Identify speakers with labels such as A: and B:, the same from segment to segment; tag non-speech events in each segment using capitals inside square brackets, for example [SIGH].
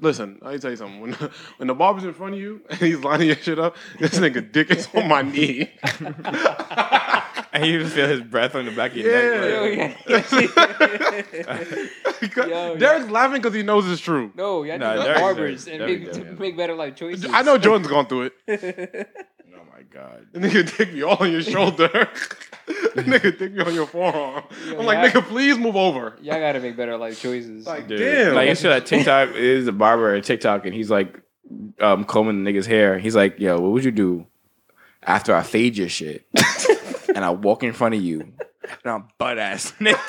A: Listen, let me tell you something. When [LAUGHS] when the barber's in front of you [LAUGHS] and he's lining your shit up, this nigga dick is on my knee.
B: And you just feel his breath on the back of your
A: Yeah.
B: neck. like-
A: Because- [LAUGHS]
C: [LAUGHS] Yo,
A: Derek's laughing because he knows it's true.
C: no,
B: [LAUGHS]
C: y'all
B: Nah,
C: need
B: there is-
C: barbers and
B: there
C: [LAUGHS]
B: we
C: make,
B: go,
C: to
B: yeah.
C: make better life choices.
A: I know Jordan's gone
C: [LAUGHS]
A: through it.
B: Oh my god.
A: The nigga dick me all on your shoulder. [LAUGHS] the nigga dick me on your forearm.
C: Yo,
A: I'm like,
C: yeah.
A: nigga, please move over.
C: Y'all gotta make better life choices.
A: Like,
B: Dude.
A: damn.
B: Like it's that TikTok is a barber at TikTok and he's like um combing the nigga's hair. He's like, yo, what would you do after I fade your [LAUGHS] shit and I walk in front of you and I'm butt ass [LAUGHS] naked?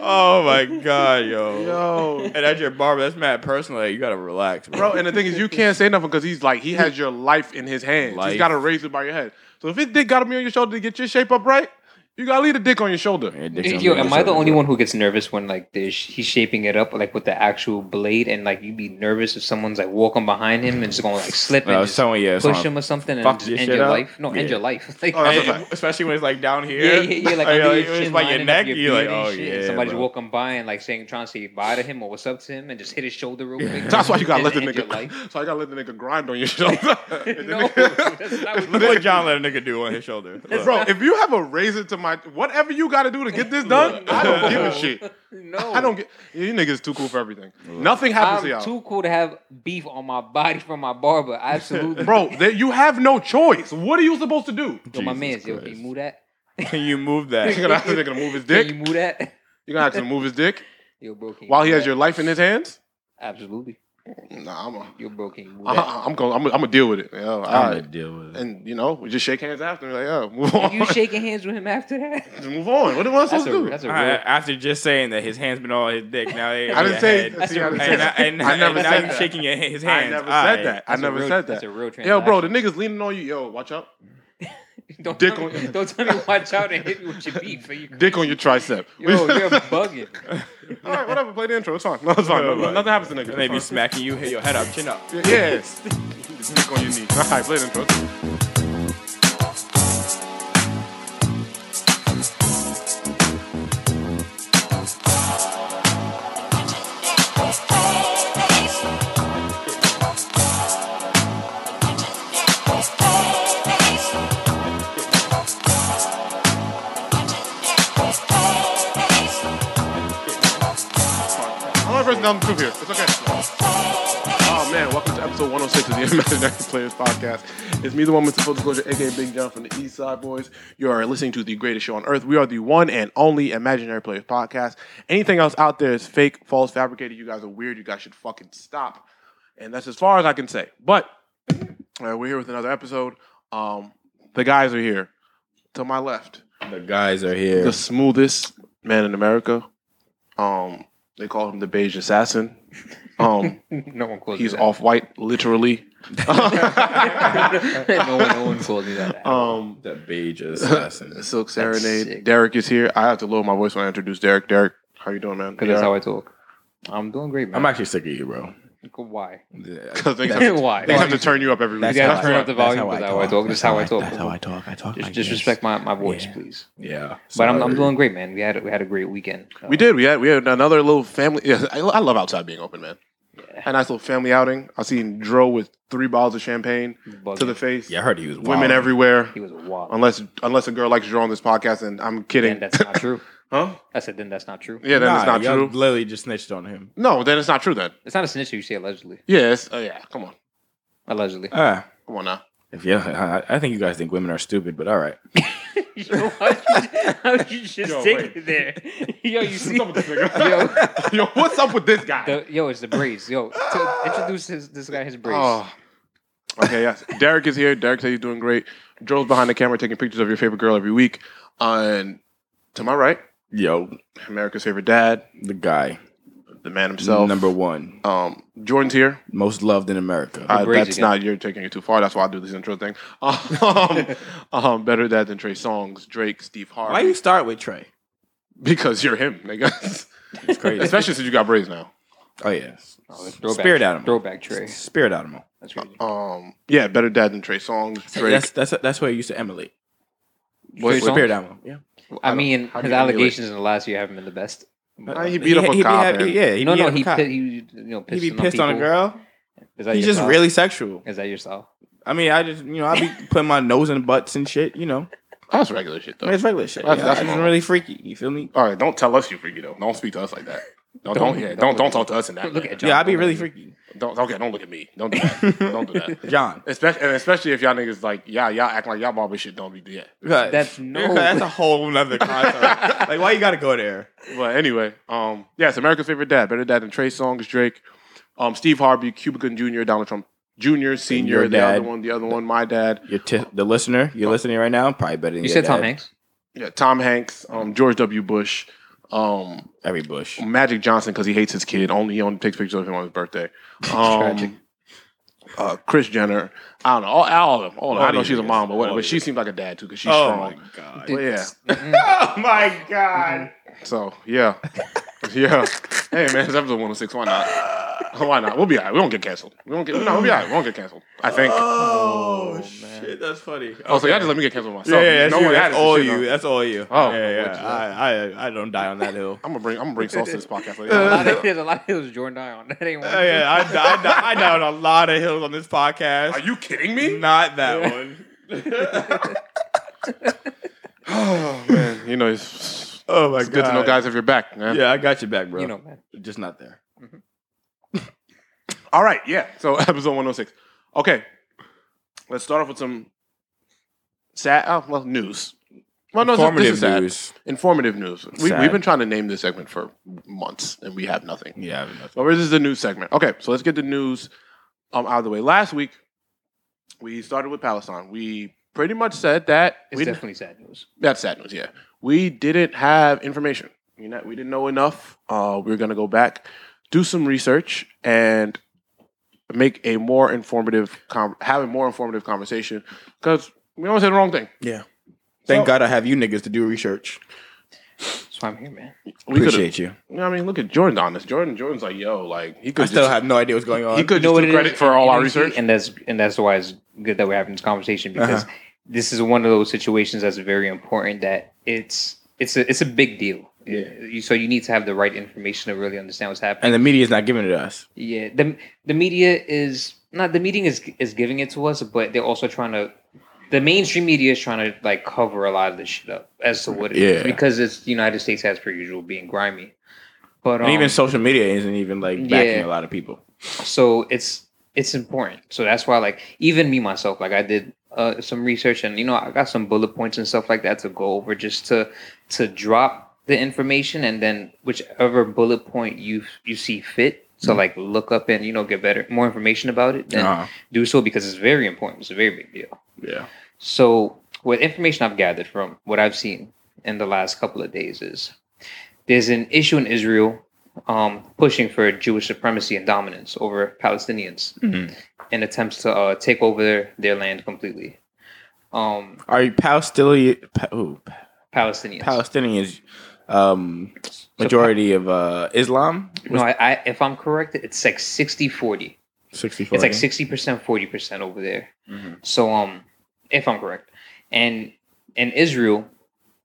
B: oh my god, [LAUGHS] yo.
A: yo.
B: And that's your barber, that's mad personal. Like, you gotta relax,
A: [LAUGHS]
B: bro.
A: Bro, and the thing is, you can't say nothing because he's like, he has your life in his hands.
B: Life.
A: He's got to raise it by your head. So if his dick got to be on your shoulder to get your shape up right, you got to leave the dick on your shoulder.
B: Your dick's on
C: Yo,
B: the
C: am I the
B: shoulder,
C: only
B: bro.
C: one who gets nervous when like the sh- he's shaping it up like with the actual blade and like you'd be nervous if someone's like walking behind him and it's gonna like slip and
B: No,
C: just
B: someone, yeah,
C: push
B: someone-
C: him or something and
B: fuck
C: just
B: your
C: end
B: shit
C: your
B: up?
C: life. No, end
B: Yeah. Oh,
C: your life. [LAUGHS] Like,
A: Oh, that's a
B: And-
A: fact.
B: especially when it's like down
C: yeah,
B: here.
C: yeah, yeah, like
B: Or, [LAUGHS]
C: under
B: like,
C: your
B: it's
C: chin
B: by your
C: line and
B: neck.
C: up
B: You're like,
C: beard and
B: oh
C: shit,
B: yeah.
C: and somebody's
B: bro.
C: walking by and like saying, trying to say bye to him or what's up to him, and just hit his shoulder real quick.
A: That's why you gotta let
C: Just
A: the
C: end
A: [LAUGHS]
C: your
A: nigga.
B: [LAUGHS]
C: life.
A: So I gotta let the nigga grind on your shoulder. And [LAUGHS] the
C: [LAUGHS] No,
A: nigga-
C: [LAUGHS] that's not
B: [LAUGHS]
C: what
B: Look
C: you
B: what John let a nigga do on his shoulder. Look.
A: Bro, if you have a razor to my whatever you gotta do to get this done,
C: [LAUGHS]
A: I don't give a shit.
C: No,
A: I don't get you niggas too cool for everything. Nothing happens to
C: I'm
A: y'all.
C: too cool to have beef on my body from my barber.
A: [LAUGHS]
C: Absolutely,
A: Bro, that you have no choice. What are you supposed to
C: [LAUGHS]
A: do?
C: Yo, my
B: Jesus
C: man's yo, can
B: Christ.
C: you move that?
B: Can [LAUGHS] you move
A: You're
B: that?
A: gonna ask the nigga to move his
C: Can you
A: dick.
C: move that? [LAUGHS]
A: You're gonna ask him to move his dick
C: Yo, bro, can you
A: while he
C: move
A: has
C: that?
A: your life in his hands.
C: absolutely.
A: Nah, I'm a,
C: Yo, bro, can you move that?
A: I, I'm gonna I'm gonna I'm deal with it. Yeah, all right.
B: deal with
A: And you know, we just shake hands after. Like, yeah, move on.
C: You shaking hands with him after that?
A: [LAUGHS] Just move on. What am I supposed
C: That's
A: to
C: a
A: do?
C: that's a
B: All
C: real.
B: right, after just saying that his hand's been all his dick, now
C: [LAUGHS]
B: they
A: I didn't say.
B: and,
A: see, I didn't say
B: and,
A: that.
B: and,
A: I never
B: and now
A: said
B: you
A: that.
B: shaking your, his hands.
A: I never
B: All
A: said
B: right.
A: that. I
C: That's a
A: never
C: real-
A: said
C: That's
A: that.
C: a real transaction.
A: Yo, bro, the niggas leaning on you. Yo, watch out.
C: [LAUGHS] don't
A: dick
C: tell me,
A: on-
C: don't
A: [LAUGHS]
C: tell me watch out and hit me with your beef. Are you
A: Dick on your tricep.
C: [LAUGHS]
A: [LAUGHS]
C: Yo, you're bugging. [LAUGHS]
A: All right, whatever. Play the intro. It's fine. [LAUGHS] No, it's fine. No, no, nothing happens to niggas.
B: And they be
A: It's fine.
B: smacking you, hit your head up, chin up.
A: Yes. Dick on your knee. [LAUGHS] All right, play the intro. I'm the first down the tube here. It's okay. Oh man, welcome to episode 106 of the [LAUGHS] Imaginary Players Podcast. It's me, the one with the full disclosure, aka Big John from the East Side Boys. You are listening to the greatest show on earth. We are the one and only Imaginary Players Podcast. Anything else out there is fake, false, fabricated. You guys are weird. You guys should fucking stop. And that's as far as I can say. But uh, we're here with another episode. Um, the guys are here. To my left,
B: The guys are here.
A: the smoothest man in America. Um, they call him the beige assassin.
C: [LAUGHS]
A: Um,
C: No one calls
A: he's
C: me that.
A: off white, literally.
C: [LAUGHS] no, one, no one calls
A: [LAUGHS]
C: me that.
A: Um,
B: the [LAUGHS] beige assassin.
A: Silk
C: That's
A: Serenade.
C: sick.
A: Derek is here. I have to lower my voice when I introduce Derek. Derek, how you doing, man?
C: Because that's how I talk. I'm doing great, man.
B: I'm actually sick of you, bro.
C: Why?
A: [LAUGHS] Because things,
C: [LAUGHS]
A: have to-
C: Why?
A: things have to turn you up every week.
C: You gotta
B: how
C: turn
B: I-
C: up the
B: that's
C: volume
B: how I
C: because that's how I
B: talk.
C: talk. That's how I talk.
B: That's how I talk. I talk.
C: Just,
B: like
C: just
B: this.
C: respect my, my voice,
B: Yeah.
C: please.
B: Yeah.
C: But I'm, I'm
B: Sorry.
C: doing great, man. We had a, we had a great weekend.
A: We did. We had we had another little family. Yeah, I, I love outside being open, man.
C: Um,
A: A nice little family outing. I seen Dro with three bottles of champagne to the face.
B: Yeah, I heard he was wild.
A: Women everywhere.
C: He was wild.
A: Unless unless a girl likes Dro on this podcast, and I'm kidding.
C: Then that's
A: [LAUGHS]
C: not true.
A: huh?
C: I said then that's not true.
A: Yeah, then
B: Nah,
A: it's not
B: y'all
A: true.
B: Literally just snitched on him.
A: No, then it's not true. Then
C: It's not a snitch that you say allegedly.
A: yes. Oh yeah. Come on.
C: [LAUGHS] Allegedly.
B: Ah.
A: Come on now. [LAUGHS]
B: If yeah, I, I think you guys think women are stupid, but all right.
C: Yo, how'd you, how'd you just [LAUGHS]
A: Yo,
C: take
A: wait.
C: it
A: [LAUGHS]
C: there? Yo, you see?
A: What's up with this
C: [LAUGHS] Yo,
A: nigga? Yo, what's up with this guy?
C: the, yo, it's the braids.
A: [LAUGHS]
C: Yo, to introduce his, this guy his braids.
A: Oh. Okay, yes. Derek is here. Derek said he's doing great. Joel's behind the camera taking pictures of your favorite girl every week. and to my right,
B: Yo,
A: America's favorite dad,
B: the guy,
A: the man himself.
B: number one,
A: um, Jordan's here.
B: most loved in America.
A: Uh,
C: braids
A: that's
C: again.
A: not you're taking it too far. That's why I do this intro thing. [LAUGHS] Um, um, better dad than Trey Songs, Drake, Steve Harvey.
B: Why you start with Trey?
A: Because you're him, nigga. [LAUGHS]
B: It's crazy.
A: Especially since you got braids now.
B: oh yeah,
C: Oh, that's throwback,
B: spirit animal.
C: Throwback Trey.
B: spirit animal.
C: That's crazy.
A: Um, yeah, better dad than Trey Songs, Drake.
B: That's that's that's where I used to emulate.
C: Trey
A: Wait,
C: Songz?
B: Spirit animal. Yeah.
C: I
A: don't-
C: mean,
A: how do
C: his
A: you emulate?
C: allegations in the last year haven't been the best.
A: Nah, Ah, he beat up a
B: he be
A: cop,
B: happy-
A: man.
B: yeah, he
C: no,
B: be
C: no,
B: up a
C: he,
B: cop.
C: pi- he you know
B: He
C: pissed
B: be pissed on a
C: people.
B: girl.
C: Is that
B: He's just
C: yourself?
B: really sexual.
C: Is that yourself?
B: I mean, I just you know I be putting my nose in butts and shit. You know,
A: That's regular shit, though.
B: it's regular shit.
A: That's-
B: you know?
A: that's
B: It's
A: normal.
B: really freaky. You feel me?
A: All right, don't tell us you freaky though. Don't speak to us like that. Don't, don't, yeah, don't, don't talk to us in that.
C: Look
A: manner.
C: at John.
B: yeah, I be
C: Bonet.
B: really freaky,
A: Don't, okay, don't look at me. Don't do that. don't do [LAUGHS] that.
B: John.
A: Especially, and especially if y'all niggas like, yeah, y'all act like y'all barber shit don't be yeah.
B: Because- [LAUGHS]
C: That's no-
B: because That's a whole nother [LAUGHS] concept. like, why you gotta go there?
A: But anyway, um, yeah, it's America's favorite dad. Better dad than Trey Songz, Drake, um, Steve Harvey, Cubican Jr., Donald Trump Jr., Senior,
B: your
A: the other
B: dad.
A: one, the other one, my dad.
B: Your t- the listener, you're listening right now. Probably better than
C: You
B: your
C: said Tom
B: dad.
C: Hanks.
A: Yeah, Tom Hanks, um, George W. Bush, um,
B: Every Bush.
A: Magic Johnson because he hates his kid. Only he only takes pictures of him on his birthday.
C: Tragic.
A: Um, uh, Chris Jenner. I don't know. All, all of them. All of them.
B: All
A: I know
B: these
A: she's a
B: niggas.
A: mom, but whatever.
B: All
A: But
B: these
A: she seems like a dad too because she's
B: Oh
A: strong.
B: my god.
A: But yeah.
B: Oh my god.
A: So yeah, [LAUGHS] yeah. Hey man, it's episode 106. Why not? Why not? We'll be all right. We won't get canceled. We won't get. No, we'll be all right. We won't get canceled. I think.
B: Oh,
C: man.
B: shit, that's funny.
A: Oh, so y'all just let me get canceled myself.
B: yeah, yeah, that's,
A: no
B: you.
A: one
B: that's
A: added
B: all
A: this shit
B: you.
A: on.
B: That's all you.
A: Oh,
B: yeah, yeah.
A: which-
B: I, I, I don't die on that hill.
A: I'm gonna bring. I'm gonna bring sauce to this podcast.
B: [LAUGHS]
A: Later.
C: A lot of- There's a lot of those Jordan Dyer on [LAUGHS] that ain't one.
B: Oh, yeah, I, die- I, die- I die on a lot of hills on this podcast.
A: Are you kidding me?
B: Not that one.
A: [SIGHS] Oh man, you know it's,
B: [LAUGHS] Oh my
A: it's
B: god.
A: good to know guys have your back, man.
B: Yeah, I got your back, bro.
C: You know, man.
B: just not there.
A: All right, yeah. So [LAUGHS] episode 106. Okay. Let's start off with some sad oh, well, news. Well, no, this- this is sad. Informative news. We,
B: Sad.
A: we've been trying to name this segment for months and we have nothing.
B: Yeah, I mean, that's-
A: But this is the news segment. Okay, so let's get the news um, out of the way. Last week, we started with Palestine. We pretty much said that
C: It's
A: we didn't-
C: definitely sad news.
A: that's sad news. Yeah, we didn't have information. We not, we didn't know enough. Uh, we are gonna go back, do some research, and make a more informative, com- have a more informative conversation because we always say the wrong thing.
B: yeah. Thank
A: So-
B: God I have you niggas to do research.
C: That's why I'm here, man.
A: We could've-
B: Appreciate you.
A: You know what I mean, look at Jordan on this. Jordan, Jordan's like, yo, like he could
B: I still
A: just,
B: have no idea what's going on.
A: he could
C: You know
A: just
C: what
A: do
C: it
A: credit
C: is?
A: for all
C: You
A: our
C: know, see,
A: research. Uh-huh.
C: and that's and that's why it's good that we're having this conversation because this is one of those situations that's very important. That it's it's a it's a big deal.
A: Yeah.
C: You- So you need to have the right information to really understand what's happening.
B: and the media's not giving it to us.
C: Yeah, the the media is not the meeting is is giving it to us, but they're also trying to. The mainstream media is trying to like cover a lot of this shit up as to what it is
B: Yeah.
C: because it's the United States as per usual being grimy. But um,
B: and even social media isn't even like backing
C: yeah.
B: a lot of people.
C: so it's it's important so that's why like even me myself like i did uh, some research and you know i got some bullet points and stuff like that to go over just to to drop the information and then whichever bullet point you you see fit to
B: Mm-hmm.
C: like look up and you know get better more information about it then
B: Uh-huh.
C: do so because it's very important it's a very big deal
B: Yeah.
C: so, what information I've gathered from what I've seen in the last couple of days is there's an issue in Israel um, pushing for Jewish supremacy and dominance over Palestinians
B: Mhm.
C: in attempts to uh, take over their, their land completely. Um,
B: Are you Palestinian? Pa- ooh,
C: Palestinians.
B: Palestinians, um,
C: So
B: majority of uh, Islam.
C: no, I, I, if I'm correct, it's like 60 40.
B: Sixty four.
C: It's like 60%, 40% over there.
B: Mhm.
C: So um if I'm correct. And in Israel,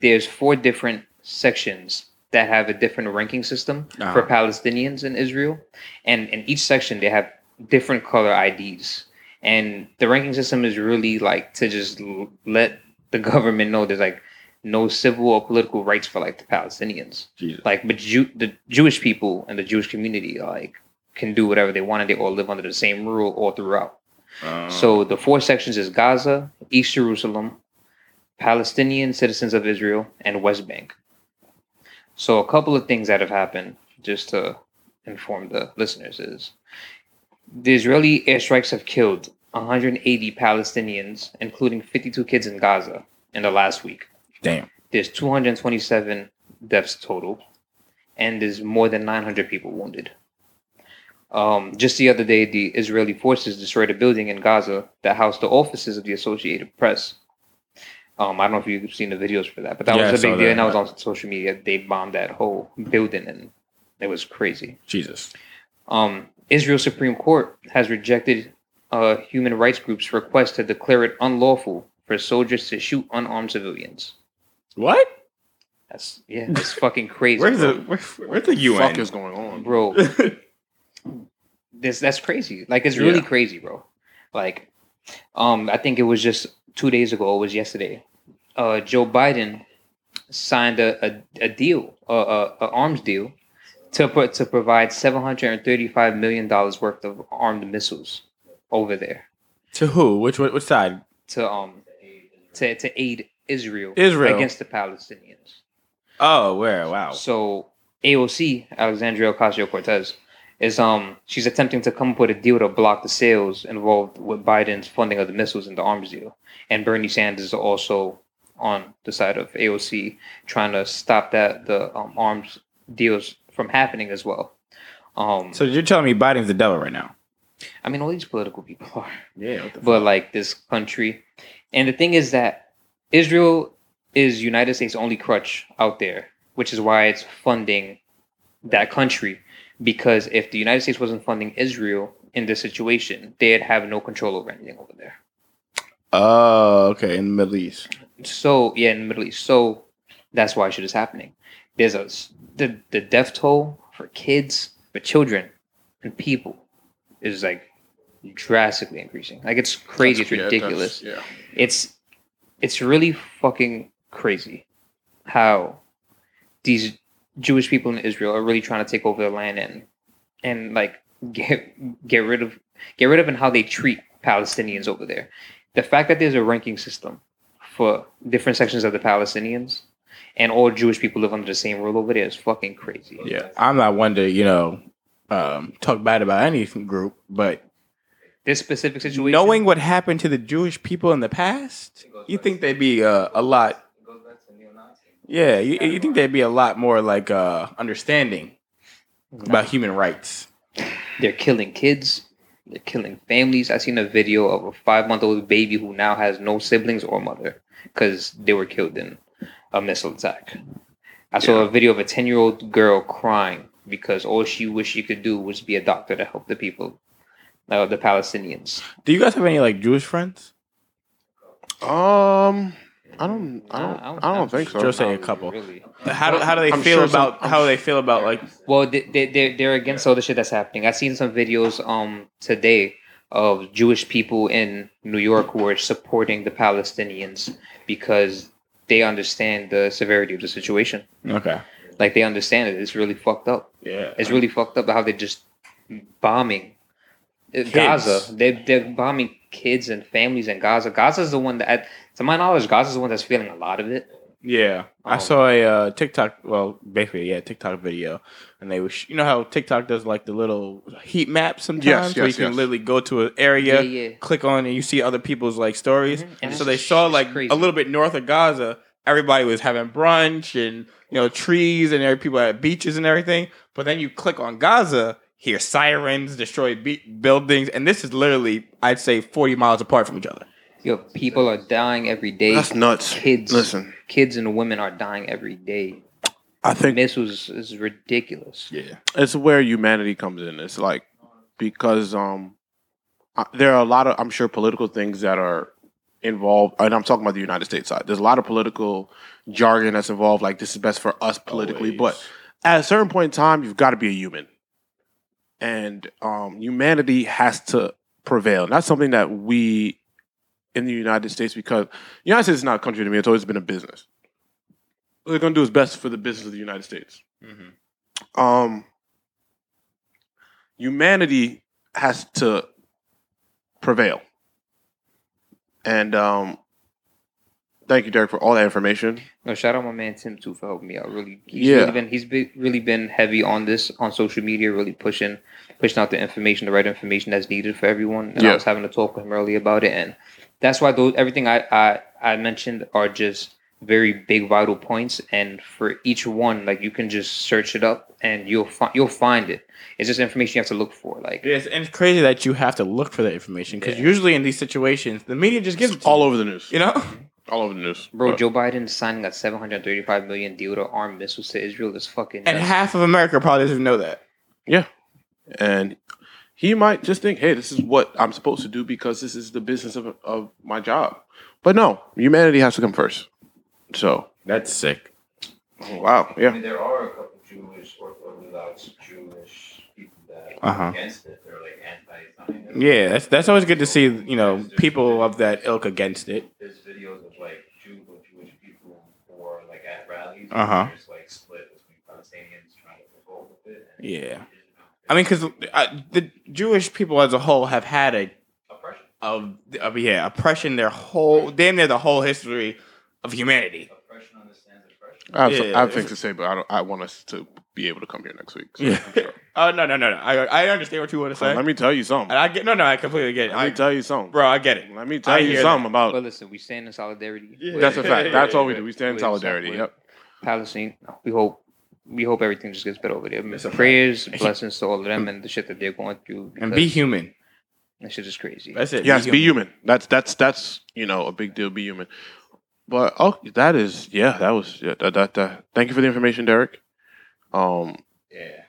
C: there's four different sections that have a different ranking system
B: Uh-huh.
C: for Palestinians in Israel. And in each section they have different color IDs. And the ranking system is really like to just l- let the [LAUGHS] government know there's like no civil or political rights for like the Palestinians
B: Jesus.
C: like but Jew, the Jewish people and the Jewish community like can do whatever they want and they all live under the same rule all throughout.
B: Uh,
C: So the four sections is Gaza, East Jerusalem, Palestinian citizens of Israel, and West Bank. So a couple of things that have happened just to inform the listeners is the Israeli airstrikes have killed 180 Palestinians, including 52 kids in Gaza in the last week
B: damn.
C: there's 227 deaths total, and there's more than 900 people wounded. Um, just the other day, the Israeli forces destroyed a building in Gaza that housed the offices of the Associated Press. Um, I don't know if you've seen the videos for that, but that
B: Yeah, I
C: was a
B: saw
C: big deal,
B: that.
C: and that was on social media. They bombed that whole building, and it was crazy.
B: Jesus.
C: Um, Israel Supreme Court has rejected uh, human rights groups' request to declare it unlawful for soldiers to shoot unarmed civilians.
B: What?
C: That's yeah, that's fucking crazy.
B: Where's
C: bro.
B: the where, where's the
A: What the fuck
B: UN?
A: is going on?
C: bro?
B: [LAUGHS]
C: This that's crazy. Like it's really
B: Yeah.
C: crazy, bro. Like, um, I think it was just two days ago. It was yesterday. Uh, Joe Biden signed a a, a deal, a, a, a arms deal, to put to provide seven hundred and thirty five million dollars worth of armed missiles over there
B: to who? Which which, which side?
C: to um to to aid Israel
B: Israel.
C: against the Palestinians.
B: Oh, where? Wow.
C: So AOC, Alexandria Ocasio Cortez, is um she's attempting to come up with a deal to block the sales involved with Biden's funding of the missiles in the arms deal, and Bernie Sanders is also on the side of AOC trying to stop that the um, arms deals from happening as well. Um,
B: So you're telling me Biden's the devil right now?
C: I mean, all these political people are
B: Yeah. What
C: but like this country. And the thing is that Israel is United States' only crutch out there, which is why it's funding that country. Because if the United States wasn't funding Israel in this situation, they'd have no control over anything over there.
B: oh, okay. In the Middle East.
C: So yeah, in the Middle East. So that's why shit is happening. There's a s- the the death toll for kids, for children, and people is like drastically increasing. Like it's crazy.
A: That's-
C: it's
A: yeah, that's-
C: ridiculous.
A: Yeah.
C: it's it's really fucking crazy how these Jewish people in Israel are really trying to take over the land and and like get get rid of get rid of and how they treat Palestinians over there. The fact that there's a ranking system for different sections of the Palestinians and all Jewish people live under the same rule over there is fucking crazy.
B: Yeah. I'm not one to you know um, talk bad about any group, but
C: This specific situation
B: knowing what happened to the Jewish people in the past, you think they'd be uh, a lot. Yeah, you, you think they'd be a lot more like uh, understanding about human rights.
C: they're killing kids they're killing families i seen a video of a five month old baby who now has no siblings or mother because they were killed in a missile attack i saw a video of a 10 year old girl crying because all she wished she could do was be a doctor to help the people uh, the palestinians
B: Do you guys have any like Jewish friends?
A: Um, I don't, I don't,
C: I don't-
A: I don't think so.
B: Just say a
C: Not
B: couple.
C: Um, really.
B: How do, how do they
A: I'm
B: feel
A: sure some-
B: about how do they feel about like
C: Well, they, they, they're, they're against all the shit that's happening. i seen some videos um today of Jewish people in New York who are supporting the Palestinians because they understand the severity of the situation.
B: okay
C: Like, they understand it. It's really fucked up.
B: yeah
C: It's really fucked up how they're just bombing uh,
B: Kids.
C: Gaza. They're, they're bombing kids and families in Gaza. Gaza's the one that, to my knowledge, Gaza's the one that's feeling a lot of it.
B: yeah I
A: Oh.
C: Um,
B: saw a uh, TikTok well basically yeah TikTok video and they was you know how TikTok does like the little heat map sometimes where you
A: yes,
B: can
A: yes.
B: literally go to an area
C: yeah.
B: click on and you see other people's like stories
C: Mhm. And
B: so
C: it's-
B: they saw
C: it's
B: like
C: crazy.
B: a little bit north of Gaza everybody was having brunch and you know trees and every people at beaches and everything but then you click on Gaza hear sirens destroy be- buildings and this is literally I'd say 40 miles apart from each other
C: Yo, people are dying every day.
A: That's nuts.
C: Kids.
A: Listen,
C: kids and women are dying every day.
A: I think
C: Missiles is ridiculous.
B: yeah
A: it's where humanity comes in. It's like because um, I, there are a lot of I'm sure political things that are involved, and I'm talking about the United States side. There's a lot of political jargon that's involved. Like this is best for us politically, but
B: Always.
A: at a certain point in time, you've got to be a human, and um, humanity has to prevail. And that's something that we in the United States, because the United States is not a country to me. It's always been a business. What they're going to do is best for the business of the United States
B: Mhm.
A: um humanity has to prevail and um thank you derek for all that information
C: No, shout out my man Tim too for helping me out. Really, he's
A: Yeah.
C: really been he's been, really been heavy on this on social media, really pushing pushing out the information, the right information that's needed for everyone. And
A: Yeah.
C: I was having a talk with him earlier about it, and that's why those everything I I, I mentioned are just very big vital points and for each one like you can just search it up and you'll find you'll find it it's just information you have to look for like
B: Yes, and it's crazy that you have to look for that information because
C: Yeah.
B: usually in these situations, the media just gives it
A: it's all over the news
B: You know,
A: all over the news
C: Bro,
A: But
C: Joe Biden signing a 735 million deal to arm missiles to Israel is fucking.
B: and
C: nuts.
B: half of America probably doesn't know that.
A: and he might just think hey this is what i'm supposed to do because this is the business of, of my job but no humanity has to come first so
B: That's sick.
A: Wow.
D: I
A: Yeah.
D: mean, there are a couple Jewish Orthodox Jewish people that are
B: Uh-huh.
D: against it. They're like anti-Zionism.
B: Yeah, that's that's always good to see. You know, people of that ilk against it.
D: There's videos of like Jew or Jewish people who are like at rallies.
B: Uh-huh.
D: And there's like split between Palestinians trying to revolt with it. And
B: Yeah, I mean, because the Jewish people as a whole have had a
D: oppression,
B: of, of yeah oppression their whole damn near the whole history of humanity. [LAUGHS]
D: oppression understands oppression.
A: I have, some-
B: Yeah.
A: I have things to say, but I don't. I want us to be able to come here next week. So [LAUGHS]
B: Yeah. Oh no no no no! I I understand what you want to say.
A: Let me tell you something.
B: and I get no no I completely get it.
A: Let me
B: I,
A: tell you something,
B: bro, I get it.
A: Let me tell
B: I
A: you
B: hear
A: something
C: But
A: about.
C: listen, we stand in solidarity.
B: Yeah.
C: with
A: Oh. That's a fact. That's all we do. We stand in
B: [LAUGHS]
C: With-
A: solidarity.
C: with
A: Yep.
C: Palestine. We hope. We hope everything just gets better over there.
B: It's a fact.
C: Prayers, blessings to all of them, and the shit that they're going through.
B: And
C: because
B: be human.
C: That shit is crazy.
B: That's it.
A: Yes. Be human. That's that's that's you know a big deal. Be human. But oh, that is yeah. That was yeah, that, that that. Thank you for the information, Derek. Um,
B: Yeah.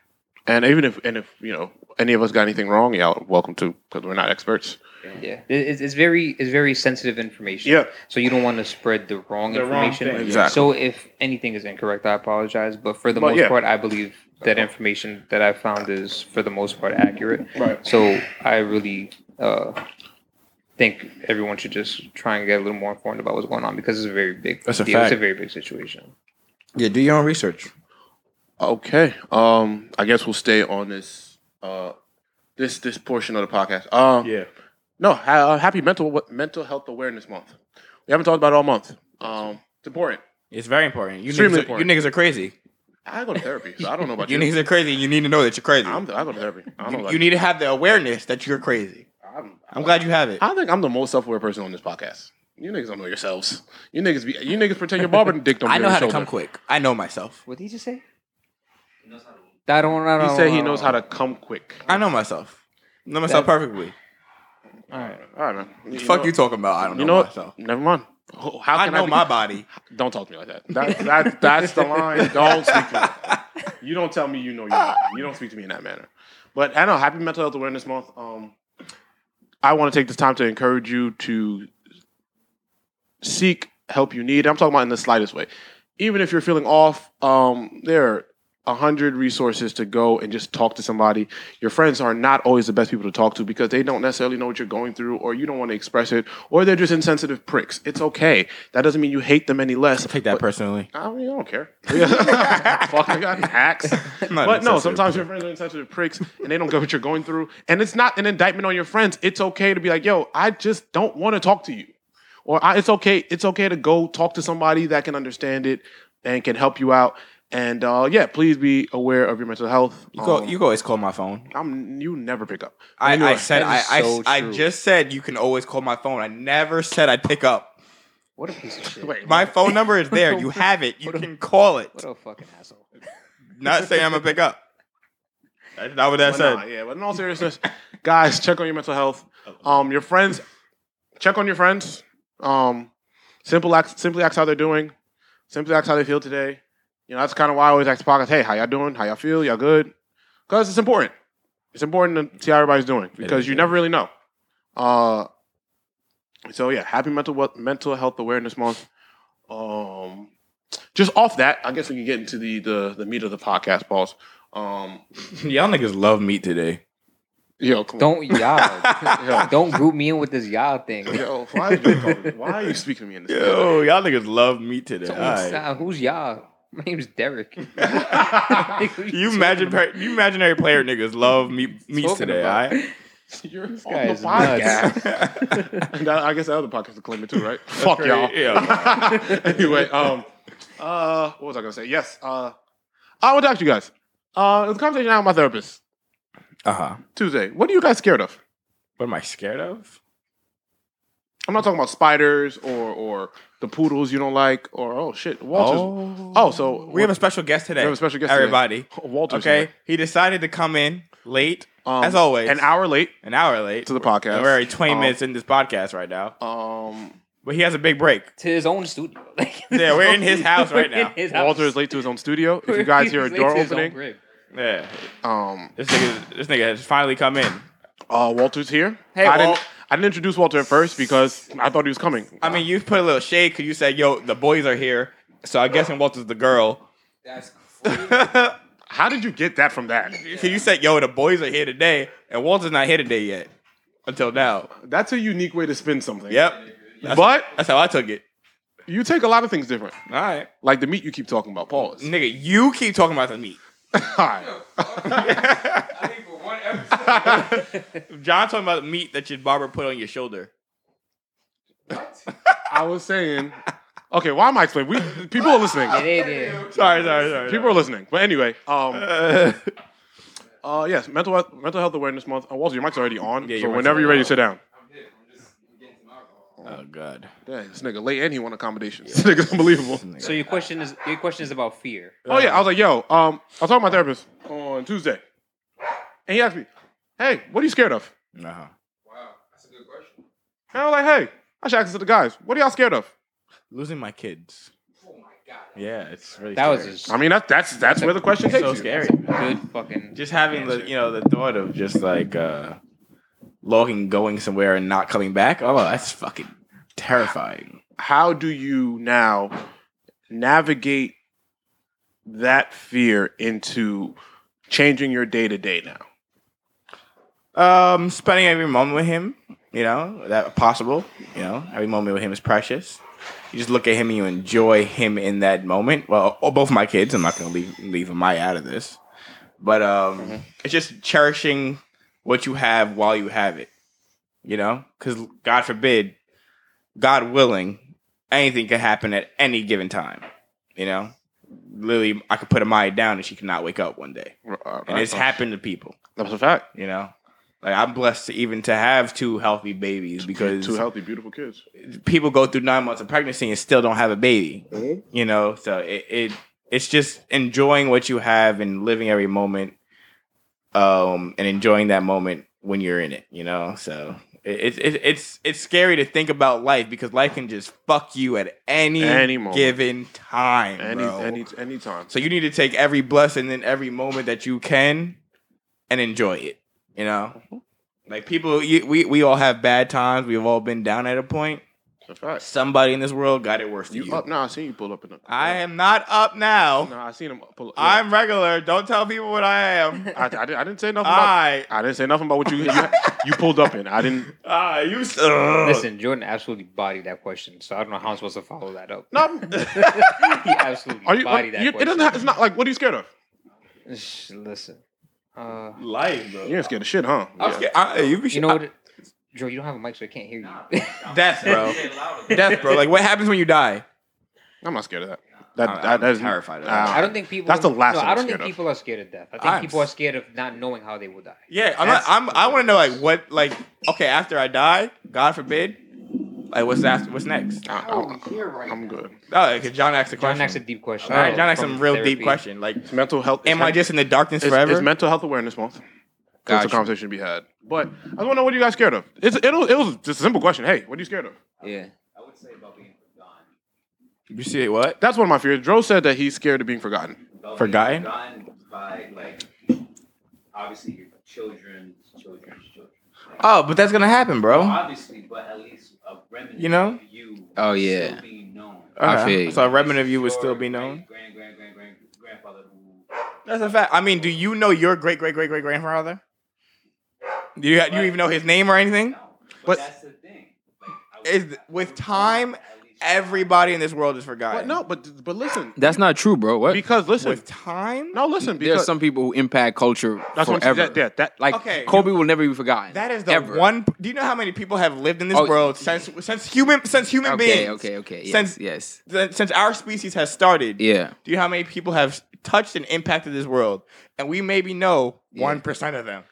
A: and even if and if you know any of us got anything wrong, y'all are welcome to because we're not experts.
C: Yeah, It- it's, it's very it's very sensitive information.
A: Yeah.
C: So you don't want to spread the wrong
B: The wrong
C: information.
B: thing.
A: Exactly.
C: So if anything is incorrect, I apologize. But for the
A: But
C: most
A: yeah.
C: part, I believe that information that I found is for the most part accurate.
A: Right.
C: So I really uh, think everyone should just try and get a little more informed about what's going on because it's a very big
B: That's a
C: deal. It's a
B: fact.
C: very big situation.
B: Yeah. Do your own research.
A: Okay. Um, I guess we'll stay on this uh this this portion of the podcast. Um,
B: Yeah.
A: No, ha- uh, happy mental mental health awareness month. We haven't talked about it all month. Um, it's important.
B: It's very important. You
A: Extremely
B: niggas, are, you
A: important.
B: niggas are crazy.
A: I go to therapy, so I don't know about
B: [LAUGHS] You
A: you.
B: niggas are crazy. You need to know that you're crazy.
A: I'm the, I go to therapy. I don't know
B: [LAUGHS] you,
A: about
B: you need to have the awareness that you're crazy.
A: I'm,
B: I'm glad you have it.
A: I think I'm the most self-aware person on this podcast. You niggas don't know yourselves. You niggas be you niggas pretend your barber dick don't.
B: [LAUGHS] I
A: be
B: know
A: on
B: how
A: your
B: to come
A: shoulder.
B: quick. I know myself.
C: What did he just say?
D: He knows how to
C: I don't. I don't
A: He said he knows how
B: Oh.
A: to come quick.
B: I know myself. I know myself
C: That's-
B: perfectly.
C: All right.
A: All right, man. You
B: Fuck
A: know-
B: you talking about. I don't know,
A: You know
B: myself.
A: what? Never mind. Ho- How
B: I
A: can
B: know
A: be-
B: my body.
A: Don't talk to me like that. That, that that's the line. Don't speak to me. You don't tell me you know your body. You don't speak to me in that manner. But I know. Happy Mental Health Awareness Month. Um, I want to take this time to encourage you to seek help you need. I'm talking about in the slightest way. Even if you're feeling off, um, there are a hundred resources to go and just talk to somebody. Your friends are not always the best people to talk to because they don't necessarily know what you're going through, or you don't want to express it, or they're just insensitive pricks. It's okay. That doesn't mean you hate them any less.
B: Take
A: [LAUGHS]
B: that personally.
A: I mean, I don't
B: [LAUGHS]
A: care. Fuck, I got an axe.
B: not
A: But no,
B: insensitive
A: sometimes your friends are insensitive pricks and they don't get what you're going through. And it's not an indictment on your friends. It's okay to be like, yo, I just don't want to talk to you. Or I, it's okay, it's okay to go talk to somebody that can understand it and can help you out. And uh, yeah, please be aware of your mental health.
B: You, go,
A: Um,
B: you can always call my phone.
A: I'm, you never pick up.
B: I, I
A: Anyway,
B: said I,
C: that
B: I,
C: is so
B: I
C: true.
B: just said you can always call my phone. I never said I'd pick up.
C: What a piece of shit.
A: Wait,
B: My phone number is there. You have it.
A: [LAUGHS]
B: You can call it.
C: What a fucking asshole.
B: Not saying I'm gonna pick up. That's not what that
A: But
B: said. Oh,
A: nah, yeah, but in all seriousness, [LAUGHS] guys, check on your mental health. Um, your friends, check on your friends. Um, simple ask, simply ask how they're doing. Simply ask how they feel today. You know, that's kind of why I always ask the podcast, hey, how y'all doing? How y'all feel? Y'all good? Because it's important. It's important to see how everybody's doing because
B: is,
A: you
B: yeah.
A: never really know. Uh, so yeah, happy mental Wel- mental health awareness month. Um, just off that, I guess we can get into the the, the meat of the podcast, boss. Um,
B: Y'all niggas love meat today.
A: yo, come on.
C: Don't
A: [LAUGHS]
C: y'all.
A: Yo.
C: don't group me in with this y'all thing.
A: Yo, why are you talking? Why are [LAUGHS] you speaking to me in this? manner?
B: Yo, y'all niggas love meat today.
C: Don't
B: All right.
C: sound- Who's y'all? My name's
A: [LAUGHS]
C: Derek.
B: You imagine you imaginary player niggas love meat meats
C: Talking
B: today, all
C: about-
B: right?
A: You're this
C: guy
A: [LAUGHS]
C: is
B: [LAUGHS]
C: nuts.
A: And I, I guess the other podcast will claim it too, right? [LAUGHS] Fuck
B: crazy.
A: y'all.
B: Yeah.
A: [LAUGHS] anyway, um, uh, what was I gonna say? Yes, uh, I want to talk to you guys. Uh, it was a conversation I had with my therapist
B: Uh-huh.
A: Tuesday. What are you guys scared of?
B: What am I scared of?
A: I'm not talking about spiders or or the poodles you don't like or oh shit, Walter's.
B: Oh,
A: Oh, so
B: we have a special guest today.
A: we have a special guest today.
B: Everybody.
A: Walter's
B: Okay.
A: here.
B: He decided to come in late,
A: Um,
B: As always.
A: an hour late
B: an hour late.
A: to the podcast.
B: And we're already 20
A: Um,
B: minutes in this podcast right now.
A: Um,
B: But he has a big break.
C: to his own studio. [LAUGHS] Like,
B: Yeah, we're in
C: [LAUGHS]
B: his house right
C: We're in
B: now.
C: his house.
A: Walter is late to his own studio. If
C: We're-
A: you
C: [LAUGHS]
A: guys hear a
C: he's late
A: door
C: to his own
A: opening,
C: crib.
B: Yeah.
A: um,
B: This nigga this nigga has finally come in.
A: Uh, Walter's here.
B: Hey,
A: I
B: Walt.
A: didn't. I didn't introduce Walter at first because I thought he was coming.
B: I mean, you put a little shade because you said, "Yo, the boys are here," so I'm guessing Walter's the girl. That's crazy.
A: How did you get that from that?
B: So you said, yo, the boys are here today, and Walter's not here today yet. Until now.
A: That's a unique way to spin something.
B: Yep. That's,
A: But
B: that's how I took it.
A: you take a lot of things different.
B: All right.
A: Like the meat you keep talking about. Pause. [LAUGHS]
B: Nigga, you keep talking about the meat.
A: Hi.
B: I think for one episode. John talking about the meat that your barber put on your [LAUGHS] shoulder.
A: I was saying. Okay, why am I explaining? We people are listening.
C: They did.
B: Sorry, sorry, sorry.
A: People are listening. But anyway, um,
B: Uh,
A: uh, yes, mental health, mental health awareness month. Uh, Walter, your mic's already on.
B: Yeah,
A: so
B: your mic's
A: whenever you're ready,
B: already
A: to sit down.
B: oh god.
A: Dang, this nigga late and he want accommodations. [LAUGHS] This nigga's unbelievable.
C: So your question is your question is about fear.
A: Oh yeah, I
B: Uh,
A: was like, yo, um, I was talking to my therapist on Tuesday, and he asked me, "Hey, what are you scared of?"
B: Uh-huh.
A: And I was like, "Hey, I should ask this to the guys. What are y'all scared of?"
B: Losing my kids. Oh my god. Yeah, it's really
C: That was
B: scary.
C: just
A: I mean, that, that's that's where the question takes
B: [LAUGHS] so
A: you.
B: scary.
C: good
B: [LAUGHS]
C: fucking.
B: Just having the you know the thought of just like uh logging going somewhere and not coming back. Oh, that's fucking terrifying.
A: How do you now navigate that fear into changing your day to day now?
B: Um, spending every moment with him, you know, that possible. You know, every moment with him is precious. You just look at him and you enjoy him in that moment. Well, oh, both my kids. I'm not gonna leave leave my out of this, but um, it's just cherishing what you have while you have it. You know, because God forbid, God willing, anything could happen at any given time. You know, literally, I could put Amaya down and she could not wake up one day, and it's happened to people
A: Uh, That's a fact.
B: you know like i'm blessed to even to have two healthy babies because
A: Two healthy, beautiful kids.
B: people go through nine months of pregnancy and still don't have a baby
A: Mm-hmm.
B: you know so it, it it's just enjoying what you have and living every moment um and enjoying that moment when you're in it you know so it, it, it's it's scary to think about life because life can just fuck you at any,
A: Any moment.
B: given time
A: Any
B: bro.
A: any any time.
B: So you need to take every blessing and every moment that you can and enjoy it. You know, like people, you, we we all have bad times. We've all been down at a point.
A: That's a fact.
B: Somebody in this world got it worse than
A: You
B: you.
A: up now? I seen you pull up in the.
B: I am not up now.
A: No, I seen him pull up.
B: I'm regular. Don't tell people what I am.
A: I, I, didn't, I didn't say nothing. About,
B: I,
A: I didn't say nothing about what you you, you pulled up in. I
B: [LAUGHS]
A: didn't.
B: I, you. Ugh.
C: Listen, Jordan absolutely bodied that question, so I don't know how I'm supposed to follow
A: [LAUGHS]
C: that up. [LAUGHS]
A: No,
C: he absolutely
A: are you?
C: bodied that
A: you- it
C: question.
A: doesn't. Have, it's not like what are you scared of?
C: Shh, Listen, uh,
B: life, bro.
A: You ain't scared of shit, huh?
B: I'm
A: Yeah.
B: scared. I, you, be
C: you know what? Joe, you don't have a mic, so I can't hear you.
B: death, bro. death, bro. Like what happens when you die?
A: I'm not scared of that. That,
B: I'm-
A: that,
B: I'm
A: that is-
B: terrified of
A: Nah.
B: that.
C: [LAUGHS] I don't think people.
A: That's the last
C: No,
A: thing
C: I
A: I'm
C: don't think
A: scared of.
C: people are scared of death. I think
B: I'm
C: people are
B: s-
C: scared of not knowing how they will die.
B: Yeah, I'm not,
C: That's-
B: I'm. I want to know like what like okay after I die, God forbid, like what's after, what's next?
A: I, I, am good.
B: Oh, because John asked a
C: John
B: question.
C: asked a deep question. Oh,
B: All right, John asked
C: From
B: some real
C: therapy.
B: deep question. Like,
A: Mental health. is
B: am I
A: men-
B: just in the darkness
A: it's,
B: forever?
A: It's mental health awareness month. That's
B: Gotcha.
A: a conversation to be had. But I want to know what are you guys scared of. It's it was, it was just a simple question. Hey, what are you scared of?
C: Yeah.
B: you see what?
A: That's one of my fears. Dro said that he's scared of being forgotten.
B: Forgotten?
D: Forgotten by like obviously your children, children's children.
B: Oh, but that's gonna happen, bro.
D: Obviously, but at least a remnant.
B: You know?
D: of you
E: Oh,
D: still
E: yeah.
D: being known.
E: I
B: Okay.
E: feel you.
B: So a remnant of you would
D: Your
B: still be known.
D: Grand, grand, grand, grand, grand- grandfather who.
B: That's a fact. I mean, do you know your great great great great grandfather? Do you do you even know his name or anything?
D: No, but,
A: But-
D: that's the thing. Like, I would-
B: Is-
D: I
B: with
D: would
B: time,
D: want at least-
B: Everybody in this world is
A: But
B: forgotten.
A: no, but but listen,
E: That's not true, bro. What?
A: because listen,
B: with time,
A: no, listen,
E: There's
A: because
E: some people who impact culture
A: that's what I'm saying.
E: forever.
A: That, that, that-
E: Like
B: Okay.
E: Kobe will never be forgotten.
B: that is the
E: Ever.
B: one. Do you know how many people have lived in this
E: Oh,
B: world since since human since human
E: Okay,
B: beings?
E: okay, okay. Yes,
B: Since-
E: yes,
B: Since- Since our species has started,
E: yeah.
B: Do you know how many people have touched and impacted this world? And we maybe know
E: Yeah.
B: one of them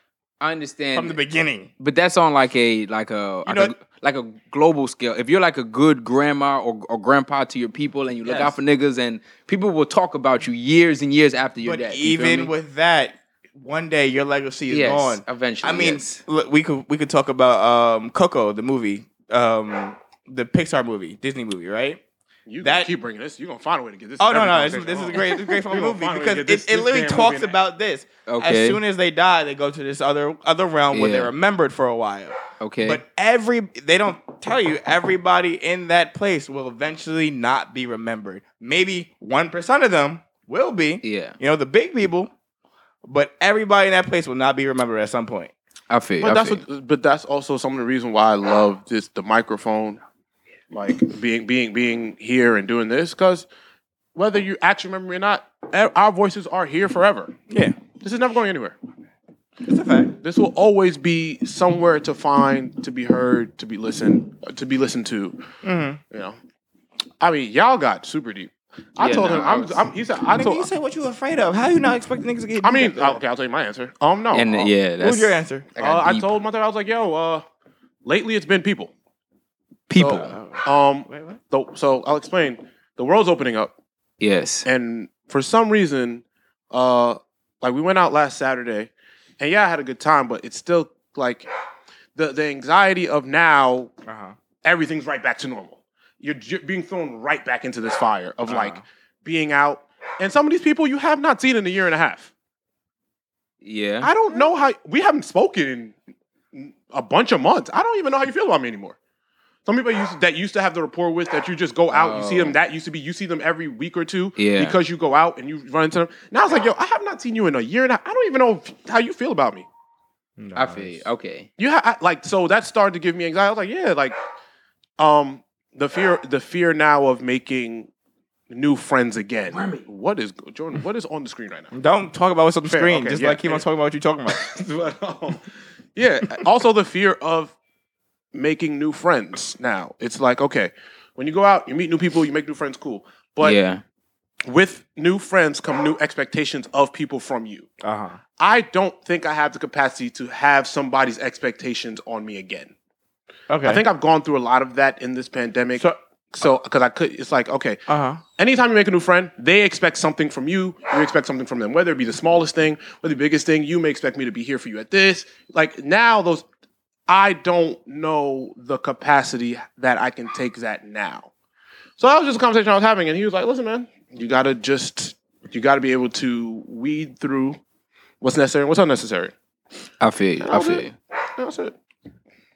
E: I understand.
B: from the beginning.
E: But that's on like a like a like,
B: know-
E: a like a global scale. If you're like a good grandma or, or grandpa to your people, and you look
B: Yes.
E: out for niggas, and people will talk about you years and years after you're
B: But
E: dead. you feel
B: even
E: me?
B: with that, one day your legacy is
E: yes,
B: gone.
E: eventually.
B: I mean,
E: yes.
B: look, we could we could talk about um, Coco, the movie, um, the Pixar movie, Disney movie, right?
A: you
B: that-
A: keep bringing this. You're gonna find a way to get this.
B: Oh no,
A: every
B: no, this,
A: conversation
B: this is
A: on.
B: a great, this is a
E: [LAUGHS]
B: great fun
A: We gonna
B: movie
A: find a way to
B: because
A: get
B: it,
A: this-
B: it
A: this
B: literally
A: damn
B: talks
A: movie in
B: about this.
E: Okay.
B: As soon as they die, they go to this other other realm where they're
E: Yeah.
B: remembered for a while.
E: okay,
B: But every they don't tell you everybody in that place will eventually not be remembered. Maybe one percent of them will be.
E: Yeah,
B: You know, the big people, but everybody in that place will not be remembered at some point.
E: I feel.
A: But
E: I
A: that's
E: feel.
A: what, but that's also some of the reason why I love this the microphone, like being being being here and doing this because whether you actually remember me or not, e- our voices are here forever.
B: Yeah.
A: This is never going anywhere.
B: It's a fact.
A: This will always be somewhere to find, to be heard, to be listened, to be listened to.
B: Mm-hmm.
A: You know, I mean, y'all got super deep. I
E: Yeah,
A: told
E: no,
A: him,
E: I
A: I'm,
E: was-
A: I'm, he said, I
B: you
A: told,
B: said what you afraid of. How you not expecting niggas to get
A: I mean,
B: what
A: okay, I'll tell you my answer. Um, no,
E: And
A: uh,
E: yeah,
B: was
E: that's
B: Oh, your answer?
E: I
A: uh,
E: got
A: I
E: deep.
A: told my I was like, yo, uh, lately it's been people.
E: people.
B: uh,
A: Um,
B: Wait, what?
A: the, so I'll explain. The world's opening up,
E: yes.
A: and for some reason, uh, like we went out last Saturday, and yeah, I had a good time, but it's still like the the anxiety of now.
B: Uh-huh.
A: Everything's right back to normal. You're, j being thrown right back into this fire of like
B: Uh-huh.
A: being out, and some of these people you have not seen in a year and a half.
E: Yeah.
A: I don't know how we haven't spoken in a bunch of months. I don't even know how you feel about me anymore. Some people used that used to have the rapport with that you just go out, you see them.
E: Oh.
A: That used to be you see them every week or two
E: Yeah.
A: because you go out and you run into them. Now it's like, yo, I have not seen you in a year and a, I don't even know if- how you feel about me.
E: I feel. You. Okay.
A: You ha- I, like so that started to give me anxiety. I was like, yeah, like um the fear the fear now of making new friends again. What is Jordan? What is on the screen right now?
B: Don't talk about what's on the
A: Fair,
B: screen.
A: okay,
B: Just
A: yeah,
B: like keep
A: yeah.
B: on talking about what you're talking about. [LAUGHS]
A: But, um, yeah. Also, the fear of making new friends. Now it's like okay, when you go out, you meet new people, you make new friends, cool. But
E: yeah.
A: with new friends come new expectations of people from you.
B: Uh huh.
A: I don't think I have the capacity to have somebody's expectations on me again.
B: Okay.
A: I think I've gone through a lot of that in this pandemic.
B: So-
A: So, because I could, it's like okay,
B: Uh huh.
A: anytime you make a new friend, they expect something from you. You expect something from them, whether it be the smallest thing or the biggest thing. You may expect me to be here for you at this. Like now, those I don't know the capacity that I can take that now. So that was just a conversation I was having, and he was like, "Listen, man, you gotta just you gotta be able to weed through what's necessary and what's unnecessary."
E: I feel. You. I
A: Okay.
E: feel. You.
A: And I said,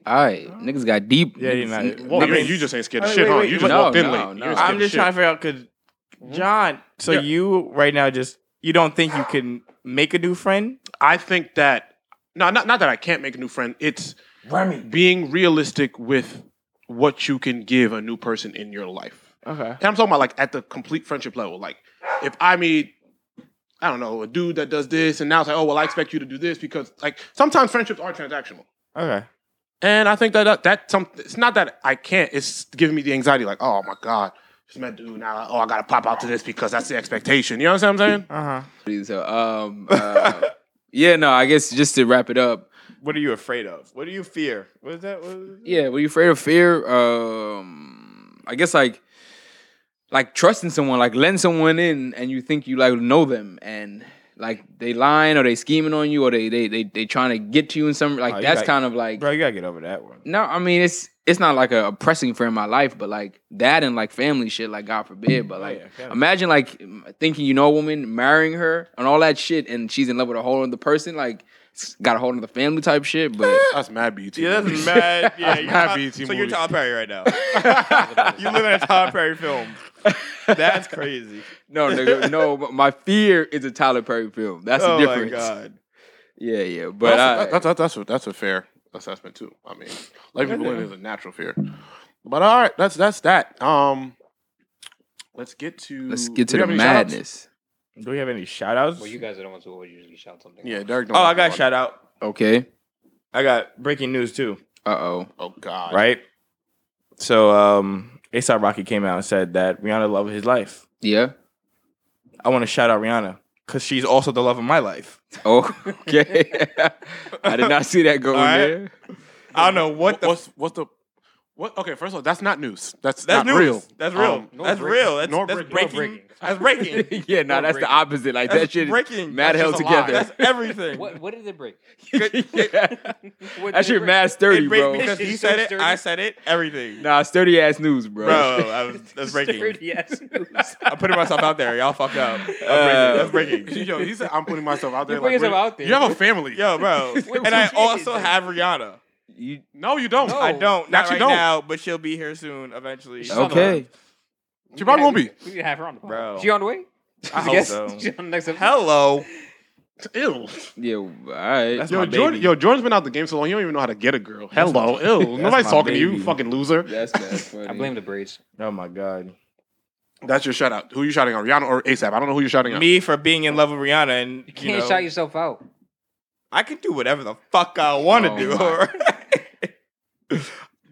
E: All right, niggas got deep.
B: Yeah, you're
E: Niggas-
B: not-
A: "Well,
B: I
A: you,
B: mean-
A: you just ain't scared
B: I
A: of
B: mean,
A: shit,
B: wait,
A: huh?
B: wait,
A: You
B: wait.
A: just
E: No,
A: walked in
E: no,
A: late. You
E: no.
A: ain't scared
B: I'm
A: of
B: just
A: shit.
B: trying to figure out because Mm-hmm. John. So
A: Yeah.
B: you right now just you don't think you can make a new friend?
A: I think that no, not not that I can't make a new friend. It's being realistic with what you can give a new person in your life.
B: Okay.
A: And I'm talking about like at the complete friendship level. Like if I meet, I don't know, a dude that does this, and now it's like, oh well, I expect you to do this because like sometimes friendships are transactional.
B: Okay.
A: And I think that that, that some it's not that I can't. It's giving me the anxiety. Like oh my god, just met dude now. Oh I gotta pop out to this because that's the expectation. You know what I'm saying?
B: Uh huh.
E: So, um, uh, yeah, no, I guess just to wrap it up.
B: What are you afraid of? What do you fear? What is that? What is
E: Yeah, were you afraid of fear? Um, I guess like, like trusting someone, like letting someone in, and you think you like know them, and like they lying or they scheming on you, or they they they they trying to get to you in some like
B: Oh, you
E: that's
B: got-
E: kind of like
B: Bro, you gotta get over that one.
E: No, I mean it's it's not like a pressing fear in my life, but like that and like family shit, like God forbid. But
B: Oh,
E: like,
B: yeah, family.
E: imagine like m- thinking you know a woman, marrying her, and all that shit, and she's in love with a whole other person, like s- got a whole other family type shit.
B: [LAUGHS]
E: But
A: That's mad E beauty.
B: Yeah,
A: [LAUGHS]
B: that's mad. Yeah, you're
A: Mad
B: Tom-
A: BET
B: so you're
A: movies.
B: Tom Perry right now. you live in a Tom Perry film. That's crazy.
E: no, nigga, no, but my fear is a Tyler Perry film. That's
B: oh
E: the difference.
B: my god.
E: Yeah, yeah, but I,
A: that's, that- that's, that's, a, that's a fair assessment too. I mean, life people is a natural fear. But all right, that's that's that. Um, let's get to
E: let's get
A: do
E: to
A: we have any
E: the
A: shout-outs?
E: madness.
B: Do we have any shout outs?
C: Well, you guys are the ones who always usually shout something.
A: Yeah,
C: out.
A: Derek. Don't
B: Oh, I
A: have
B: got
A: one.
B: shout out.
E: Okay.
B: I got breaking news too.
E: Uh oh.
A: Oh God,
B: Right? So um ASAP Rocky came out and said that Rihanna loved his life.
E: Yeah. [LAUGHS]
B: I want to shout out Rihanna. Cause she's also the love of my life.
E: Oh, okay. [LAUGHS] I did not see that going
B: All right.
E: there.
B: I don't know
A: What
B: what the
A: what's what's the what? Okay, first of all, that's not news. That's
B: that's
A: not
B: news.
A: real.
B: That's real.
A: Um, no
B: that's
A: break-
B: real. That's,
A: no
B: that's
A: break- no
B: breaking.
A: breaking.
B: That's
E: [LAUGHS]
B: breaking.
E: yeah, no,
B: No
E: that's
B: breaking.
E: the opposite. Like
B: That's
E: that shit
B: breaking.
E: is mad
B: That's
E: held
A: just a lie.
E: together.
B: That's everything.
C: [LAUGHS] What, what did it
B: [LAUGHS]
C: break?
E: [LAUGHS]
C: [LAUGHS] What
E: That
C: did it
E: shit
C: break?
E: mad sturdy,
B: It break
E: bro.
B: because [LAUGHS] he said it, I said it, everything.
E: Nah, sturdy ass news, bro. [LAUGHS]
B: Bro, I
C: [LAUGHS]
B: was, that's breaking. Uh, [LAUGHS]
C: Sturdy ass news.
B: I'm putting myself out there. Y'all fucked up. That's breaking. That's [LAUGHS]
A: [LAUGHS]
B: breaking.
A: Yo, he said I'm putting myself out there.
C: You're putting
A: like,
C: yourself out there.
A: You have a family.
B: Yo, bro. And I
C: What you
B: also
C: mean?
B: have Rihanna.
E: You,
A: no, you don't.
C: No.
B: I don't. Not
A: That Oh. you
B: right
A: don't.
B: now, but she'll be here soon eventually.
E: okay.
A: She probably won't be.
C: We can have her on the
B: Bro.
C: Bro. [LAUGHS] She on the way?
B: I hope
E: Yes.
B: so.
C: Next episode.
B: Hello.
A: Ew.
E: Yeah, all right.
B: That's
A: Yo,
B: my
A: Jordan,
B: baby.
A: yo, Jordan's been out the game so long, he don't even know how to get a girl. Hello. Ew.
B: That's
A: Nobody's
B: my
A: talking to you,
B: baby.
A: fucking loser.
E: That's that's funny.
C: I blame the braids.
B: Oh my god.
A: That's your shout out. Who you shouting out? Rihanna or ASAP? I don't know who you're shouting out.
B: Me for being in love with Rihanna and
C: You can't shout yourself out.
B: I can do whatever the fuck I want to
E: Oh,
B: do.
E: my.
B: alright?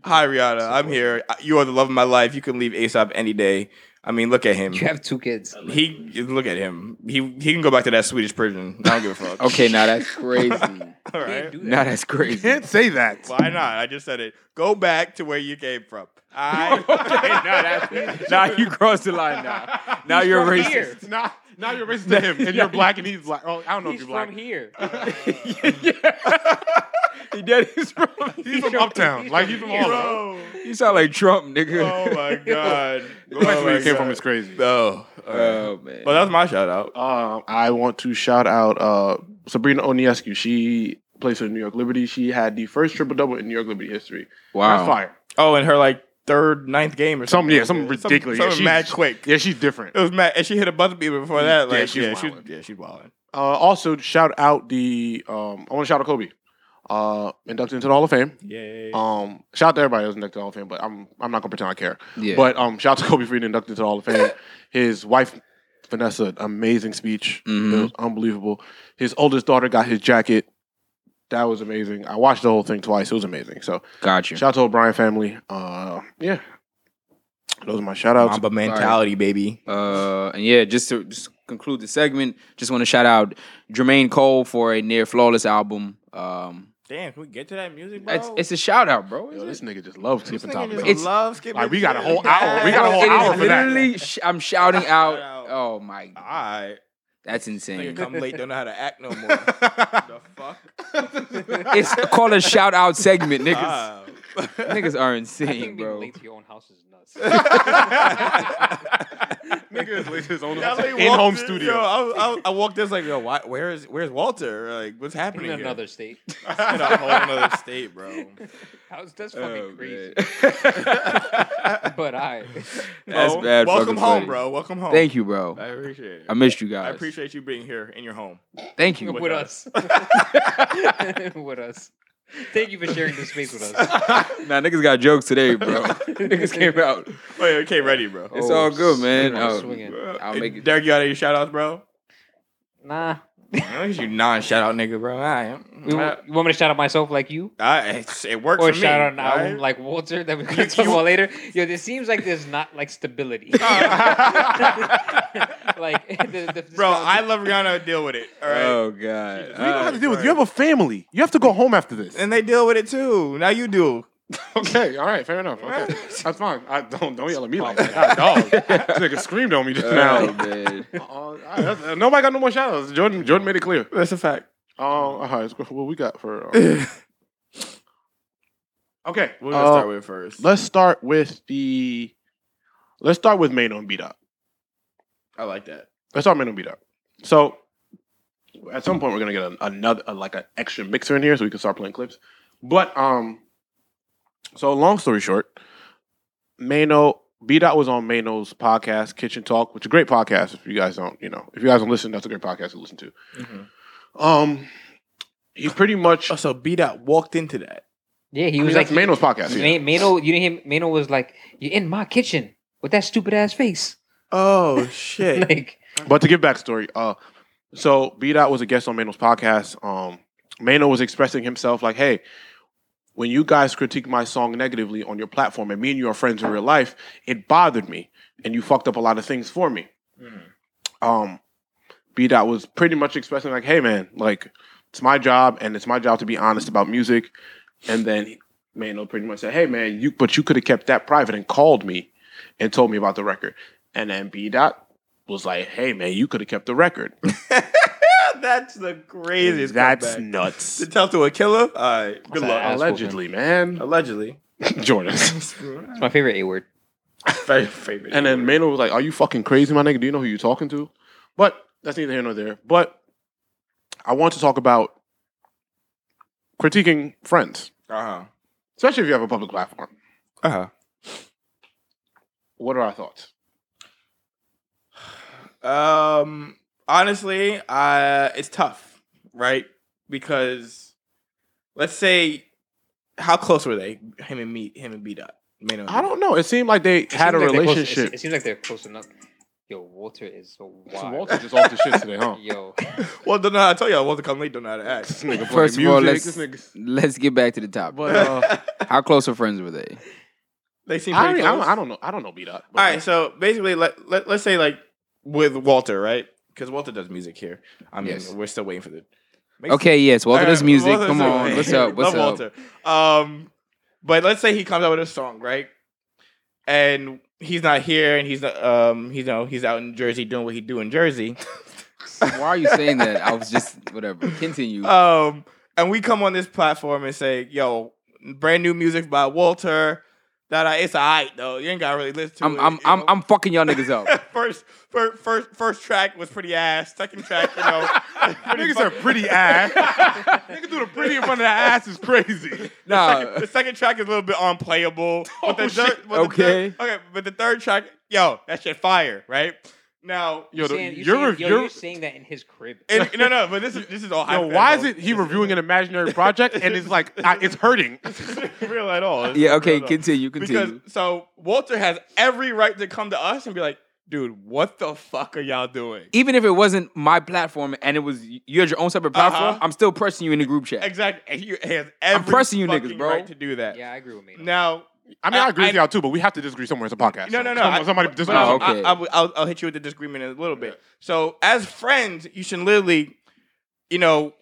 B: Hi Rihanna, I'm here. You are the love of my life. You can leave ASAP any day. I mean, look at him.
C: You have two kids.
B: He look at him. He he can go back to that Swedish prison. I don't give
A: [LAUGHS]
B: a fuck. [LAUGHS]
E: Okay, now that's crazy. [LAUGHS] now
B: all
C: Can't
B: right.
C: do that.
E: that's crazy.
A: Can't say that.
B: Why not? I just said it. Go back to where you came from. I
A: [LAUGHS]
E: [LAUGHS] now you crossed the line. Now, now you're
C: from
E: racist.
C: here.
A: Now, now you're racist to him, and you're black, and he's black. Oh, I don't know
C: He's
A: if you're black.
C: from
B: [LAUGHS]
C: here.
E: He did. [LAUGHS] He's from.
A: He's from uptown. Like he's from
C: here.
A: all.
E: You sound like Trump, nigga.
B: Oh my god.
A: The place where you came from
B: is
A: is crazy.
B: Oh, all right.
E: [LAUGHS] Oh, man.
B: well, that was my shout out.
A: Um, I want to shout out uh, Sabrina Oniescu. She plays for New York Liberty. She had the first triple double in New York Liberty history. That's
E: wow.
A: fire.
B: Oh, and her like third, ninth game or something.
A: Something, yeah, something
B: Some-
A: ridiculous.
B: Something,
A: yeah, she's-
B: mad quick.
A: Yeah, she's different.
B: It was mad, and she hit a buzzer beater before that.
A: Yeah,
B: Like,
A: she's
B: yeah, she's
A: wildin'.
B: yeah, she's wilding.
A: Uh, also, shout out the. Um, I want to shout out Kobe, uh, inducted into the Hall of Fame.
B: Yay.
A: Um, shout out to everybody who's inducted to the Hall of Fame, but I'm I'm not gonna pretend I care.
E: Yeah.
A: But um, shout out to Kobe for being inducted to the Hall of Fame. His wife Vanessa, amazing speech. It
E: Mhm.
A: was unbelievable. His oldest daughter got his jacket. That was amazing. I watched the whole thing twice. It was amazing. So
E: Gotcha.
A: shout out to O'Brien family. Uh, yeah, those are my shout outs.
B: Mamba mentality, baby.
E: Uh, and yeah, just to just conclude the segment, just want to shout out Jermaine Cole for a near flawless album. Um,
B: Damn, can we get to that music, bro?
E: it's, it's a shout out, bro.
A: Yo, this nigga just loves
B: This
A: sleeping
B: nigga
A: top.
B: just
E: It's-
B: love skipping.
A: like, we got a
B: shit.
A: whole hour. We got a whole
E: It is
A: hour for that.
E: Literally, sh- I'm shouting out.
B: out.
E: Oh my,
B: All
E: God,
B: right.
E: that's
B: Nigga
E: insane.
B: come late, don't know how to act no [LAUGHS] more. the fuck?
E: it's called a shout out
A: [LAUGHS]
E: segment, niggas.
A: Ah.
B: Wow.
E: Niggas are
C: I
E: insane,
C: think being
E: bro.
C: late to your own house is
B: [LAUGHS]
C: nuts.
A: Nigga is late to his own
B: Yeah, I, like,
A: in home
B: walked in-
A: studio.
B: Yo, I, I, I walked in, it's like, yo, why, where is where's Walter? Like, what's happening
C: In
B: here? [LAUGHS]
C: another state.
B: in a whole other state, [LAUGHS] bro.
C: How's that's fucking
E: Oh,
C: crazy.
B: [LAUGHS]
E: man.
C: But I
E: That's
B: Bro,
E: bad.
B: Welcome
E: fucking
B: home,
E: funny.
B: bro. Welcome home.
E: Thank you, bro.
B: I appreciate it.
E: I missed you guys.
B: I appreciate you being here in your home.
E: Thank you.
C: [LAUGHS] with us. with us. [LAUGHS] Thank you for sharing this space with us.
E: [LAUGHS]
B: [LAUGHS]
E: Nah, niggas got jokes today, bro.
A: [LAUGHS]
E: [LAUGHS] niggas came out.
B: Oh, yeah, okay, ready, bro.
E: It's
C: Oh,
E: all good, man.
C: swinging,
E: Oh,
C: swinging.
E: I'll
B: Hey,
E: make it.
B: Derek, you out of your shout outs, bro?
C: [LAUGHS] Nah.
B: you non shout out nigga, bro. I,
C: We- You want me to shout out myself like you?
B: it, it works
C: Or
B: for
C: shout out an
B: me.
C: album
B: all right?
C: like Walter that we're gonna talk about later. Yo, this seems like there's not
A: [LAUGHS]
C: like stability.
A: Oh.
C: [LAUGHS] like [LAUGHS] the, the,
B: bro, I love Rihanna. Deal with it. All right.
E: Oh god.
A: You don't
E: Uh,
A: have to deal with. You have a family. You have to go home after this.
B: And they deal with it too. Now you do.
A: Okay, all right, fair
B: [LAUGHS]
A: enough. Okay, that's fine. I don't don't yell at me like
E: [LAUGHS]
A: that. God, dog. This nigga screamed on me just
E: oh,
A: [LAUGHS] now.
E: man.
A: Uh, all right, that's- uh, nobody got no more shout outs. Jordan Jordan made it clear.
B: That's a fact.
A: Uh, all right, so what we got for? uh, okay,
B: We're gonna
A: uh,
B: start with first.
A: let's start with the. Let's start with Mano and beat up.
B: I like that.
A: Let's start Mano and beat up. So, at some point, we're gonna get an another uh like an extra mixer in here so we can start playing clips. But um, so long story short, Mano B Dot was on Mano's podcast, Kitchen Talk, which is a great podcast. If you guys don't, you know, if you guys don't listen, that's a great podcast to listen to. Um, he pretty much
B: Mm-hmm. Oh, so B Dot walked into that.
C: yeah, he
A: I mean,
C: was
A: that's
C: like
A: Mano's podcast. yeah.
C: Ma- Mano, you didn't hear Mano was like, You're in my kitchen with that stupid ass face. [LAUGHS]
B: Oh shit.
C: Like
A: But to give backstory, uh, so B Dot was a guest on Mano's podcast. Um, Mano was expressing himself like, "Hey, when you guys critique my song negatively on your platform, and me and you are friends in real life, it bothered me, and you fucked up a lot of things for me." Um, B Dot was pretty much expressing like, "Hey, man, like it's my job, and it's my job to be honest about music." And then Mano pretty much said, "Hey, man, you but you could have kept that private and called me and told me about the record." And then B Dot was like, "Hey man, you could have kept the [LAUGHS] record."
B: [LAUGHS] That's the craziest.
A: That's
B: comeback.
A: [LAUGHS] nuts.
B: to tell to a killer. All right. Good
C: That's
B: luck.
C: ass.
A: Allegedly, [LAUGHS] man.
B: Allegedly.
A: Jordan.
C: it's my favorite A word.
B: Very favorite.
A: And then Mano was like, "Are you fucking crazy, my nigga? Do you know who you're talking to?" But that's neither here nor there. But I want to talk about critiquing friends,
B: uh huh.
A: especially if you have a public platform.
B: Uh huh.
A: What are our thoughts?
B: Um, honestly, uh, it's tough, right? Because let's say, how close were they? Him and me, him and beat up.
A: I don't know. It seemed like they had a
C: Seems like they're close-
A: relationship.
C: it, it seems like they're close enough. Yo, Walter is so wild.
A: So Walter just off the shit today, [LAUGHS] huh?
C: Yo,
B: Well, don't know. how- I told you I want to come late. Don't know how to act. [LAUGHS]
A: This nigga
E: First
A: playing
E: of all,
A: music.
E: let's-
A: this nigga.
E: Let's get back to the top.
A: But uh,
E: How close of friends were they?
B: They seem
A: I,
B: pretty
A: don't,
B: close.
A: I, don't, I don't know. I don't know. Beat up. but-
B: All right, so basically, let, let let's say like with Walter, right? Because Walter does music here. I mean,
E: Yes.
B: we're still waiting for the.
E: Okay, yes. Walter does
B: Alright,
E: music.
B: Walter's
E: Come
B: doing
E: on.
B: it.
E: What's up? What's
B: Love
E: up?
B: Walter. Um, but let's say he comes out with a song, right? And he's not here, and he's not, um, he's you know, he's out in Jersey doing what he do in Jersey.
E: Mm-hmm. [LAUGHS] Why are you saying that? I was just
B: [LAUGHS]
E: whatever. Continue.
B: Um, and we come on this platform and say, "Yo, brand new music by Walter." That I, it's alright though. You ain't gotta really listen to
E: I'm
B: it.
E: I'm
B: you
E: I'm
B: know?
E: I'm fucking y'all niggas up.
B: [LAUGHS] first, first, first, first track was pretty ass. Second track, you
E: [LAUGHS]
B: know, pretty
A: Niggas are
B: fuck-
A: pretty ass. Nigga do the pretty in front of the ass is crazy.
E: Nah.
B: The second track is a little bit unplayable. but the
A: Oh,
B: third,
A: shit.
B: but the
E: Okay.
B: third- okay, but the third track, yo, that shit fire, right? Now,
A: Yo, the,
C: saying,
A: you're,
C: saying,
A: you're,
C: yo, you're saying that in his crib.
A: [LAUGHS]
B: and, no, no, but this is this is all.
A: yo,
B: hypothetical.
A: why is it he reviewing an imaginary project and it's like I, it's hurting?
B: This isn't real at all? This
E: Yeah.
B: isn't
E: Okay.
B: real at all.
E: Continue.
B: Because
E: Continue.
B: so Walter has every right to come to us and be like, dude, what the fuck are y'all doing?
E: Even if it wasn't my platform and it was you had your own separate platform,
B: Uh-huh.
E: I'm still pressing you in the group chat.
B: Exactly. He has every
E: pressing you niggas,
B: fucking
E: bro.
B: right to do that.
C: yeah, I agree with me.
B: Now,
A: I mean, I,
B: I-
A: agree with
B: I-
A: y'all too, but we have to disagree somewhere. It's a podcast.
B: No,
A: so
B: no, no.
A: Come
B: I-
A: on, somebody
B: but-
A: disagree.
B: but I'll-
E: Oh, okay.
B: I, will I'll, I'll hit you with the disagreement in a little bit. So, as friends, you should literally, you know,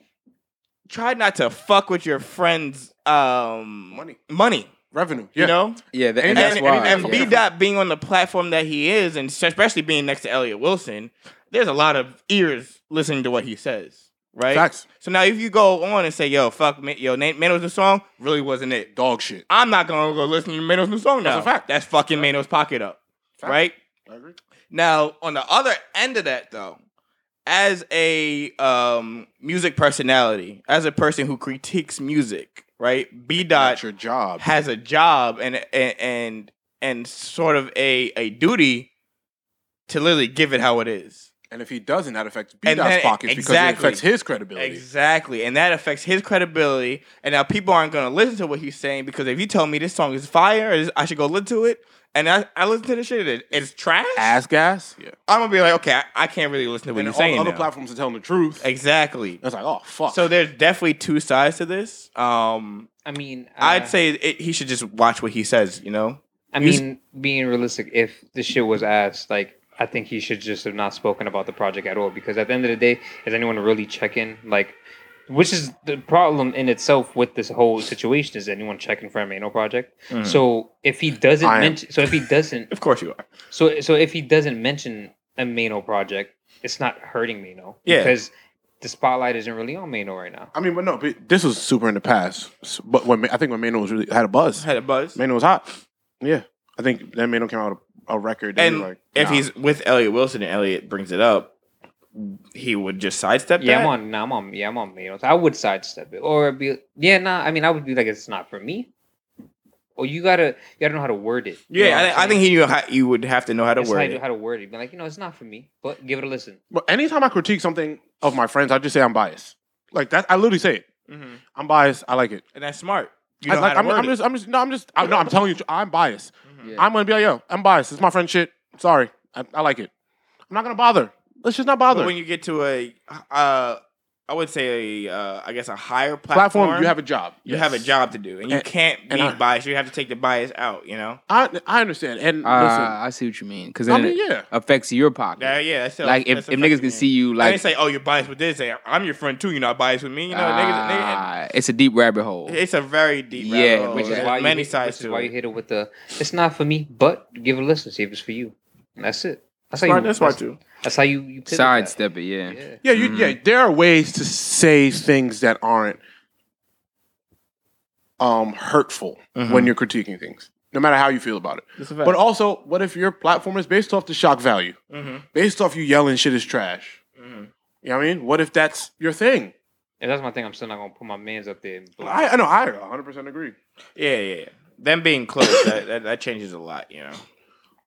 B: try not to fuck with your friends' um,
A: Money.
B: money.
A: Revenue.
B: You
A: Yeah.
B: know,
E: Yeah. That, and
B: and,
E: that's
B: and,
E: why.
B: and
E: yeah.
B: B dot being on the platform that he is, and especially being next to Elliot Wilson, there's a lot of ears listening to what he says, right?
A: Facts.
B: So now, if you go on and say, "Yo, fuck, Ma- yo, Nate Mano's new song really wasn't it,"
A: Dog shit.
B: I'm not gonna go listen to Mano's new song now.
A: That's a fact.
B: That's fucking Mano's pocket up,
A: Fact.
B: right?
A: I agree.
B: Now, on the other end of that, though, as a um, music personality, as a person who critiques music, right? B
A: That's
B: dot
A: your job.
B: has a job and and and, and sort of a, a duty to literally give it how it is.
A: And if he doesn't, that affects B
B: And
A: Dot's
B: then-
A: pockets because it
B: exactly.
A: affects his credibility.
B: Exactly, and that affects his credibility. And now people aren't going to listen to what he's saying because if you tell me this song is fire, or I should go listen to it, and I, I listen to this shit, it, it's trash.
A: Ass gas. Yeah.
B: I'm gonna be like, okay, I, I can't really listen to what
A: And
B: you're
A: all the
B: saying.
A: other
B: now.
A: platforms are telling the truth.
B: Exactly.
A: It's like, oh fuck.
B: So there's definitely two sides to this. Um,
C: I mean, uh,
B: I'd say it, he should just watch what he says. You know,
C: I mean, being realistic, if this shit was asked, like, I think he should just have not spoken about the project at all because at the end of the day, is anyone really checking? Like, which is the problem in itself with this whole situation is anyone checking for a Mano project? So if he doesn't
A: I am.
C: mention, so if he doesn't,
B: Mm. of course you are.
C: so so if he doesn't mention a Mano project, it's not hurting Mano
B: Yeah.
C: because the spotlight isn't really on Mano right now.
A: I mean, but no, but this was super in the past. S- But when Ma- I think when Mano was really had a buzz,
B: Had a buzz.
A: Mano was hot. Yeah, I think that Mano came out with a, a record. that we
B: and
A: were like,
B: if
A: nah.
B: he's with Elliot Wilson and Elliot brings it up, he would just sidestep
C: Yeah,
B: that.
C: I'm on. Nah, I'm on. Yeah, I'm on Manos. I would sidestep it, or it'd be. Yeah, nah. I mean, I would be like, it's not for me. Or you gotta, you gotta know how to word it. You
B: Yeah,
C: know what
B: I,
C: I'm
B: thi- I think
C: saying?
B: he knew how you would have to know how to
C: It's
B: word
C: how,
B: it.
C: you- how to word it. Be like, you know, it's not for me, but give it a listen.
A: But anytime I critique something of my friends, I just say I'm biased. Like that, I literally say it.
B: Mhm.
A: I'm biased. I like it.
B: And that's smart. You
A: I
B: know
A: like,
B: how to
A: I'm,
B: word
A: I'm
B: it.
A: just, I'm just, no, I'm just, I'm, no, I'm telling you, I'm biased.
E: Yeah.
A: I'm gonna be like, yo, I'm biased. It's my friend shit. Sorry, I, I like it. I'm not gonna bother. Let's just not bother.
B: But when you get to a, uh, I would say a, uh, I guess a higher platform,
A: platform, you have a job.
B: you have a
A: Yes.
B: job to do, and you
A: And-
B: can't
A: and
B: be
A: I-
B: biased. You have to take the bias out. You know.
A: I, I understand. And
E: Uh,
A: listen,
E: I see what you mean. Because
A: I
E: it
A: mean, yeah.
E: affects your pocket.
B: Yeah, yeah. That's
E: like if,
B: that's
E: if niggas
B: affecting
E: can
B: me.
E: see you,
B: I
E: like
B: didn't say, "Oh, you're biased with this." Say, I'm your friend too. You're not biased with me. You know, niggas,
E: ah, it's a deep rabbit hole.
B: niggas, it's a very deep.
E: Yeah,
B: rabbit hole.
E: which is
B: There's
E: why
C: you
B: Oh, many
C: hit,
B: sides
C: Which is
B: to
C: why you
B: it.
C: hit it with the. It's not for me, but give it a listen. See if it's for you. And that's it. That's how you.
B: That's why too.
C: That's how you. you pivot that.
E: Sidestep it, yeah.
C: Yeah.
A: yeah, you, yeah,
B: Mm-hmm.
A: there are ways to say things that aren't um hurtful when you're critiquing things, no matter how you feel about it.
B: That's Mm-hmm. a fact.
A: But also, what if your platform is based off the shock value,
B: Mhm.
A: based off you yelling shit is trash?
B: Mm-hmm.
A: You know what I mean? What if that's your thing?
C: And that's my thing. I'm still not gonna put my man's up there. and
A: I, I know I 100% agree.
B: Yeah, yeah, yeah. Them being close, that, that that changes a lot. You know.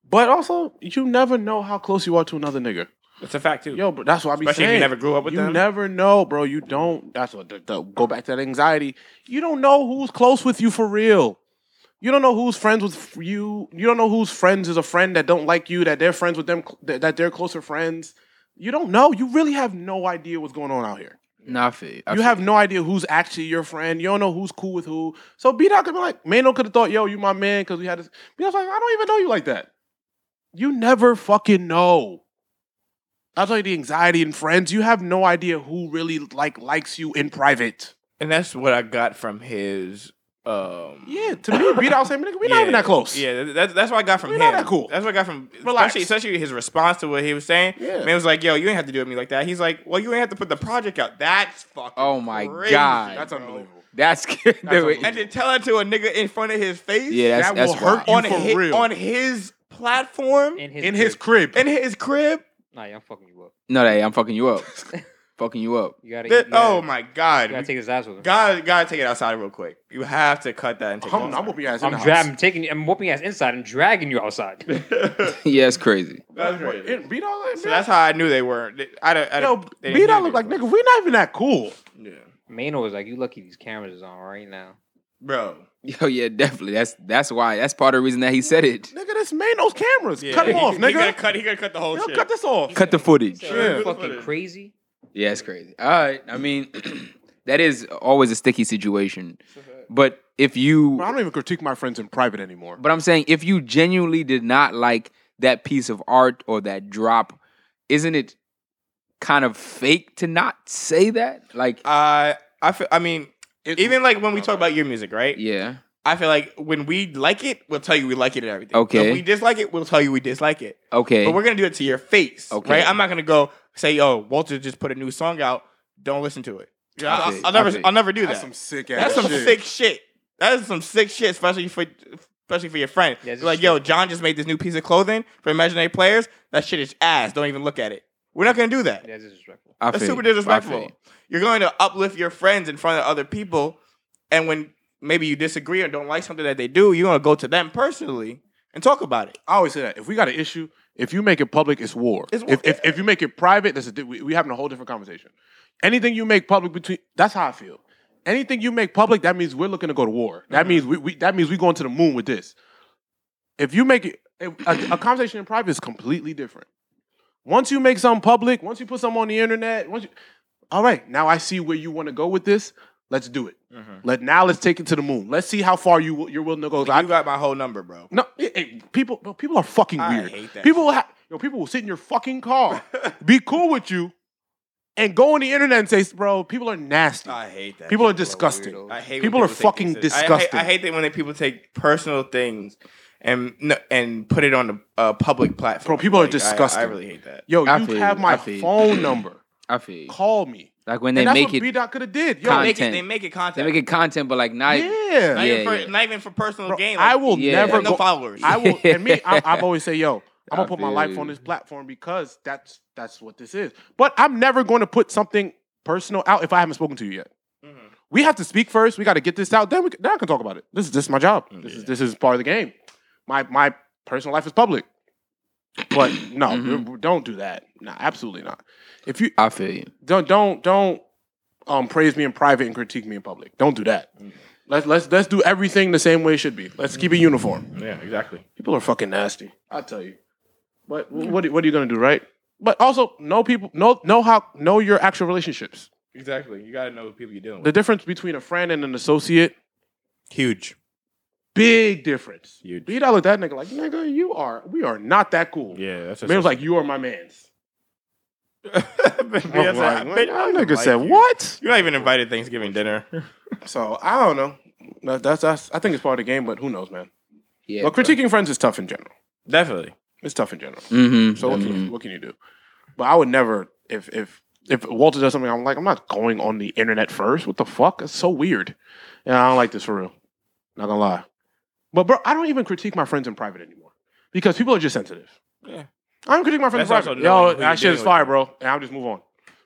A: But also, you never know how close you are to another nigga.
B: That's a fact too.
A: Yo, but that's what I be
B: Especially if you
A: saying.
B: never grew up with
A: you
B: them.
A: never know, bro. You don't. That's what. The, the- go back to that anxiety. You don't know who's close with you for real. You don't know who's friends with you. You don't know who's friends is a friend that don't like you. That they're friends with them. cl- That that they're closer friends. You don't know. You really have no idea what's going on out here.
E: Nah, I feel you. I
A: You
E: feel
A: have no idea who's actually your friend. You don't know who's cool with who. So B Dot could be like, Mano could have thought, yo, you my man, because we had this. B Dot's like, I don't even know you like that. You never fucking know. I'll tell you the anxiety in friends. You have no idea who really like likes you in private.
B: and that's what I got from his. Um,
A: Yeah, [LAUGHS] to me, B Dot saying, nigga, we're not
B: yeah,
A: even that close.
B: Yeah, that's that's what I got from
A: We're
B: him.
A: not that cool.
B: That's what I got from
A: Relax.
B: especially especially his response to what he was saying.
A: Yeah.
B: man was like, "Yo, you ain't have to do it with me like that." He's like, "Well, you ain't have to put the project out." That's fucking.
E: Oh my
B: crazy,
E: God.
A: That's
B: bro.
A: unbelievable.
E: [LAUGHS] That's good.
A: unbelievable.
B: And then tell that to a nigga in front of his face.
E: Yeah, that's-
A: That will hurt you
B: on
A: for
B: his,
A: real.
B: on his platform
C: In his,
A: in his crib.
B: in his crib.
C: nah, yeah, I'm fucking you up.
E: [LAUGHS] no, hey, I'm fucking you up. fucking you up. [LAUGHS]
C: You gotta.
B: That-
C: you gotta-
B: oh my
C: You gotta
B: god,
C: take his ass with him.
B: gotta gotta take it outside real quick. You have to cut that and take
A: I'm,
B: it
A: I'm
B: outside.
A: gonna be ass in
C: I'm
A: the
C: dragging,
A: house.
C: I'm taking, I'm whooping your ass inside and dragging you
A: [LAUGHS]
C: outside.
B: [LAUGHS]
E: yeah, it's crazy. [LAUGHS]
B: That's crazy.
A: B Dot like,
B: So that's how I knew they weren't. They- I don't. I
A: yo,
B: don't they didn't
A: B Dot
B: do
A: look
B: that.
A: like, nigga, we're not even that cool.
B: Yeah.
C: Mano was like, "You lucky these cameras is on right now."
B: bro.
E: Yo, yeah, definitely. That's that's why. That's part of the reason that he said it.
A: Nigga, this Mano's cameras.
B: Yeah.
A: Cut him
B: [LAUGHS] He-
A: off,
B: he
A: nigga.
B: gotta cut. He gotta cut the whole
A: Yo,
B: Oh, shit.
A: cut this off.
E: [LAUGHS] Cut the footage.
B: Yeah.
C: Fucking crazy.
E: Yeah, it's crazy. All right. I mean, [CLEARS THROAT] that is always a sticky situation. But if you,
A: Bro, I don't even critique my friends in private anymore.
E: but I'm saying if you genuinely did not like that piece of art or that drop, isn't it kind of fake to not say that? Like,
B: I Uh, I feel, I mean,
A: It-
B: even like when we talk about your music, right?
E: yeah,
B: I feel like when we like it, we'll tell you we like it and everything.
E: Okay.
B: If we dislike it, we'll tell you we dislike it.
E: okay,
B: But we're gonna do it to your face,
E: Okay.
B: right? I'm not gonna go say, "Oh, Walter just put a new song out. Don't listen to it."
A: Yeah,
B: I'll,
E: Okay.
B: I'll never,
E: Okay.
B: I'll never do
A: that's
B: that.
A: some sick ass.
B: that's some
A: shit.
B: sick shit. That is some sick shit, especially for especially for your friend.
C: Yeah, it's
B: like,
C: just
B: yo,
C: shit.
B: John just made this new piece of clothing for imaginary players. That shit is ass. Don't even look at it. We're not gonna do that.
C: That's disrespectful.
E: I
B: That's
E: feel
B: super
E: you. I feel
B: disrespectful.
E: you.
B: You're going to uplift your friends in front of other people, and when maybe you disagree or don't like something that they do, you're gonna go to them personally and talk about it.
A: I always say that if we got an issue, if you make it public, it's war.
B: It's war.
A: If, if, if you make it private, that's a di- we, we having a whole different conversation. Anything you make public between that's how I feel. Anything you make public, that means we're looking to go to war. That
B: Mm-hmm.
A: means we, we that means we going to the moon with this. If you make it if- a, a conversation in private is completely different. Once you make something public, once you put something on the internet, once you, all right, now I see where you want to go with this. Let's do it.
B: Mm-hmm.
A: Let now let's take it to the moon. Let's see how far you wi- you're willing to go. I-
B: you got my whole number, bro.
A: no, it, it- people bro, people are fucking
B: I
A: weird.
B: hate that
A: people will ha- yo, people will sit in your fucking car, be cool with you, and go on the internet and say, "Bro, people are nasty.
B: I hate that.
A: people are disgusting."
C: weirdos.
B: I hate when
A: people are
B: take
A: fucking
B: things- I hate-
A: disgusting.
B: I hate, that when they- people take personal things and no- and put it on the uh, public platform.
A: Bro, people are
B: Like, I- I,
A: disgusting.
B: really hate that.
A: Yo,
E: I
A: you
E: feel
A: have
E: you.
A: my
E: I feel you.
A: phone number.
E: I feel you.
A: Call me.
E: Like when
A: And
E: they
A: that's
E: make
A: what
E: it,
A: B Dot could have did. Yo,
B: They make it.
E: Content.
B: They make it content.
E: they make it content, but like not.
A: yeah.
B: not, even
E: Yeah,
B: for,
E: yeah.
B: not even for personal
A: Bro,
B: gain.
A: I
B: like,
A: will
E: Yeah.
A: never
E: Like
B: no
A: go.
B: followers.
A: I will, and me, I, I've always say,
E: [LAUGHS]
A: yo, I'm
E: I
A: gonna put my
E: feel
A: life
E: you.
A: on this platform because that's that's what this is. But I'm never going to put something personal out if I haven't spoken to you yet. We have to speak first. We got to get this out. Then we c- then I can talk about it. This is this is my job. This is this is part of the game. My my personal life is public. But no,
E: Mm-hmm.
A: don't do that. No, absolutely not. If you
E: I feel you.
A: don't don't don't um praise me in private and critique me in public. Don't do that.
B: Mm.
A: Let's let's let's do everything the same way it should be. Let's keep it uniform.
B: yeah, exactly.
A: People are fucking nasty. I tell you. But wh- what what are you gonna do, right? But also know people know know how know your actual relationships.
B: Exactly. You gotta know the people you're dealing
A: The difference between a friend and an associate,
B: Huge.
A: big difference.
B: Huge.
A: But you don't look at that nigga like, nigga, you are we are not that cool.
B: Yeah, that's
A: Man was like, you are my man's. [LAUGHS]
B: Maybe
A: I'm
B: that's
A: like,
B: a-
A: "What?"
B: maybe I
A: That
B: don't
A: nigga
B: like
A: said,
B: you.
A: what?
B: You're not even invited
A: [LAUGHS]
B: Thanksgiving dinner.
A: So I don't know. That- That's, that's I think it's part of the game, but who knows, man.
E: Yeah.
A: Well, critiquing friends is tough in general.
B: Definitely.
A: It's tough in general.
E: hmm
A: So what can you what can you do? But I would never if if if Walter does something, I'm like, I'm not going on the internet first. What the fuck? It's so weird. And I don't like this for real. Not gonna lie. But bro, I don't even critique my friends in private anymore because people are just sensitive.
B: Yeah.
A: I don't critique my friends
B: That's
A: in private.
B: also knowing
A: Yo,
B: who
A: that
B: you're
A: shit is
B: dealing
A: fire,
B: with.
A: bro. And I'll just move on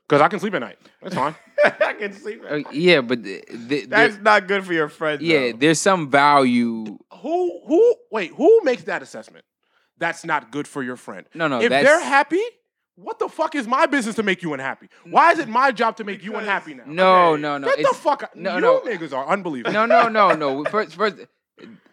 A: because I can sleep at night. That's fine.
B: [LAUGHS] I can see that.
E: Uh, yeah, but th- th-
B: That's
E: there-
B: not good for your friends.
E: yeah,
B: though.
E: there's some value.
A: who who wait? Who makes that assessment? That's not good for your friend.
E: No, no,
A: if
E: that's
A: they're happy, What the fuck is my business to make you unhappy? Why is it my job to make you unhappy now?
E: No, no, no.
A: Get the
E: it's-
A: fuck. No,
E: no,
A: you
E: no.
A: niggas are unbelievable.
E: no, no, no, no. First, first,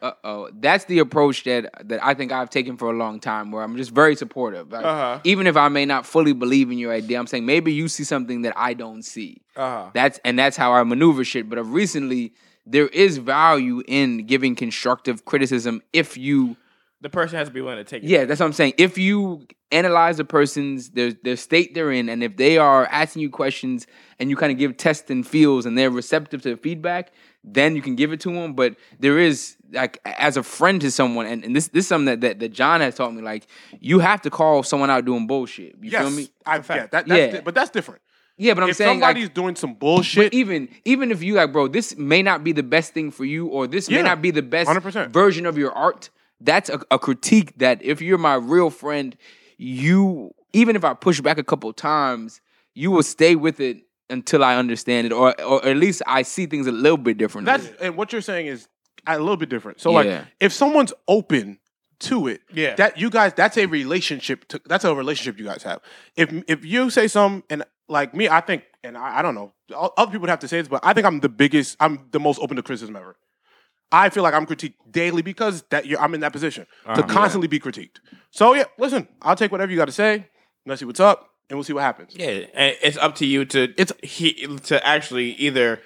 E: uh oh, that's the approach that that I think I've taken for a long time, where I'm just very supportive. Like,
B: Uh-huh.
E: Even if I may not fully believe in your idea, I'm saying maybe you see something that I don't see.
B: Uh-huh.
E: That's and that's how I maneuver shit. But of recently, there is value in giving constructive criticism if you.
B: The person has to be willing to take it.
E: Yeah, that's what I'm saying. If you analyze a person's their their state they're in, and if they are asking you questions, and you kind of give tests and feels, and they're receptive to feedback, then you can give it to them. But there is like a- as a friend to someone, and, and this this is something that, that that John has taught me. Like you have to call someone out doing bullshit. You
A: yes,
E: feel me?
A: I get that. That's
E: Yeah.
A: di- but that's different.
E: Yeah, but I'm
A: if
E: saying like,
A: somebody's doing some bullshit,
E: but even even if you like, bro, this may not be the best thing for you, or this
A: Yeah,
E: may not be the best
A: 100%.
E: version of your art. That's a, a critique that if you're my real friend, you even if I push back a couple times, you will stay with it until I understand it, or or at least I see things a little bit differently.
A: that's and what you're saying is a little bit different. So
E: Yeah.
A: like, if someone's open to it,
B: Yeah.
A: that you guys, that's a relationship. To, that's a relationship you guys have. If if you say something and like me, I think, and I, I don't know, o- other people would have to say this, but I think I'm the biggest. I'm the most open to criticism ever. I feel like I'm critiqued daily because that you're, I'm in that position to constantly be critiqued. So yeah, listen, I'll take whatever you got to say. Let's see what's up, and we'll see what happens.
B: Yeah, and it's up to you to
A: It's-
B: it's he, to actually either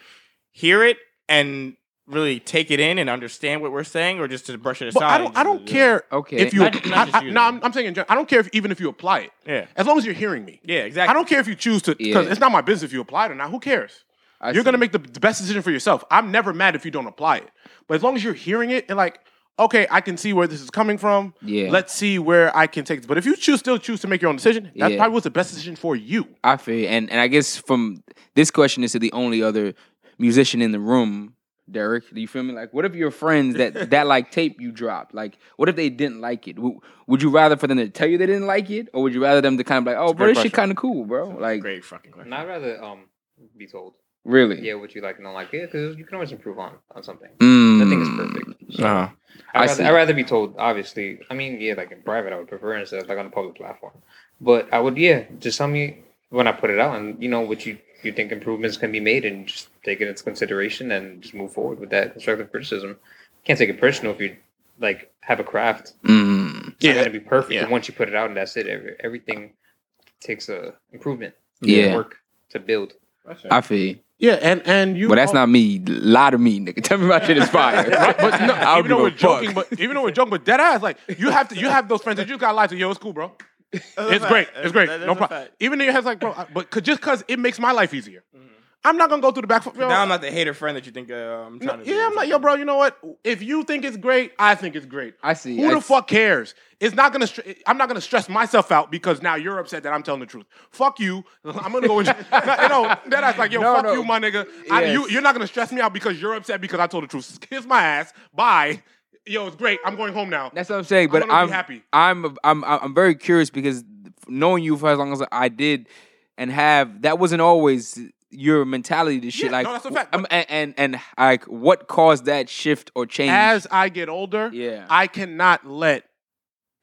B: hear it and really take it in and understand what we're saying, or just to brush it aside.
A: But I don't.
B: and
A: I
B: just-
A: don't care.
E: Okay.
A: If you,
B: Not- not
A: I-
B: just
A: I-
B: you,
A: no,
B: though.
A: I'm, I'm saying in general, I don't care if even if you apply it.
B: Yeah.
A: As long as you're hearing me.
B: Yeah,
A: I
B: exactly.
A: don't care if you choose to, because
E: Yeah.
A: it's not my business if you apply it or not. Who cares?
E: I
A: you're gonna
E: see.
A: make the, the best decision for yourself. I'm never mad if you don't apply it. But as long as you're hearing it and like, okay, I can see where this is coming from.
E: Yeah.
A: Let's see where I can take this. But if you choose still choose to make your own decision, that
E: Yeah.
A: probably was the best decision for you.
E: I feel, and and I guess from this question is to the only other musician in the room, Derek. Do you feel me? Like, what if your friends
B: [LAUGHS]
E: that that like tape you dropped? Like, what if they didn't like it? Would, would you rather for them to tell you they didn't like it, or would you rather them to kind of be like, oh, bro,
B: great
E: this shit
B: question.
E: kind of cool, bro? Like,
B: Great fucking question.
C: And I'd rather um be told,
E: really?
C: yeah, what you like and don't like, yeah, because you can always improve on on something.
E: Mm.
C: Nothing is perfect. So
B: Uh-huh.
E: I
C: I'd,
E: see.
C: rather, I'd rather be told, obviously. I mean, yeah, like in private, I would prefer instead of like on a public platform. But I would, yeah, just tell me when I put it out, and you know what you you think improvements can be made, and just take it into consideration, and just move forward with that constructive criticism. Can't take it personal if you like have a craft.
E: Mm.
C: It's not gonna be perfect.
B: yeah.
C: And once you put it out, and that's it. Every, everything takes a improvement.
E: Yeah.
C: work to build.
E: I feel.
A: Yeah, and and you
E: But that's not me. Lie to me, nigga. [LAUGHS] Tell me my shit is fire.
A: Right, but no,
E: I don't
A: even though
E: give
A: we're
E: a fuck.
A: joking, but even though we're joking, but dead ass, like you have to, you have those friends that you got lied to. Yo, it's cool, bro. It's great. It's great. No problem. Even though your head's like, bro, I- but cause, just because it makes my life easier, I'm not gonna go through the back. Yo,
B: Now I'm not the hater friend that you think uh, I'm
A: no,
B: trying to. be.
A: yeah, I'm like, yo, bro. You know what? If you think it's great, I think it's great.
E: I see.
A: Who
E: I
A: the
E: see.
A: fuck cares? It's not gonna. Str- I'm not gonna stress myself out because now you're upset that I'm telling the truth. Fuck you. [LAUGHS] I'm gonna go. And, you know, that ass like yo.
E: No,
A: fuck
E: no.
A: you, my nigga. I,
E: Yes.
A: you, you're not gonna stress me out because you're upset because I told the truth. Kiss my ass. Bye. Yo, it's great. I'm going home now.
E: That's what I'm saying.
A: I
E: But
A: wanna
E: I'm
A: be happy.
E: I'm I'm I'm I'm very curious because knowing you for as long as I did and have that wasn't always your mentality to shit.
A: Yeah,
E: like
A: no, that's a fact,
E: um, and, and and like what caused that shift or change?
A: As I get older,
E: Yeah.
A: I cannot let.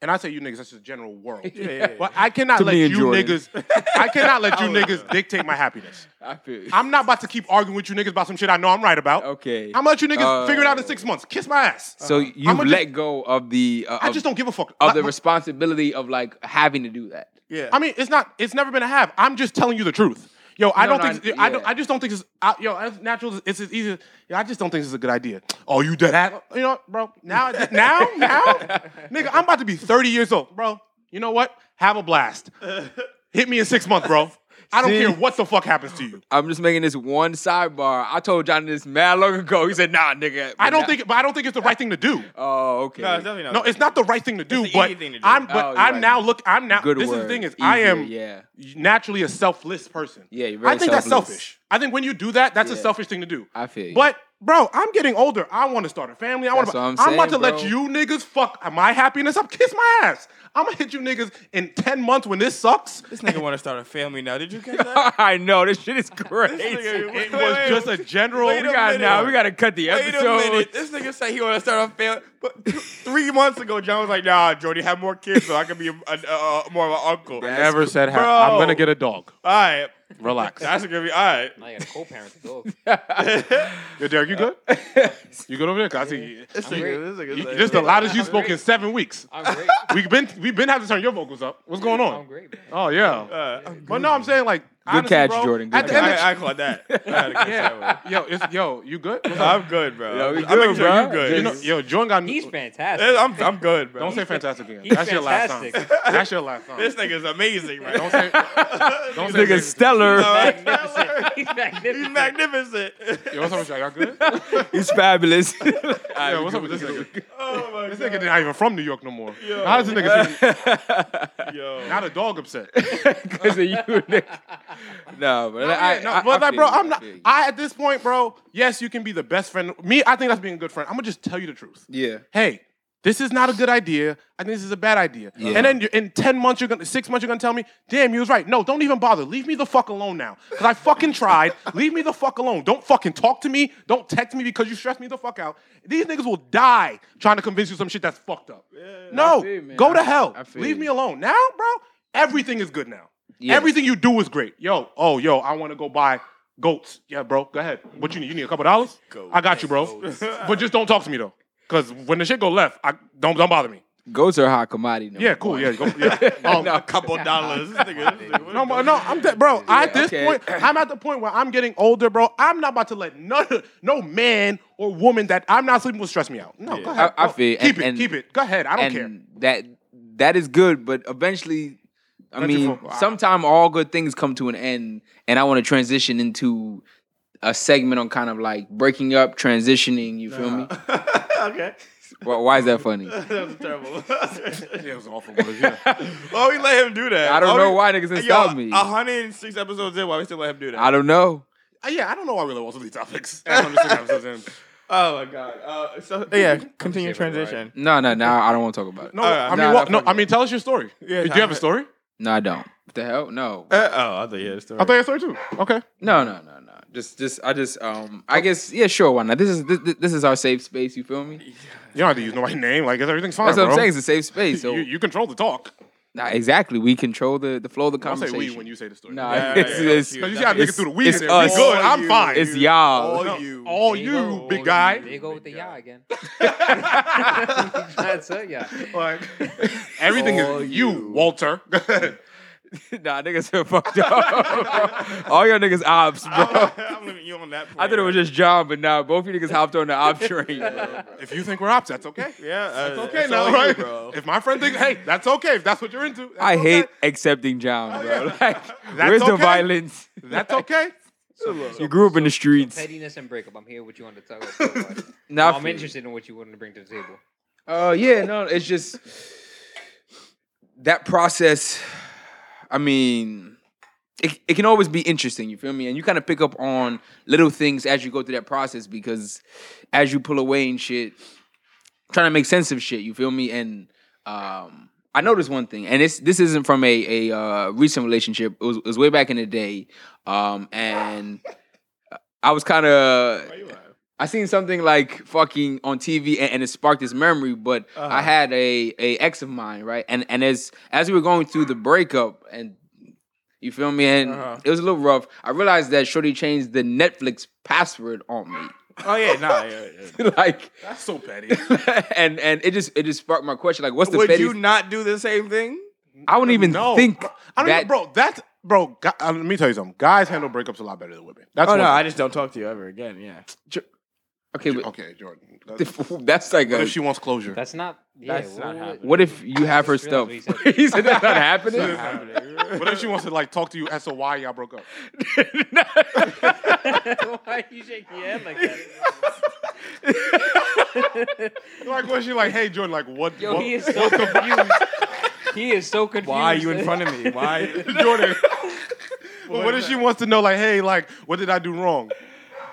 A: And I say you niggas. That's just general
E: [LAUGHS]
A: world.
B: Yeah, yeah, yeah.
A: But I cannot
E: To
A: let
E: me
A: you
E: and Jordan. [LAUGHS]
A: niggas. I cannot let you niggas dictate my happiness.
E: I feel
A: I'm not about to keep arguing with you niggas about some shit I know I'm right about.
E: [LAUGHS] okay.
A: I'm gonna let you niggas
E: Uh,
A: figure it out in six months. Kiss my ass. Uh-huh.
E: so you
A: I'ma
E: let
A: just-
E: go of the uh,
A: I
E: of-
A: just don't give a fuck.
E: of the
A: Like,
E: responsibility of like having to do that.
B: Yeah.
A: I mean, it's not. It's never been a have. I'm just telling you the truth. Yo, I
E: No,
A: don't
E: no,
A: think.
E: I-
A: I, don't,
E: yeah.
A: I just don't think it's. I, yo, as natural. It's as easy. Yo, I just don't think this is a good idea. Oh, you dead ass. You know, what, bro. Now, now, [LAUGHS] now, nigga. I'm about to be 30 years old, bro. You know what? Have a blast. Hit me in six months, bro. I don't
E: See?
A: care what the fuck happens to you.
E: I'm just making this one sidebar. I told Johnny this mad long ago. He said, "Nah, nigga."
A: I don't
E: Nah.
A: think, but I don't think it's the right thing to do.
E: Oh, okay.
B: no, it's definitely not.
A: No, it's not the right thing to do.
B: It's the
A: But
B: easy thing to do.
A: I'm, but
E: Oh, you're
A: I'm
E: right.
A: now look. I'm now.
E: Good
A: this is
E: word.
A: the thing is, I
E: Easier,
A: am
E: yeah.
A: naturally a selfless person.
E: Yeah, you're
A: I
E: very
A: think that's
E: selfless.
A: selfish. I think when you do that, that's a
E: Yeah.
A: selfish thing to do.
E: I feel you.
A: But Bro, I'm getting older. I want to start a family. I want
E: That's
A: to.
E: what I'm
A: I'm, about to
E: saying,
A: let
E: bro.
A: you niggas fuck my happiness up. Kiss my ass. I'm gonna hit you niggas in ten months when this sucks.
F: This nigga want to start a family now. Did you catch that?
E: [LAUGHS]
A: [LAUGHS]
E: I know this shit is crazy.
F: nigga-
E: we
A: It was
F: Wait,
A: just a general.
F: wait a
E: got
F: minute.
E: now. We gotta cut the
F: Wait a
E: episode.
F: minute. This nigga said he want to start a family. But
E: [LAUGHS]
F: th- three months ago, John was like, "Nah, Jody, have more kids so I can be a, a, a, a- more of an uncle."
A: I
F: All
A: never said
F: Bro.
A: ha- I'm gonna get a dog.
F: right,
A: Relax.
F: that's gonna be all right.
C: Now you got a co-parent with the dog.
A: Yo, Derek, you good? you good over there? 'Cause I see
F: Uh, This nigga, this nigga,
A: you-
F: said-
A: this is the loudest you spoke in seven weeks.
C: I'm great.
A: We've been we've been having to turn your vocals up. What's going
C: I'm
A: on?
C: great. Man.
A: Oh yeah.
F: Uh,
A: But no, I'm saying like honestly,
E: catch,
A: bro,
E: Jordan. Good
A: At the
E: catch.
A: end of
F: I, I caught that. I had to
A: [LAUGHS]
F: catch that one.
A: yo, it's, yo, you good? What's up?
F: I'm good, bro.
E: Yo, we
F: I'm making
E: good,
F: sure
E: bro.
F: you good.
A: You know, yo, Jordan got.
C: He's fantastic.
F: I'm, I'm good, bro.
A: don't say fantastic again.
C: he's
A: That's your last time.
C: fantastic.
A: That's your last time.
F: This nigga's amazing, right?
A: Don't say. Don't say.
E: nigga [LAUGHS] stellar.
C: magnificent. [LAUGHS] He's
F: [LAUGHS]
C: magnificent.
F: He's [LAUGHS] magnificent.
A: Yo, what's up with y'all? Y'all good?
F: [LAUGHS]
E: He's [LAUGHS] fabulous.
A: Yo, what's up with this nigga?
F: oh my
A: This
F: god.
A: nigga not even from New York no more. How does this
F: [LAUGHS]
A: nigga? seem-
E: [LAUGHS]
F: Yo.
A: Not a dog upset.
E: Because of you, nigga. No, but I,
A: Yeah, no,
E: I,
A: but
E: I
A: like,
E: feel
A: bro,
E: you,
A: I'm
E: I
A: not.
E: feel you.
A: I at this point, bro. Yes, you can be the best friend. Me, I think that's being a good friend. I'm gonna just tell you the truth.
E: yeah.
A: Hey, this is not a good idea. I think this is a bad idea. And then you're, in ten months, you're gonna six months, you're gonna tell me, damn, you was right. No, don't even bother. Leave me the fuck alone now, because I fucking tried. Leave me the fuck alone. Don't fucking talk to me. Don't text me because you stress me the fuck out. These niggas will die trying to convince you some shit that's fucked up. no,
E: feel you, man.
A: go to
E: I-
A: hell.
E: I feel
A: Leave
E: you.
A: me alone now, bro. Everything is good now.
E: Yes.
A: Everything you do is great. Yo, oh, yo, I want to go buy goats. Yeah, bro, go ahead. What you need? You need a couple dollars? I got you, bro. [LAUGHS] but just don't talk to me though, because when the shit go left, I don't don't bother me.
E: Goats are a hot commodity. number
A: Yeah,
E: one.
A: cool. Yeah, go, yeah. [LAUGHS] Um,
F: a couple dollars. This nigga, this nigga,
A: no, but no, I'm de- bro. I, at this
E: okay.
A: point, I'm at the point where I'm getting older, bro. I'm not about to let no no man or woman that I'm not sleeping with stress me out. No, go ahead.
E: I- I
A: Go-
E: feel-
A: keep
E: and-
A: it,
E: and-
A: keep it. Go ahead. I don't
E: and
A: care.
E: [LAUGHS] that that is good, but eventually, I
A: Let your
E: mean,
A: phone-
E: sometime all good things come to an end, and I want to transition into a segment on kind of like breaking up, transitioning. You feel me?
F: [LAUGHS] okay.
E: Why, why is that [LAUGHS] funny?
F: That was terrible.
A: Yeah, it was awful. but yeah.
F: [LAUGHS] why we let him do that?
E: I don't
F: Why
E: know
F: we-
E: why niggas didn't
F: Yo,
E: stop me.
F: 106 episodes in, why we still let him do that?
E: I don't know.
A: Uh, yeah, I don't know why we love all of these topics. That's what I'm just saying, I'm just saying. [LAUGHS]
F: oh my god. Uh, so yeah, continue transition.
E: No, no, no. I don't want to talk about it.
A: No,
F: All right.
A: Oh, I mean,
E: Nah,
A: what, no,
E: nah, fuck
A: I
E: it.
A: mean, tell us your story.
F: Yeah,
A: Do
F: tell
A: you have a
F: us.
A: story?
E: No, I don't. What the hell? No.
F: Uh, oh, I thought you had a story. [LAUGHS]
A: I'll tell you a story too. Okay.
E: No, no, no, no. Just, just, I just, um, I guess, yeah, sure, why not? This is, this, this is our safe space. You feel me?
A: You don't have to use nobody's name. Like, everything's fine.
E: That's what
A: bro.
E: I'm saying. It's a
A: [LAUGHS]
E: safe space. So,
A: you, you control the talk.
E: Nah, exactly. We control the, the flow of the
A: I'll say
E: conversation.
A: we when you say the story.
E: [LAUGHS] Nah,
F: Yeah, yeah,
E: it's,
F: yeah,
E: it's,
F: yeah.
A: Because you see how niggas
E: It's-
A: through the weed.
E: it's
A: We
E: us.
A: good. I'm
F: you.
A: fine.
E: it's y'all.
F: all
A: No,
F: you.
A: All Oh,
C: There
A: you,
C: go.
A: big guy.
C: There you go with the ya [LAUGHS] again. That's it, yeah.
A: Everything
F: All
A: is you,
F: you.
A: Walter.
E: [LAUGHS] nah, niggas are fucked up. All your niggas ops, bro.
A: [LAUGHS]
F: I'm, I'm leaving you on that. Point,
E: I thought it was just John, but nah, both you niggas hopped on the op train. bro.
A: if you think we're ops, that's okay.
F: Yeah, uh,
A: That's okay
F: that's all
A: now,
F: you,
A: right?
F: bro.
A: If my friend thinks, hey, that's okay. If that's what you're into, that's
E: I
A: okay.
E: hate accepting John, bro. [LAUGHS] Like, where's the
A: okay.
E: violence?
A: That's okay.
E: You grew up in the streets.
C: Pettiness and breakup. I'm here with you on the talk. about.
E: Nah,
C: I'm
E: for-
C: interested in what you wanted to bring to the table.
E: Uh, yeah, no, it's just that process. I mean, it, it can always be interesting. You feel me? And you kind of pick up on little things as you go through that process because as you pull away and shit, trying to make sense of shit. You feel me? And um, I noticed one thing, and it's this isn't from a a uh, recent relationship. It was, it was way back in the day, um, and I was kind of. I seen something like fucking on TV and, and it sparked this memory, but
A: Uh-huh.
E: I had a a ex of mine, right? And and as as we were going through the breakup and you feel me? And
A: Uh-huh.
E: it was a little rough. I realized that Shorty changed the Netflix password on me. [LAUGHS]
F: Oh yeah, nah. Yeah, yeah.
E: like [LAUGHS]
A: That's so [LAUGHS] petty.
E: and and it just it just sparked my question. Like what's the
F: Would
E: petty
F: you not do the same thing?
E: I wouldn't even think
A: I don't
E: that,
A: even, bro. That's bro. gu- uh, let me tell you something. Guys handle breakups a lot better than women. That's
F: Oh
A: one
F: no,
A: thing.
F: I just don't talk to you ever again. Yeah.
E: Okay, but
A: okay, Jordan. That's-
E: [LAUGHS] that's like
A: what
E: a,
A: if she wants closure?
C: That's not. Yeah,
F: That's
C: what-
F: not
C: what-
F: happening.
E: what if you have her
C: just
E: stuff?
C: realized what
E: [LAUGHS] he said that's not
A: [LAUGHS]
E: happening.
A: what if she wants to like talk to you as to why y'all broke up?
C: [LAUGHS] Why you shake your head like that?
A: Like was she like, hey Jordan, like what?
C: Yo,
A: what
C: [LAUGHS] he is so confused. he is so confused.
F: Why are you in front of
A: [LAUGHS]
F: me? Why?
C: [LAUGHS]
A: Jordan. but what if she wants to know, like, hey, like, what did I do wrong?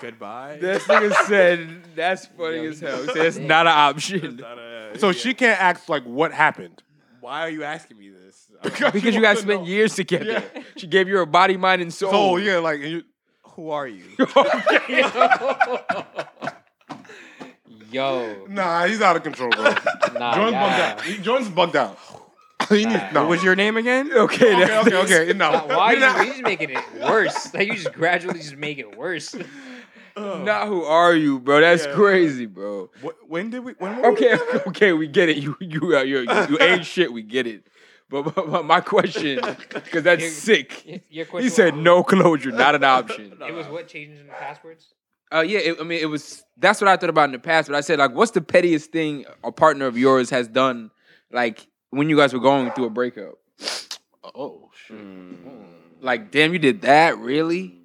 B: Goodbye.
E: This nigga said that's funny as hell. He said it's not an option
A: So she can't ask like what happened.
B: Why are you asking me this?
E: [LAUGHS] because you guys spent years together. She gave you her body, mind, and soul.
A: So
C: Oh.
A: yeah, like and you,
B: Who are
A: [LAUGHS]
B: you?
C: Yo,
A: nah, he's out of control, bro. Jordan's
C: [LAUGHS] nah,
A: bugged
C: yeah.
A: out. He- Jordan's bugged
C: [LAUGHS]
A: out. he needs,
C: Nah.
A: no.
B: What's your name again?
E: [LAUGHS] Okay,
A: okay, okay, okay. No. [LAUGHS]
C: Nah, Why
A: We're not-
C: are you, you just making it worse? Like you just gradually just make it worse.
E: Now who are you, bro? That's crazy, bro.
B: Wh- When did we? When were
E: Okay, [LAUGHS] okay, we get it. You you uh, you, you ain't shit. We get it. But, but, but my question, because that's sick.
C: Your question
E: He said
C: was-
E: no closure, not an option.
C: It was what changes in the passwords.
E: Uh, yeah, it, I mean, it was that's what I thought about in the past. But I said, like, what's the pettiest thing a partner of yours has done, like when you guys were going through a breakup?
A: Oh shit.
C: Mm.
E: Like, damn, you did that, really?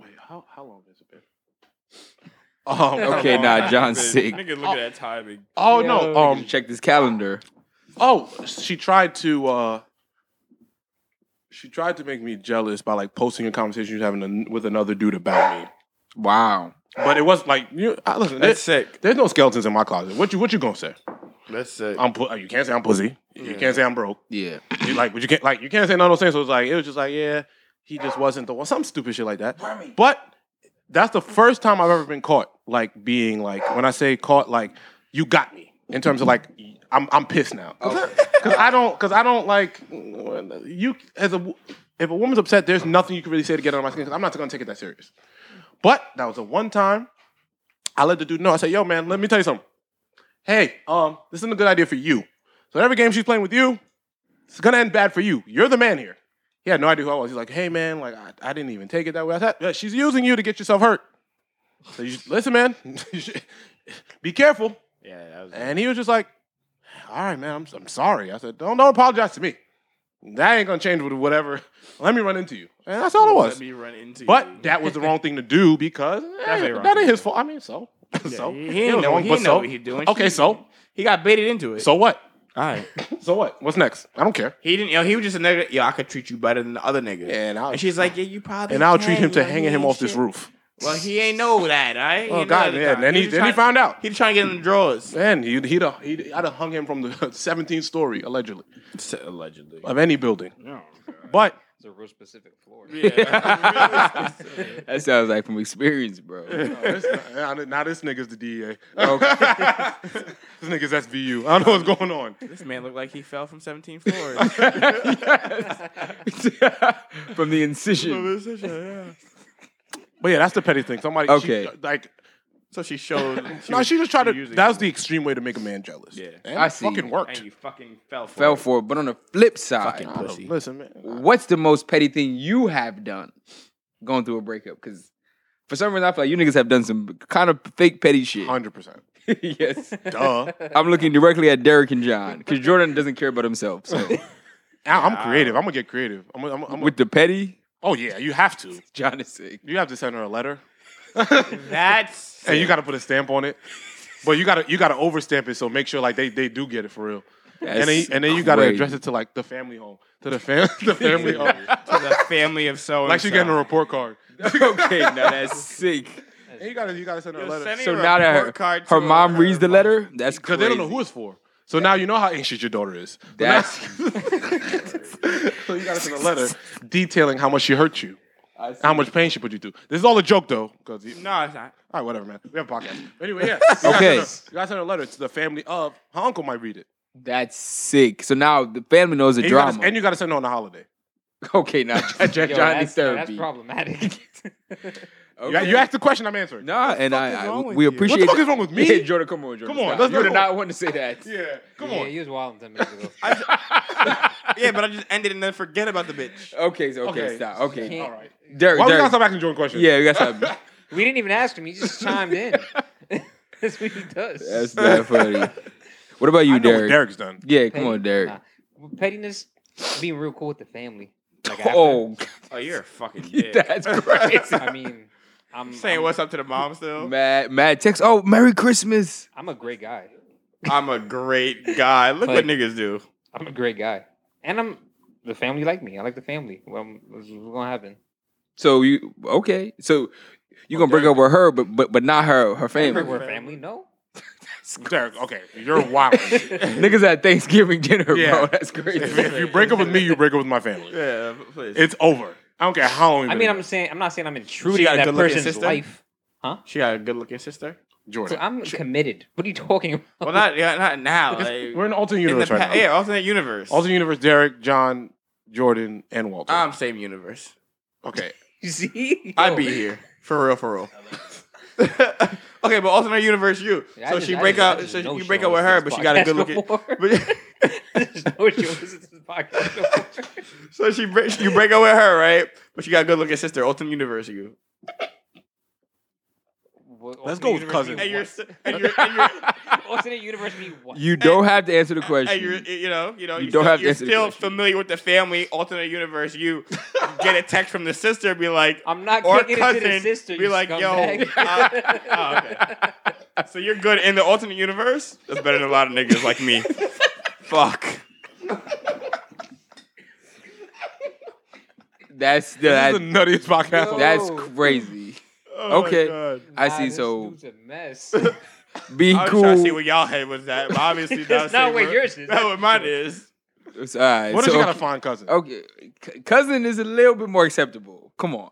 A: Wait, how how long has it been?
C: [LAUGHS]
B: Oh,
E: Okay, nah, John's sick.
F: Nigga, look at that timing.
A: Um, Oh
E: Yo,
A: no. Um.
E: check this calendar.
A: Oh, she tried to. uh She tried to make me jealous by like posting a conversation she was having an- with another dude about me.
E: Wow.
A: But it was like you. I, listen,
B: That's
A: there-
B: sick.
A: there's no skeletons in my closet. What you what you gonna say?
B: That's sick.
A: I'm pu- you can't say I'm pussy. You can't say I'm broke. [LAUGHS]
E: Yeah.
A: You like but you can't like you can't say none of those things. So it's like it was just like yeah, he just wasn't the one. Some stupid shit like that. But that's the first time I've ever been caught like being like when I say caught like you got me in terms of like I'm I'm pissed now
E: Oh,
A: because I don't because I don't like you as a if a woman's upset there's nothing you can really say to get on my skin because I'm not gonna take it that serious. But that was the one time I let the dude know. I said, "Yo, man, let me tell you something. Hey, um, this isn't a good idea for you. So every game she's playing with you, it's gonna end bad for you. You're the man here." He had no idea who I was. He's like, "Hey, man, like I, I didn't even take it that way. I said, "Yeah, she's using you to get yourself hurt. So you, listen, man, [LAUGHS] you should- be careful."
B: yeah, that was.
A: And he was just like, "All right, man, I'm, I'm sorry." I said, "Don't don't apologize to me. That ain't gonna change with whatever. [LAUGHS] Let me run into you." And that's all it was.
B: Let me run into
A: [LAUGHS]
B: you.
A: But that was the wrong thing to do
B: [LAUGHS]
A: because eh,
B: Definitely wrong
A: that
B: thing
A: ain't
B: to
A: his fault. I mean, so [LAUGHS] so
B: he,
A: It
B: ain't
A: was
B: know,
A: wrong,
B: he
A: but
B: ain't know
A: so-
B: what he doing.
A: Okay,
B: She-
A: so
B: he got baited into it.
A: so what?
B: all right,
A: So what? What's next? I don't care.
B: he didn't. You know, he was just a nigga. Yo, I could treat you better than the other nigga.
A: And I'll
B: and she's like, yeah, you probably.
A: and I'll
B: can,
A: treat him to
B: you know,
A: hanging
B: he
A: him
B: ain't
A: off this
B: shit.
A: roof.
B: Well, he ain't know that, all right?
A: Oh God, yeah. And then he then he found out.
B: He's trying to get in the drawers.
A: Man, he'd he'd, have- he'd I'd have hung him from the [LAUGHS] 17th story allegedly
B: [LAUGHS] Allegedly.
A: of any building. But
C: It's a real specific floor.
E: That sounds like from experience, bro.
A: no, this, [LAUGHS] now now this nigga's the
B: E
A: DEA.
E: Okay.
A: this nigga's SVU. I don't know what's going on.
B: [LAUGHS] This man looked like he fell from 17 floors.
E: from
A: [LAUGHS]
E: the incision.
A: But yeah, that's the petty thing. Somebody
E: Okay.
A: she, like
B: so she showed. She
A: no,
B: was-
A: she just tried to.
B: using
A: That was
B: it.
A: the extreme way to make a man jealous.
B: Yeah.
A: and
E: I
A: it
E: see.
A: fucking worked.
B: [LAUGHS] And you fucking fell for
E: Fell
B: it.
E: for it. But on the flip side,
B: Fucking
A: I don't-
B: pussy.
A: Listen, man.
E: what's the most petty thing you have done going through a breakup? Because for some reason, I feel like you niggas have done some kind of fake petty shit.
A: Hundred percent.
E: [LAUGHS]
C: [LAUGHS]
E: yes.
A: [LAUGHS] Duh.
E: I'm looking directly at Derek and John because Jordan doesn't care about himself. So
A: I- I'm creative. I'm gonna get creative. I'm. gonna- I'm, gonna- [LAUGHS] I'm
E: with the petty,
A: oh yeah, you have to.
E: John is sick.
A: You have to send her a letter, [LAUGHS]
B: That's.
A: and you got to put a stamp on it. But you gotta you gotta overstamp it, so make sure like they, they do get it for real. and then
E: That's
A: and then you gotta
E: crazy.
A: address it to like the family home, to the fam [LAUGHS] the family home.
B: to the family of so
A: Like she getting a report card.
E: [LAUGHS] okay, now that's sick.
A: And you gotta you gotta send her a letter
E: So now that her, her mom reads the letter, that's
A: uh, because
E: crazy.
A: they don't know who it's for. So now you know how ancient your daughter is. So now-
E: That's
A: [LAUGHS] so you gotta send a letter detailing how much she hurt you, how much pain she put you through. This is all a joke though, because
B: No, it's not.
A: All right, whatever, man. We have a podcast. But anyway, yeah. You gotta
E: Okay.
A: send a- You guys send a letter to the family of her uncle might read it.
E: [LAUGHS] that's sick. So now the family knows the
A: And you,
E: drama.
A: gotta, and
E: [LAUGHS]
A: you gotta send it on a holiday. [LAUGHS]
E: okay, now
C: Yo,
E: John, John
C: that's,
E: needs
C: that's
E: therapy.
C: problematic.
E: [LAUGHS]
A: You, you asked the question, I'm answering.
E: Nah, and I, I we
A: What
E: appreciate
A: the fuck is wrong with
E: [LAUGHS] Yeah,
A: me?
E: Jordan, come on, Jordan.
A: Come on,
E: stop.
A: let's
E: you
A: not
E: did
A: go-
E: not want to say that.
A: Yeah, come
C: yeah,
A: on.
E: [LAUGHS]
C: you was wild ten minutes [LAUGHS] ago.
B: Yeah, but I just ended and then forget about the bitch.
E: Okay, so okay,
A: Okay.
E: stop. Okay,
A: [LAUGHS] All
C: Can't-
A: right.
E: Derek,
A: Why we gotta
E: Derek.
A: stop asking Jordan questions?
E: Yeah, we gotta
A: [LAUGHS]
E: stop.
C: We didn't even ask him. He just chimed [LAUGHS] in. That's what he does.
E: That's not funny. What about you,
A: I know what
E: Derek?
A: Derek's done.
E: Yeah, come
C: Petty.
E: on, Derek.
C: Nah. Well, Pettiness, being real cool with the [LAUGHS] family. Like after,
E: Oh,
B: [LAUGHS] Oh, you're
A: [LAUGHS]
B: a fucking dick. [LAUGHS]
E: that's crazy.
C: I mean, I'm
B: Saying
C: I'm,
B: what's up to the
A: [LAUGHS]
B: mom still.
E: Mad, mad text. Oh, Merry Christmas.
C: I'm a great guy.
B: I'm a great guy. Look
C: Like-
B: what niggas do.
C: I'm a great guy, and I'm the family like me. I like the family. Well, what's what's gonna happen?
E: So you okay? So You gonna break up with her, but but but not her her
A: [LAUGHS]
C: We're
E: family.
C: family, no.
A: Derek, okay, you're wild. if, [LAUGHS]
E: Niggas at Thanksgiving dinner,
A: Yeah.
E: bro. [LAUGHS] That's
A: [LAUGHS]
E: crazy.
A: if you break up with me, you break up with my family.
B: Yeah, please.
A: It's over. I don't care how long. you've
C: I
A: been
C: mean,
A: there.
C: I'm saying I'm not saying I'm intruding
B: got
C: in
B: a
C: that
B: good-looking
C: person's
B: sister?
C: life.
B: she got a good looking sister.
A: Jordan.
C: I'm committed. What are you talking about?
B: Well, not yeah, not now. Like,
A: We're in an alternate
B: in the
A: universe
B: pa-
A: right now.
B: yeah, alternate universe.
A: Alternate universe. Derek, John, Jordan, and Walter.
B: I'm same universe.
A: okay.
C: [LAUGHS] You see,
B: I'd
C: Yo. [LAUGHS]
B: be here for real, for
E: [LAUGHS]
B: real. okay, but alternate universe, you.
C: Yeah, I
B: so
C: just-
B: she
C: I
B: break
C: just- I
B: up.
C: just
B: So
C: know
B: you
C: she
B: break
C: don't
B: up with her,
C: listen
B: but
C: to
B: she got a
C: this
B: good looking. [LAUGHS]
C: podcast I
B: But,
C: just know what you listen to this podcast before.
B: [LAUGHS] so she break, you break up with her, right? But she got a good looking sister. Alternate universe, you.
C: What-
A: Let's
C: alternate
A: go with
C: universe
A: cousin.
C: mean
B: And you're,
C: what?
B: and you're, and you're,
C: [LAUGHS] alternate universe mean what?
E: You don't have to answer the
B: and you're,
E: question.
B: you know, you know,
E: You
B: you still,
E: don't have to
B: you're
E: answer the
B: still
E: question.
B: familiar with the family. Alternate universe, you get a text from the sister, be like,
C: I'm not
B: or
C: kicking it to the
B: cousin,
C: sister.
B: be
C: you
B: like, yo,
C: scumbag. [LAUGHS]
B: uh, oh, okay. So you're good in the alternate universe? That's better than a lot of niggas like me. Fuck.
E: That's
A: This is
E: that.
A: the nuttiest podcast.
C: Yo.
E: That's
C: Oh.
E: crazy.
B: Oh my
E: Okay.
B: God.
E: I
C: Nah,
E: see.
C: this
E: So
C: dude's a
B: [LAUGHS]
C: mess.
E: be
B: I was
E: cool.
B: trying to see what y'all head was at, but obviously
C: That's
B: that's
C: not where yours is.
B: That's what mine is.
E: It's all right.
A: What
E: so,
A: if you got a fine cousin?
E: okay, Oh. C- cousin is a little bit more acceptable. Come on,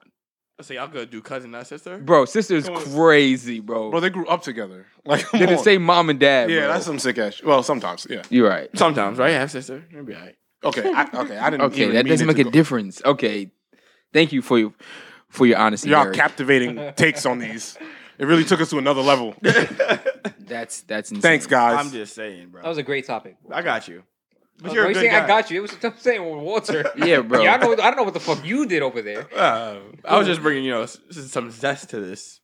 B: So y'all gonna do cousin, not sister?
E: bro. Sister's
A: Come on.
E: crazy, bro.
A: Bro, they grew up together. [LAUGHS] Like, come
E: Did it
A: on.
E: say mom and dad?
A: Yeah,
E: bro?
A: that's some sick ass. sh- Well, sometimes, yeah.
E: You're right.
B: Sometimes, right? Have sister. It'll be all right.
A: Okay, I, okay, I didn't.
E: Okay,
A: even
E: that
A: mean
E: doesn't
A: it
E: make
A: to
E: a
A: go-
E: difference. Okay, thank you for your for your honesty.
A: Y'all
E: Eric.
A: captivating takes on these. It really took us to another level.
E: that's that's insane.
A: Thanks, guys.
B: I'm just saying,
C: That
B: bro.
C: was a great topic.
B: I got you. But
C: But
B: you're a good
C: saying,
B: guy.
C: I got you. It was I'm saying with Walter.
E: Yeah, bro.
C: [LAUGHS] Yeah, I know. I don't know what the fuck you did over there.
B: Uh, I was just bringing, you know, s- s- some zest to this.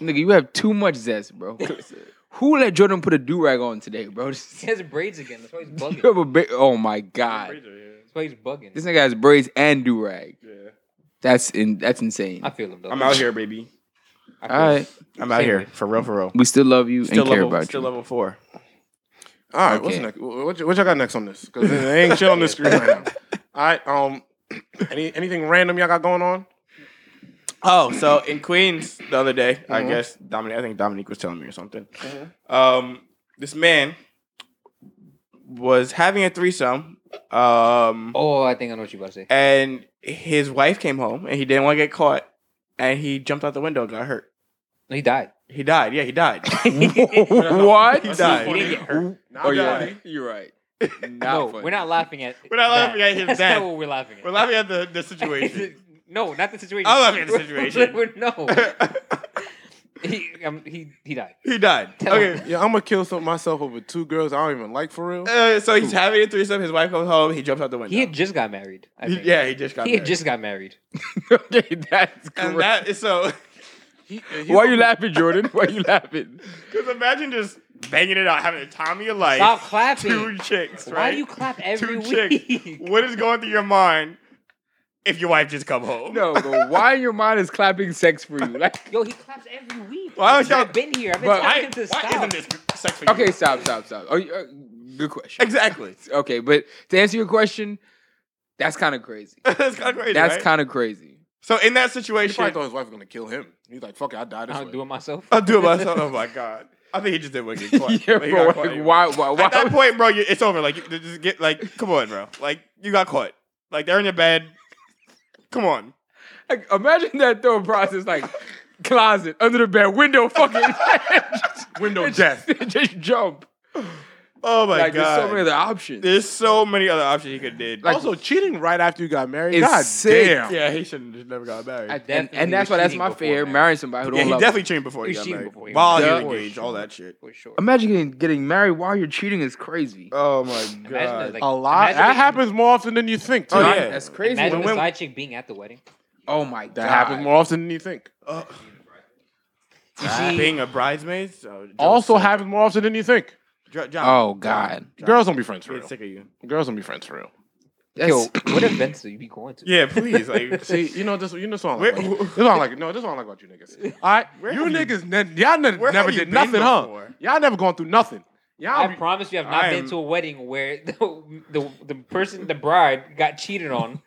E: Nigga, you have too much zest, [LAUGHS] bro. Who let Jordan put a do rag on today, bro? [LAUGHS]
C: He has braids again. That's why he's bugging.
E: you
B: [LAUGHS]
E: have a big. Oh my god,
C: That's why he's bugging.
E: this nigga has braids and do rag. That's in. That's insane.
C: I feel him though.
B: I'm out here, baby.
C: I feel
E: All
C: him.
E: right,
B: I'm out here for real, for real.
E: we still love you
B: Still
E: and care
B: level,
E: about
B: still
E: you.
B: level four.
A: All right, what's
E: Okay.
A: next? What, what, y- what y'all got next on this? Because there ain't shit on the screen right now. All right, um, [CLEARS THROAT] any anything random y'all got going on?
B: Oh, so in Queens the other day, I
A: Mhm.
B: guess Dominique, I think Dominique was telling me or something. Um, this man was having a threesome, um,
C: Oh, I think I know what you about to say.
B: and his wife came home, and he didn't want to get caught, and he jumped out the window, and got hurt.
C: No,
B: [LAUGHS]
C: he died.
B: He died. Yeah, he
C: [LAUGHS]
B: died. [LAUGHS]
E: what?
B: He
C: He
B: died.
C: didn't get hurt.
A: Not
E: Oh yeah,
A: daddy.
E: [LAUGHS] you're right. Not
C: No,
E: funny.
C: we're not laughing at.
B: We're not laughing
C: that. [LAUGHS]
B: at his
C: That's
B: death.
C: not what we're laughing at.
B: We're laughing at the, the
C: [LAUGHS]
B: situation.
C: no, not the situation.
B: I'm laughing at the situation.
C: [LAUGHS] We're- no, [LAUGHS] he, um, he he died.
B: he died.
C: Tell
B: Okay.
A: Yeah, I'm gonna kill some, myself over two girls I don't even like for real.
B: Uh, so he's having a threesome. His wife comes home. He jumps out the window.
C: He had just got married. I
B: He-
C: think.
B: yeah, he just got.
C: he had
B: married.
C: just got married.
E: [LAUGHS] okay, that's
B: And
E: correct.
B: that is so.
E: Why you laughing, Jordan? Why you laughing?
B: Because imagine just banging it out, having the time of your life.
C: Stop clapping.
B: Two chicks, right?
C: Why do you clap
B: Two
C: every week? [LAUGHS]
B: chicks. What is going through your mind if your wife just come home?
E: No, but why in your mind is clapping sex for you? Like,
C: Yo, he claps every week.
B: Why don't y'all-
C: I've been here. I've been
E: Bro,
C: telling
B: Why,
C: him to
B: why
C: stop.
B: isn't this sex for you?
E: okay, stop, stop, stop. Oh, you- uh, good question.
B: Exactly. [LAUGHS]
E: Okay, but to answer your question, that's kind of crazy.
B: That's kind of crazy.
E: That's
B: right?
E: kind of crazy.
B: so in that
A: He probably
B: situation,
A: thought his wife was gonna kill him. He's like, "Fuck it, I die this
C: I'll
A: way."
C: do it myself.
B: I'll do it myself. Oh my god. I think he just did what he
E: [LAUGHS]
B: quiet.
E: yeah,
B: Like, he
E: bro.
B: got
E: Like,
B: caught.
E: why? Why?
B: [LAUGHS]
E: why
B: At that
E: would-
B: point, bro, you, it's over. Like, you, just get like, come on, bro. Like, you got caught. Like, they're in your bed. Come on.
E: like, imagine that thought process, like closet under the bed,
B: [LAUGHS]
E: window, fucking
A: Window death.
E: [LAUGHS] just jump.
B: Oh my
E: like,
B: god.
E: there's so many other options.
B: There's so many other options he could did.
E: Like-
A: also, cheating right after you got married.
E: It's
A: God
E: sick.
A: damn.
B: yeah, he shouldn't have never got married.
E: I- and,
C: definitely
E: and
C: was
E: that's why that's
C: cheating
E: my
C: before
E: fear:
C: marriage.
E: marrying somebody who
B: yeah,
E: don't
B: he
E: love.
B: definitely cheated before he
C: He's
B: got
C: cheating
B: married.
C: before he
B: While he
E: got
B: was
E: married.
B: engaged, all that shit.
C: For sure.
E: them. Imagine getting, getting married while you're cheating is crazy.
B: Oh my
C: Imagine that, like,
A: A lot.
C: imagine
A: That
C: if-
A: happens more often than you think. too.
B: Oh, yeah.
E: that's crazy.
C: Imagine
B: When-
C: the
B: when-
C: side chick being at the
B: [LAUGHS]
C: wedding.
E: oh my god,
A: That happens more often than you think.
C: You see,
B: Uh, Being a bridesmaid. So
A: Also happens more often than you think.
B: Jo- John,
E: Oh god,
A: Girls don't be friends for
B: I'm getting
A: real.
B: sick of you.
A: Girls don't be friends for real.
E: That's-
C: yo, what events do you be going to?
B: Yeah, please. [LAUGHS] Like,
E: [LAUGHS]
A: See, you know this. You know this one. Like,
B: Where-
A: about- [LAUGHS] this one I like. No, this one I like about you niggas. All right, you
B: have you-
A: niggas, ne- y'all ne-
B: Where
A: never
B: have you
A: did
B: been
A: nothing, huh?
B: before?
A: Y'all never gone through nothing. Y'all,
C: I
A: be,
C: promise you, I've not
B: I
C: been
B: am-
C: to a wedding where [LAUGHS] the, the the person, the bride, got cheated on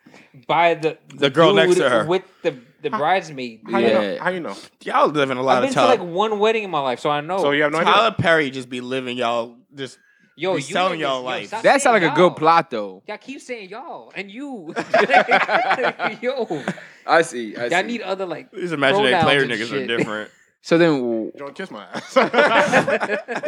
C: by the
B: [LAUGHS] The girl next to
C: dude
B: her.
C: with the the bridesmaid.
A: How
E: Yeah.
A: you know? How you know?
B: Y'all living a
C: I've
B: lot
C: been
B: of
C: to
B: Tyler.
C: like one wedding in my life, so I
E: Oh,
C: know.
A: So you have no idea.
B: Tyler Perry just be living y'all just
C: yo,
B: be
C: you
B: selling
C: niggas-
B: y'all
C: yo,
B: life.
C: stop
E: [CLEARS THROAT] That sound
C: saying
E: like a good
C: y'all.
E: plot though.
C: Y'all keep saying y'all and
E: [LAUGHS]
C: you. [LAUGHS] yo,
E: I see. I
C: y'all need other like. [LAUGHS]
B: these imaginary
C: Pronouns
B: player
C: and
B: niggas
C: shit.
B: are different. [LAUGHS]
E: So then,
A: Don't kiss my ass.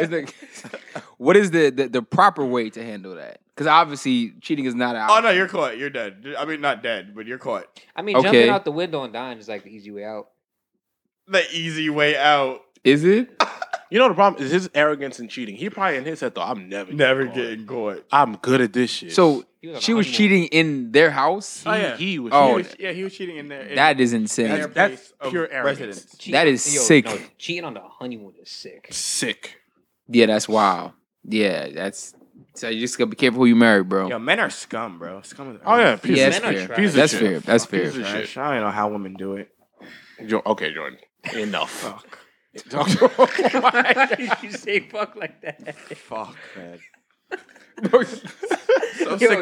A: [LAUGHS]
E: [LAUGHS] is the, [LAUGHS] what is the, the the proper way to handle that? Because obviously cheating is not out.
B: oh no, you're caught. You're dead. I mean, not dead, but you're caught.
C: I mean,
E: Okay.
C: jumping out the window and dying is like the easy way out.
B: The easy way out.
E: Is it?
A: you know the problem is his arrogance and cheating. He probably in his head thought, "I'm never,
B: Never
A: caught.
B: getting caught.
A: I'm good at this shit."
E: So
C: He was on
E: she
C: a
E: was
C: honeymoon.
E: cheating in their house.
A: he, he was.
E: Oh,
A: he was-
B: yeah, he was cheating in there.
E: That is insane.
A: that's,
B: That's
A: that's
B: of
A: pure arrogance.
B: residence.
C: Cheating-
E: That is sick.
C: cheating on the honeymoon is
E: [LAUGHS]
C: sick.
A: Sick.
E: Yeah, that's wild. Yeah, that's so you just gotta be careful who you marry, bro.
B: Yo, men are scum, bro. Scum. Is,
A: Oh yeah, piece
E: yeah,
A: of shit.
E: that's
C: men are
E: fair.
C: trash.
A: Piece of
E: That's
A: shit.
E: fair. That's fair.
A: Piece of
B: Trash.
A: shit.
B: I don't know how women do it.
A: Jo- okay,
E: [LAUGHS]
A: Jordan. Enough.
B: Fuck.
A: Talk to
C: Why did you say fuck like that?
B: Fuck, [LAUGHS] man.
C: Yo,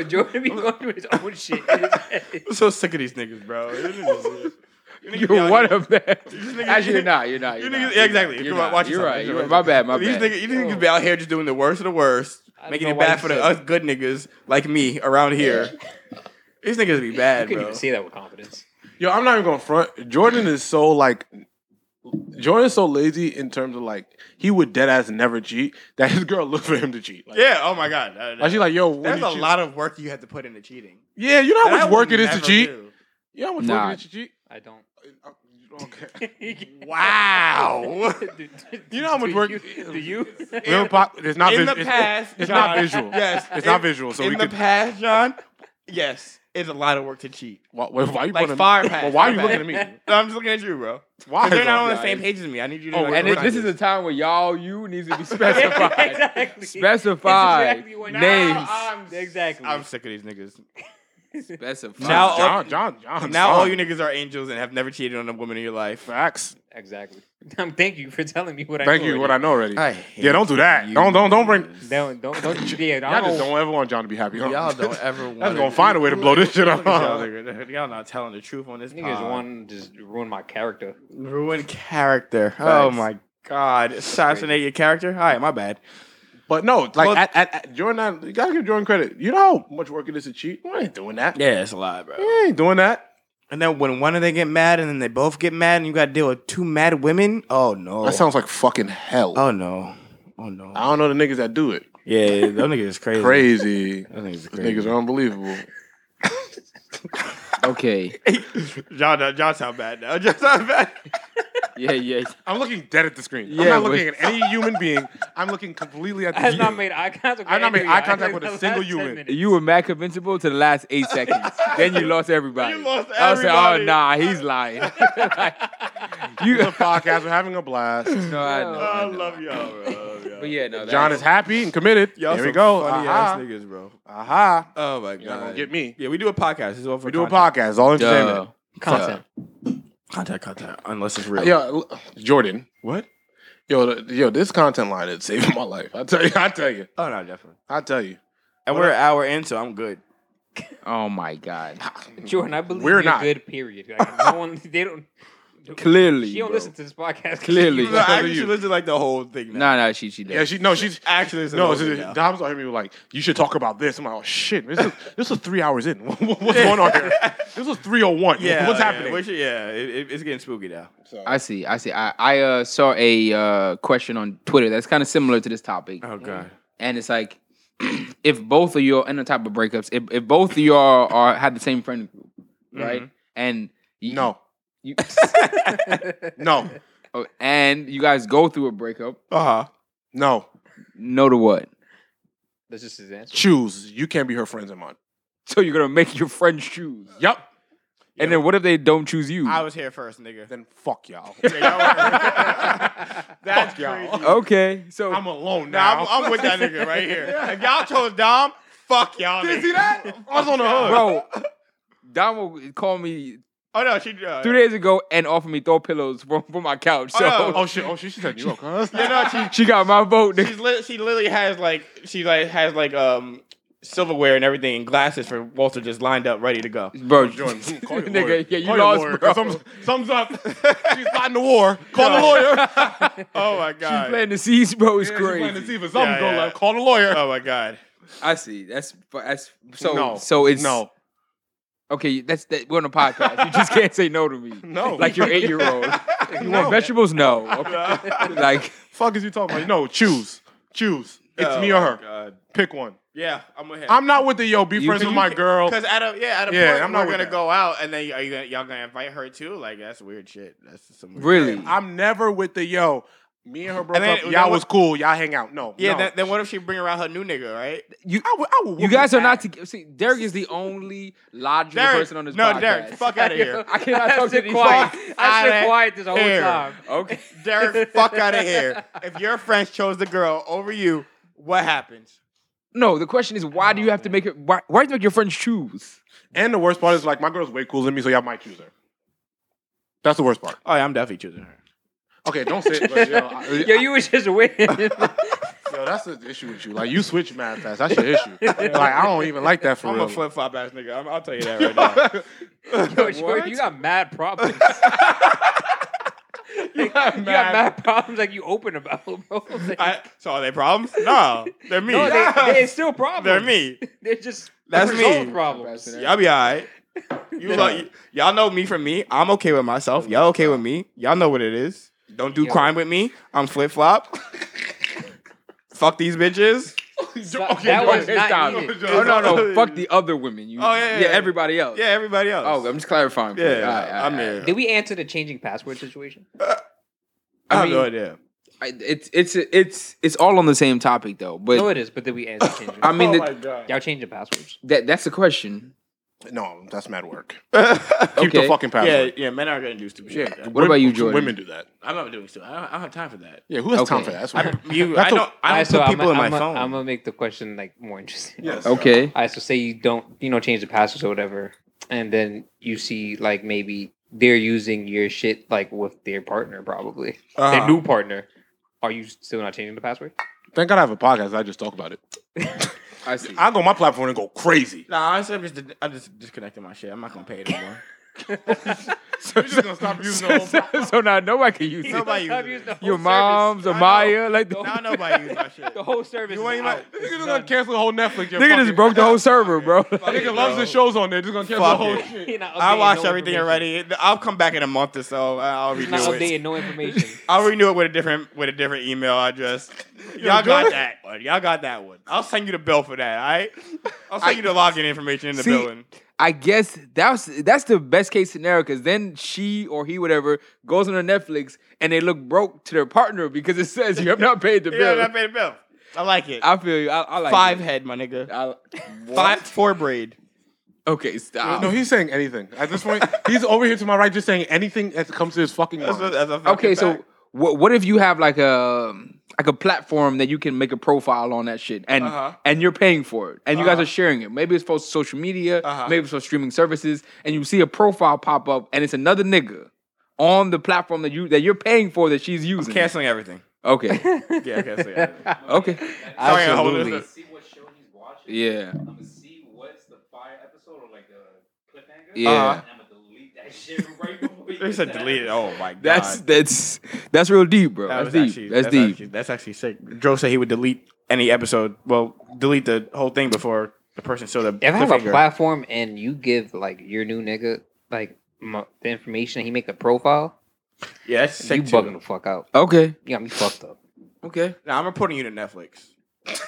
C: Jordan be going through his own shit.
E: [LAUGHS]
C: in his head.
B: I'm so sick of these niggas, bro. These niggas- you niggas be
E: You're
B: out
E: one
B: here- [LAUGHS]
E: of them.
B: niggas-
E: Actually, you're not. You're not.
B: You
E: You're
B: niggas,
E: not.
B: yeah, exactly.
E: You're
B: Come
E: not.
B: on, watch
E: You're
B: yourself.
E: right.
B: Watch
E: You're right.
B: yourself.
E: My bad. My
B: these
E: bad.
B: niggas, these niggas be out here just doing the worst of the worst,
C: I
B: making
C: don't
B: it
C: know why
B: bad
C: you
B: for the
C: said
B: us good niggas like me around here. these niggas be
C: You
B: bad,
C: couldn't
B: bro.
C: even say that with confidence.
A: Yo, I'm not even going to front. Jordan is so like, Jordan's so lazy in terms of like, he would dead ass never cheat that his girl looked for him to cheat. Like,
B: Yeah. Oh my god. Uh,
A: like, she's like, yo, when
B: there's
A: you
B: a
A: cheat-
B: lot of work you have to put into cheating.
A: Yeah, you know how
B: That I
A: much
B: would
A: work it is to
B: never
A: cheat.
B: do.
A: You know how much
E: Nah.
A: work it is to cheat.
C: I don't. [LAUGHS]
A: Uh, Okay.
B: Wow.
C: [LAUGHS] Do- do-
A: You know how much
C: do
A: work-
C: you-
A: [LAUGHS]
C: Do you? [LAUGHS]
A: Real pop. It's not.
B: in
A: vis-
B: the
A: it's-
B: past,
A: it's, not
B: John-
A: visual.
B: Yes,
A: it's
B: in-
A: not visual. So
B: in
A: we
B: the
A: could.
B: past, John. Yes, it's a lot of work to cheat.
A: why, why, why you
B: Like
A: pointing-
B: far past.
A: well, why are you
B: my bad.
A: looking at me?
B: No, I'm just looking at you, bro.
A: Why?
B: Because you're not
A: though?
B: on the same page as me. I need you to.
A: Oh,
B: know
A: and
E: And
B: what
E: it,
A: it-
B: I
E: this
B: do.
E: is a time where y'all you
B: [LAUGHS]
E: needs to be specified.
C: exactly.
E: Specify
C: It's exactly what-
E: names.
C: Now I'm- exactly.
B: I'm sick of these niggas.
E: Specify.
B: Now- uh,
A: John, John, John.
B: now
A: John.
B: all you niggas are angels and have never cheated on a woman in your life.
A: facts.
C: exactly. [LAUGHS] Um, thank you for telling me what I.
A: Thank
C: know
A: you. What
C: already.
A: I know already.
B: I hate
A: Yeah, don't do that.
B: you
A: Don't, don't, don't bring.
B: niggas.
C: Don't don't
A: [LAUGHS]
C: don't. Yeah,
A: I
C: I
A: just
C: don't.
A: don't ever want John to be happy. Huh?
B: Y'all don't
A: [LAUGHS]
B: ever want.
A: gonna find a way to blow this shit up.
B: [LAUGHS] Y'all, nigga- y'all not telling the truth on this.
C: Niggas
B: pod.
C: want to just ruin my character.
B: ruin character. Oh
E: Facts.
B: my god, assassinate your character. All right, my bad.
A: [LAUGHS] But no, like
B: Well-
A: at, at, at Jordan, you gotta give Jordan credit. You know how much work it is to cheat. We ain't doing that.
B: Yeah, it's a lot, bro.
A: We ain't doing that.
B: And then when one of them get mad, and then they both get mad, and you got to deal with two mad women. Oh no.
A: That sounds like fucking hell.
B: oh no. Oh no.
A: I don't know the niggas that do it.
B: Yeah, yeah, those niggas is
A: [LAUGHS]
B: crazy.
A: Crazy.
B: Those niggas is
A: Those niggas
B: crazy.
A: are
B: [LAUGHS]
A: unbelievable.
E: Okay.
B: John, John sound bad now. [LAUGHS] John sound bad.
E: Yeah, yeah.
A: I'm looking dead at the screen.
E: Yeah,
A: I'm not
E: but-
A: looking at any human
B: [LAUGHS]
A: being. I'm looking completely at the
C: I have not
A: screen.
C: made eye contact. With
A: I've not made
C: any of
A: eye
C: y'all
A: contact
C: in
A: with a
C: the
A: single
C: last 10
A: human.
C: minutes.
E: You were mad convincible to the last eight seconds. then you lost everybody.
B: You lost
E: I was like, oh
B: everybody.
E: nah, he's lying. [LAUGHS] Like, you. [LAUGHS]
A: It's a [LAUGHS] Uh, podcast. We're having a
B: [LAUGHS]
A: blast.
E: No, I know, I
B: I
E: know.
B: love y'all, bro. I love y'all.
E: But yeah, no.
A: John is happy and committed.
B: Y'all
A: Here we
B: some
A: go.
B: Funny ass
A: Aha.
B: niggas, bro.
A: Aha.
B: Oh my god.
A: You're not gonna get me.
B: Yeah, we do a podcast. It's all for
A: We do a
B: content.
A: podcast. It's all entertainment.
C: content.
B: Contact, contact. Unless it's real.
A: Yo, l- Jordan.
B: What?
A: Yo, the, yo, this content line is saving my life. I tell you. I tell you.
B: Oh no, definitely.
A: I tell you.
B: And we're an hour in, so I'm good.
E: Oh my god.
C: Jordan, I believe
A: We're
C: you're
A: not.
C: good. Period. Like, no one, they don't.
E: Clearly.
C: She don't
E: bro.
C: listen to this
B: [LAUGHS]
C: podcast.
E: Clearly.
B: No, I actually
A: you.
B: listened to like the whole thing. Now.
E: No, no, she she did.
A: Yeah, she. No, she's.
B: actually listened
A: No,
B: to the whole thing now.
A: it's- Dom's on me like, you should talk about this. I'm like, oh shit, this is, this was three hours in. [LAUGHS] What's going on
B: [LAUGHS]
A: here? This was 301.
B: yeah,
A: What's
B: yeah,
A: happening?
B: we should- yeah, it, it- it's getting spooky now.
E: I see. I see. I I uh, saw a uh, question on Twitter that's kind of similar to this topic, Mm.
B: Oh god.
E: and it's like [CLEARS THROAT] if both of you are in the type of breakups, if, if both of you are, are have the same friend group, right? And you,
A: Mm-hmm. no,
E: you,
A: no,
E: oh, and you guys go through a breakup.
B: Uh
A: Uh-huh.
B: huh.
A: no.
E: No to what?
C: [LAUGHS]
E: [LAUGHS]
C: That's just his answer.
A: Choose. You can't be her friends and mine.
E: So you're gonna make your friend choose,
A: Yep.
E: and then what if they don't choose you?
B: I was here first, [LAUGHS] nigga.
A: Then fuck y'all.
B: [LAUGHS] That's
A: Fuck y'all.
B: crazy.
E: okay,
A: [LAUGHS]
E: so
A: I'm alone
B: Nah,
A: now.
B: I'm, I'm
A: [LAUGHS]
B: with that nigga right [LAUGHS] here. If y'all chose Dom, fuck y'all. Nigga.
A: See that?
B: [LAUGHS]
A: I was on the hood.
E: bro, [LAUGHS] Donald called me
B: Oh no, she. Uh,
E: two days ago and offered me throw pillows from, from my couch. So
B: no.
A: Oh shit! Oh shit! She said you up, huh?
E: [LAUGHS]
B: Yeah, no, she
E: she got my vote. nigga.
B: she's li- she literally has like she like has like um silverware and everything and glasses for Walter just lined up, ready to [LAUGHS] go.
E: [LAUGHS] bro.
A: Jordan, hmm, call your
E: [LAUGHS] Nigga,
A: lawyer.
E: yeah, you
A: Call your
E: lost,
A: lawyer,
E: bro.
A: 'cause Thumbs, thumbs up. She's not in the war. Call the lawyer.
E: [LAUGHS]
F: Oh my
E: She's
F: god.
E: playing the seas, bro. It's
A: She's playing to
E: crazy.
A: see for something
F: Yeah,
A: go
F: yeah.
A: left. Call the lawyer.
F: Oh my god.
E: I see. That's that's so
A: No.
E: so it's
A: no,
E: Okay, that's that. We're on a podcast. You just can't say no to me.
A: no.
E: Like
B: [LAUGHS]
E: your eight year old. You want vegetables? No. Okay. [LAUGHS] like
A: fuck is you talking about? No, choose, choose. It's
E: Oh
A: me or her.
B: Oh God.
A: Pick one.
B: Yeah, I'm with him.
A: I'm not with the yo. Be friends with my girl.
B: Because at a yeah, at a
A: Yeah,
B: point,
A: I'm
B: I'm
A: not
B: not
A: with
B: gonna
A: that.
B: go out, and then are you gonna, y'all gonna invite her too? Like that's weird shit. That's just some weird
E: really?
A: I'm never with the yo. Me and her broke
B: And then-
A: up.
B: then
A: Y'all
B: what-
A: was cool. Y'all hang out. No.
B: Yeah.
A: no.
B: Then, then what if she bring around her new nigga? Right?
E: You
A: I would, I would
E: you
A: whoop
E: guys
A: his
E: are not
A: ass.
E: together. See, Derek is the only logical
B: Derek,
E: person on this
B: no,
E: podcast.
B: Derek, fuck outta
C: [LAUGHS]
B: here.
E: I cannot
C: I
E: talk to
C: sit
E: these
C: quiet.
E: guys.
C: I
B: Outta
C: sit quiet this whole
B: here.
C: time.
E: Okay.
B: Derek, fuck out of here. If your friends chose the girl over you, what happens?
E: No, the question is why do you have to make it? Why, why do you make your friends choose?
A: And the worst part is like my girl's way cooler than me, so y'all might choose her. That's the worst part.
B: Oh, yeah, I'm definitely choosing her.
A: Okay, don't say it. But, yo, I-
C: [LAUGHS] Yo, you was just winning. [LAUGHS]
A: yo, that's the issue with you. Like you switch mad fast. That's your issue. Like I don't even like that for
B: I'm
A: real.
B: a flip flop ass nigga. I'm, I'll tell you that right
A: [LAUGHS]
B: now.
C: Yo, Jordan, you got mad problems. [LAUGHS] you, got mad. problems like you open about, bro. [LAUGHS] Like,
B: I, so are they problems? No, they're me.
C: no,
B: [LAUGHS]
C: they, they, it's still problems.
B: They're
C: [LAUGHS]
B: me.
C: They're just
B: That's
C: unresolved
B: me.
C: problems.
B: Y'all be all [LAUGHS] right. You like, y- y'all know me from me. I'm okay with myself. Y'all okay with me. Y'all know what it is. Don't do
C: Yo.
B: crime with me. I'm flip flop. Fuck these bitches.
C: Stop- that was
E: okay,
C: not
E: stop.
C: needed.
E: Oh no, no, fuck the other women. You,
B: Oh, yeah, yeah,
E: yeah,
B: yeah.
E: everybody else.
B: Yeah, everybody else.
E: Oh, I'm just clarifying. for you.
B: yeah.
E: All right, all right,
B: I'm
E: all right.
B: here.
C: Did we answer the changing password situation?
B: I have
E: I
B: no
E: mean-
B: idea.
E: I, it's it's it's it's all on the same topic though. But
C: no, it is. But did we answer changing?
E: I mean, the,
B: [LAUGHS]
C: y'all changing passwords.
E: that that's the question.
A: no, that's mad work.
E: Okay.
A: Keep the fucking
B: Yeah,
A: password.
B: yeah. Men aren't gonna do stupid shit. like that.
E: What about you,
A: Women-
E: Jordan?
A: Women do that.
B: I'm not doing stupid. I don't, I don't have time for that.
A: Yeah, who has
E: Okay.
A: time for that? That's weird.
B: You, I
A: That's a-
B: don't. I don't put
C: Alright,
B: people in
C: I'm
B: my
C: a,
B: phone.
C: I'm gonna make the question like more interesting.
A: Yes.
E: Okay.
C: All right, so say you don't, you know, change the passwords or whatever, and then you see like maybe they're using your shit like with their partner probably, their
B: Uh-huh.
C: new partner. Are you still not changing the password?
A: Thank God I have a podcast. I just talk about it.
E: I see.
A: I go on my platform and go
B: [LAUGHS]
A: crazy.
B: Nah, honestly, I'm just, I'm just disconnecting my shit. I'm not gonna pay it [LAUGHS] anymore.
A: You're just gonna stop using [LAUGHS] the whole
E: [LAUGHS] so, so now nobody can use
B: [LAUGHS]
E: it.
B: Nobody
C: Stop
B: uses
C: using
B: it.
C: the whole
E: Your
C: service.
E: mom's or
B: I know.
E: Maya, like the,
B: Now nobody uses my shit.
C: The whole service.
B: You
C: is
B: ain't
C: out.
B: even-
A: Nigga just gonna cancel the whole Netflix. You're
E: nigga
A: fucking-
E: just broke the whole server, bro.
A: Nigga
B: Fuck it,
A: loves
B: bro.
A: the shows on there. Just gonna cancel the
B: Fuck
A: whole
B: it.
A: shit.
C: [LAUGHS] You're not
B: I
C: updating
B: watched
C: no
B: everything
C: information.
B: already. I'll come back in a month or so. I'll
C: You're not
B: redo it. [LAUGHS]
C: updating no information.
B: I'll renew it with a different with a different email address. Y'all got that one. Y'all got that one. I'll send you the bill for that. All right. I'll send you the login information in the
E: See-
B: building.
E: I guess that's that's the best case scenario because then she or he, whatever, goes on her Netflix and they look broke to their partner because it says you have
A: [LAUGHS]
E: not paid the bill.
B: Yeah, I paid the bill. I like it.
E: I feel you. I, I like
B: Five
E: It.
B: head, my nigga.
E: I,
B: Five four braid.
E: okay, stop.
A: No, he's saying anything at this point. he's over here to my right, just saying anything that comes to his fucking
B: That's a-
A: mind.
B: that's a fucking
E: okay,
B: fact.
E: so what what if you have like a um, like a platform that you can make a profile on that shit and
B: Uh-huh.
E: and you're paying for it and you guys are sharing it. Maybe it's for social media,
B: Uh-huh.
E: maybe it's for streaming services, and you see a profile pop up and it's another nigga on the platform that you that you're paying for that she's using.
B: canceling everything.
E: okay.
B: Yeah, canceling
C: [LAUGHS]
B: everything. [LAUGHS]
E: okay.
B: Sorry, I Uh-huh. hold
C: Absolutely.
B: this.
D: See what show he's watching.
E: Yeah.
D: I'm gonna see what's the fire episode or like the cliffhanger.
E: Yeah.
D: And I'm gonna delete that [LAUGHS] shit right before he
B: They
D: gets
B: said
D: to that
B: delete it.
D: episode.
B: Oh my god.
E: That's that's that's real deep, bro.
B: That
E: that's
B: was
E: deep.
B: actually-
E: that's, deep.
B: Actually, that's actually sick. Joe said he would delete any episode. Well, delete the whole thing before the person showed up.
C: If I have a platform and you give like your new nigga like my, the information, he make a profile.
B: yeah, that's sick
C: you
B: too.
C: bugging the fuck out.
E: okay.
C: You got me fucked up.
E: Okay.
B: Nah, I'm reporting you to Netflix. [LAUGHS]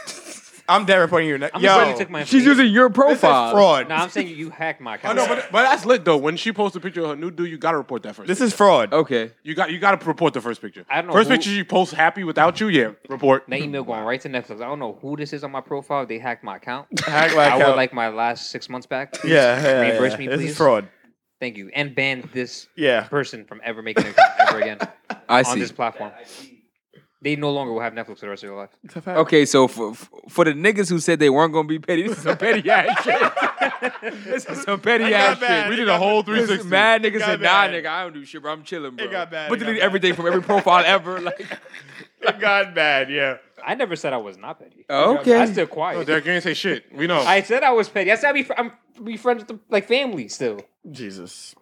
B: I'm dead reporting you to Netflix.
C: I'm
B: Yo,
C: glad you took my.
E: She's using your
B: this is
E: profile.
B: fraud.
C: No, I'm saying you hacked my
A: Oh
C: account.
A: no, but, but that's lit though. When she posts a picture of her new dude, you gotta report that first.
B: This is fraud.
C: Oh,
E: Okay.
A: you got you gotta report the first picture.
C: I don't know
A: First
C: who-
A: picture she posts happy without you, yeah. Report.
C: that email going right to Netflix. I don't know who this is on my profile. They hacked my account.
B: [LAUGHS] Hack my
C: I would
B: account.
C: like my last six months back. please.
B: yeah, yeah, yeah.
C: Reimburse me,
B: This
C: please.
B: is
C: [LAUGHS]
B: fraud.
C: Thank you. And ban this
B: Yeah.
C: person from ever making an account ever again
E: I
C: on
E: see.
C: this platform. They no longer will have Netflix for the rest of their life.
B: [LAUGHS]
E: Okay, so for for the niggas who said they weren't gonna be petty, this is some
B: [LAUGHS]
E: petty ass shit. this is some petty
B: It
E: ass
B: got
E: shit.
B: bad.
E: We
B: It
E: did
B: got-
E: a whole 360. Mad niggas
B: It got
E: said, nah,
B: bad.
E: nigga, I don't do shit, bro. I'm chilling, bro.
B: got bad.
E: But
B: It got
E: delete
B: bad. [LAUGHS]
E: everything from every profile ever. Like,
B: It got bad. Yeah.
C: I never said I was not petty.
E: Okay.
C: I still quiet.
B: Oh,
A: No, Derek, you ain't say shit. We know.
C: I said I was petty. I said I be fr- I'm be friends with the, like family still.
B: Jesus.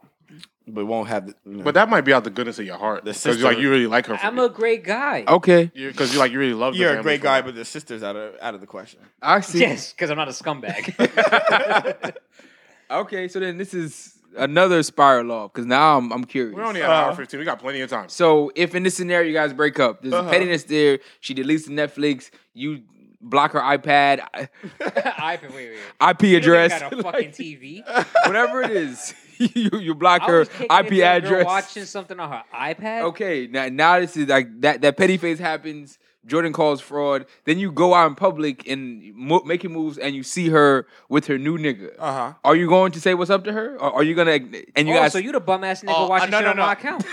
B: But won't have the, you know.
A: but that might be out the goodness of your heart.
B: The
A: Because
B: sister-
A: like you really like her.
C: I'm a great guy.
E: Okay.
A: Because you like you really love. the
B: you're a
A: family
B: great
A: for
B: guy,
A: that.
B: but the sister's out of out of the question.
E: I see.
C: Yes, because I'm not a
E: [LAUGHS]
C: scumbag. [LAUGHS]
E: Okay, so then this is another spiral off because now I'm, I'm curious.
A: We're only at an
F: Uh,
A: hour fifteen. We got plenty of time.
E: so if in this scenario you guys break up, there's
B: Uh-huh.
E: a pettiness there. She deletes the Netflix. You block her iPad, I-
C: I wait, wait, wait.
B: [LAUGHS]
E: IP address, [LAUGHS]
C: Got a fucking
E: like,
C: TV.
E: whatever it is. [LAUGHS] you you block
C: I
E: her
C: was kicking it
E: IP
C: to a girl
E: address.
C: watching something on her iPad.
E: Okay, now now this is like that that petty phase happens. Jordan calls fraud. Then you go out in public and mo- making moves, and you see her with her new nigga.
B: Uh-huh.
F: Uh huh.
E: Are you going to say what's up to her, or are you gonna? And you
C: oh,
E: guys, uh,
C: so you the bum ass nigga
F: Oh,
C: watching
F: no,
C: shit
F: no,
C: on
F: no.
C: my account?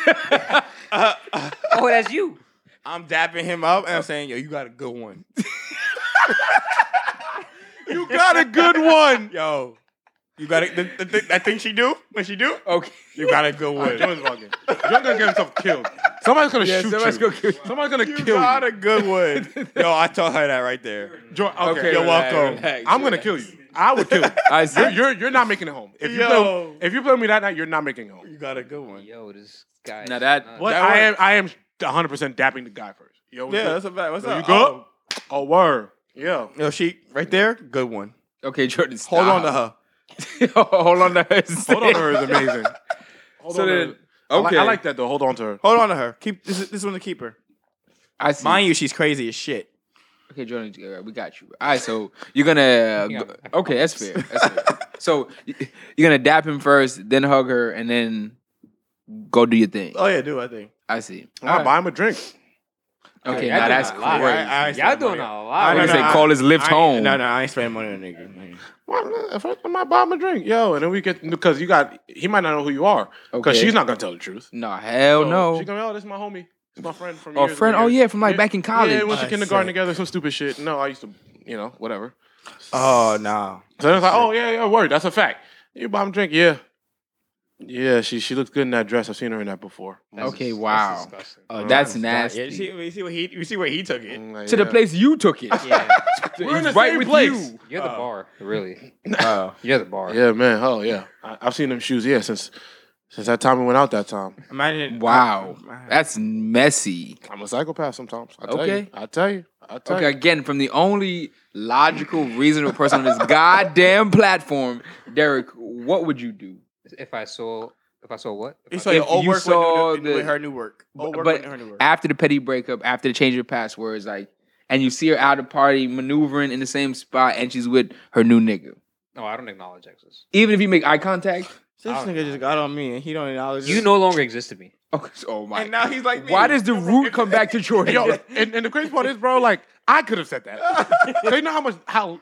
E: [LAUGHS]
C: [LAUGHS] oh, that's you.
F: I'm dapping him up and I'm saying, yo, you got a good one. you got a good one. Yo. You got it. The, the, the, that [LAUGHS] thing she do when she do.
E: okay?
F: You got a good [LAUGHS] one.
A: Jordan's bugging. Jordan's gonna get himself killed. Somebody's gonna
E: Yeah,
A: shoot
E: somebody's
A: you.
E: gonna kill you.
A: Somebody's gonna
F: You
A: kill
F: got
A: you.
F: a good one. [LAUGHS] Yo, I told her that right there.
A: Jordan, okay,
E: Okay,
F: You're
E: relax,
F: welcome.
E: relax,
A: I'm gonna
E: relax.
A: kill you. I would kill you.
E: I see.
A: You're, you're, you're not making it home. If you,
F: Yo.
A: play, if you play me that night, you're not making it home.
F: You got a good one.
C: Yo, this guy.
E: Now that-
C: Uh,
A: But
F: That
A: I am
F: works.
A: I am 100 percent dapping the guy first. Yo, what's
F: Yeah,
A: good?
F: that's a fact. What's
A: Yo,
F: up?
A: you go. Oh, word. Yeah.
F: Oh, yo, she right there. Good one.
E: Okay, Jordan, stop.
F: Hold on to her.
E: her. [LAUGHS] Hold on to her.
A: Hold on to her is amazing. Hold
E: So
A: on to
E: then,
A: her.
E: okay,
A: I like, I like that though. Hold on to her.
F: [LAUGHS] Hold on to her. Keep this. This one's a keeper.
E: I see.
F: Mind you, she's crazy as shit.
E: Okay, Jordan, all right, we got you. All right, so you're gonna.
C: Yeah.
E: go- okay, that's fair. That's fair. so y- you're gonna dap him first, then hug her, and then go do your thing.
B: Uh,
F: Oh yeah, do I think?
E: I see.
A: I'll buy him a drink.
E: Okay,
C: y'all
E: now
C: doing
E: that's
C: a
E: crazy.
C: lot.
F: I- I ain't
C: Y'all
F: spending
C: doing
F: money.
C: a
F: I
C: lot.
F: don't
E: Like I
F: no,
E: [LAUGHS] said,
F: no,
E: call his lift
F: I ain't-
E: home.
F: No, no, I ain't spending money on a nigga.
A: Well, first I might buy him a drink. Yo, and then we get because you got he might not know who you are because
E: Okay.
A: she's not gonna tell the truth.
E: No, hell
A: She
E: no.
A: gonna be, oh, this is my homie. It's my friend from
E: Oh,
A: years
E: friend.
A: and
E: Oh
A: years."
E: yeah, from like back in college.
A: Yeah, we went to
F: I
A: kindergarten
F: see.
A: together, some stupid shit. No, I used to, you know, whatever.
F: Oh no.
A: So then it's like, oh yeah, yeah, word, that's a fact. You buy him a drink, yeah. Yeah, she she looks good in that dress. I've seen her in that before.
E: okay, wow.
C: disgusting.
E: Oh, that's
F: Yeah, you
E: nasty.
F: see, you see what he you see where he took it.
A: I'm Mm, like,
E: to the
A: yeah.
E: place you took it. [LAUGHS]
C: Yeah,
A: We're in the
E: He's right
A: same
E: with
A: place.
E: you.
C: you're the bar, really.
F: Oh.
C: You're the bar.
A: Yeah, man. Oh yeah, I, I've seen them shoes. Yeah, since since that time we went out that time.
B: Oh,
F: Imagine.
E: Wow,
F: I-
E: that's messy.
A: I'm a psychopath sometimes. I tell you.
E: Okay.
A: I tell you. I tell
E: Okay,
A: you.
E: again, from the only logical, reasonable person on this [LAUGHS] goddamn platform, Derek, what would you do?
C: If I saw, if I saw what? If
F: You
C: I-
F: saw your
E: If
F: old
E: you
F: work with
E: saw
F: new-
E: the-
F: with her new work. Old work
E: but
F: with her new work.
E: after the petty breakup, after the change of passwords, like, and you see her out of party maneuvering in the same spot, and she's with her new nigga.
C: no, I don't acknowledge exes.
E: Even if you make eye contact,
F: This nigga just got on me and he don't acknowledge.
C: You
F: it.
C: no longer exist to me.
E: oh, oh
F: [LAUGHS]
E: my!
F: And now he's like, me.
E: Why does the root come [LAUGHS] back to Jordan?
A: Yo, and, and the crazy part is, bro,
E: [LAUGHS]
A: like I could have said
C: [LAUGHS]
A: that. so you know how much how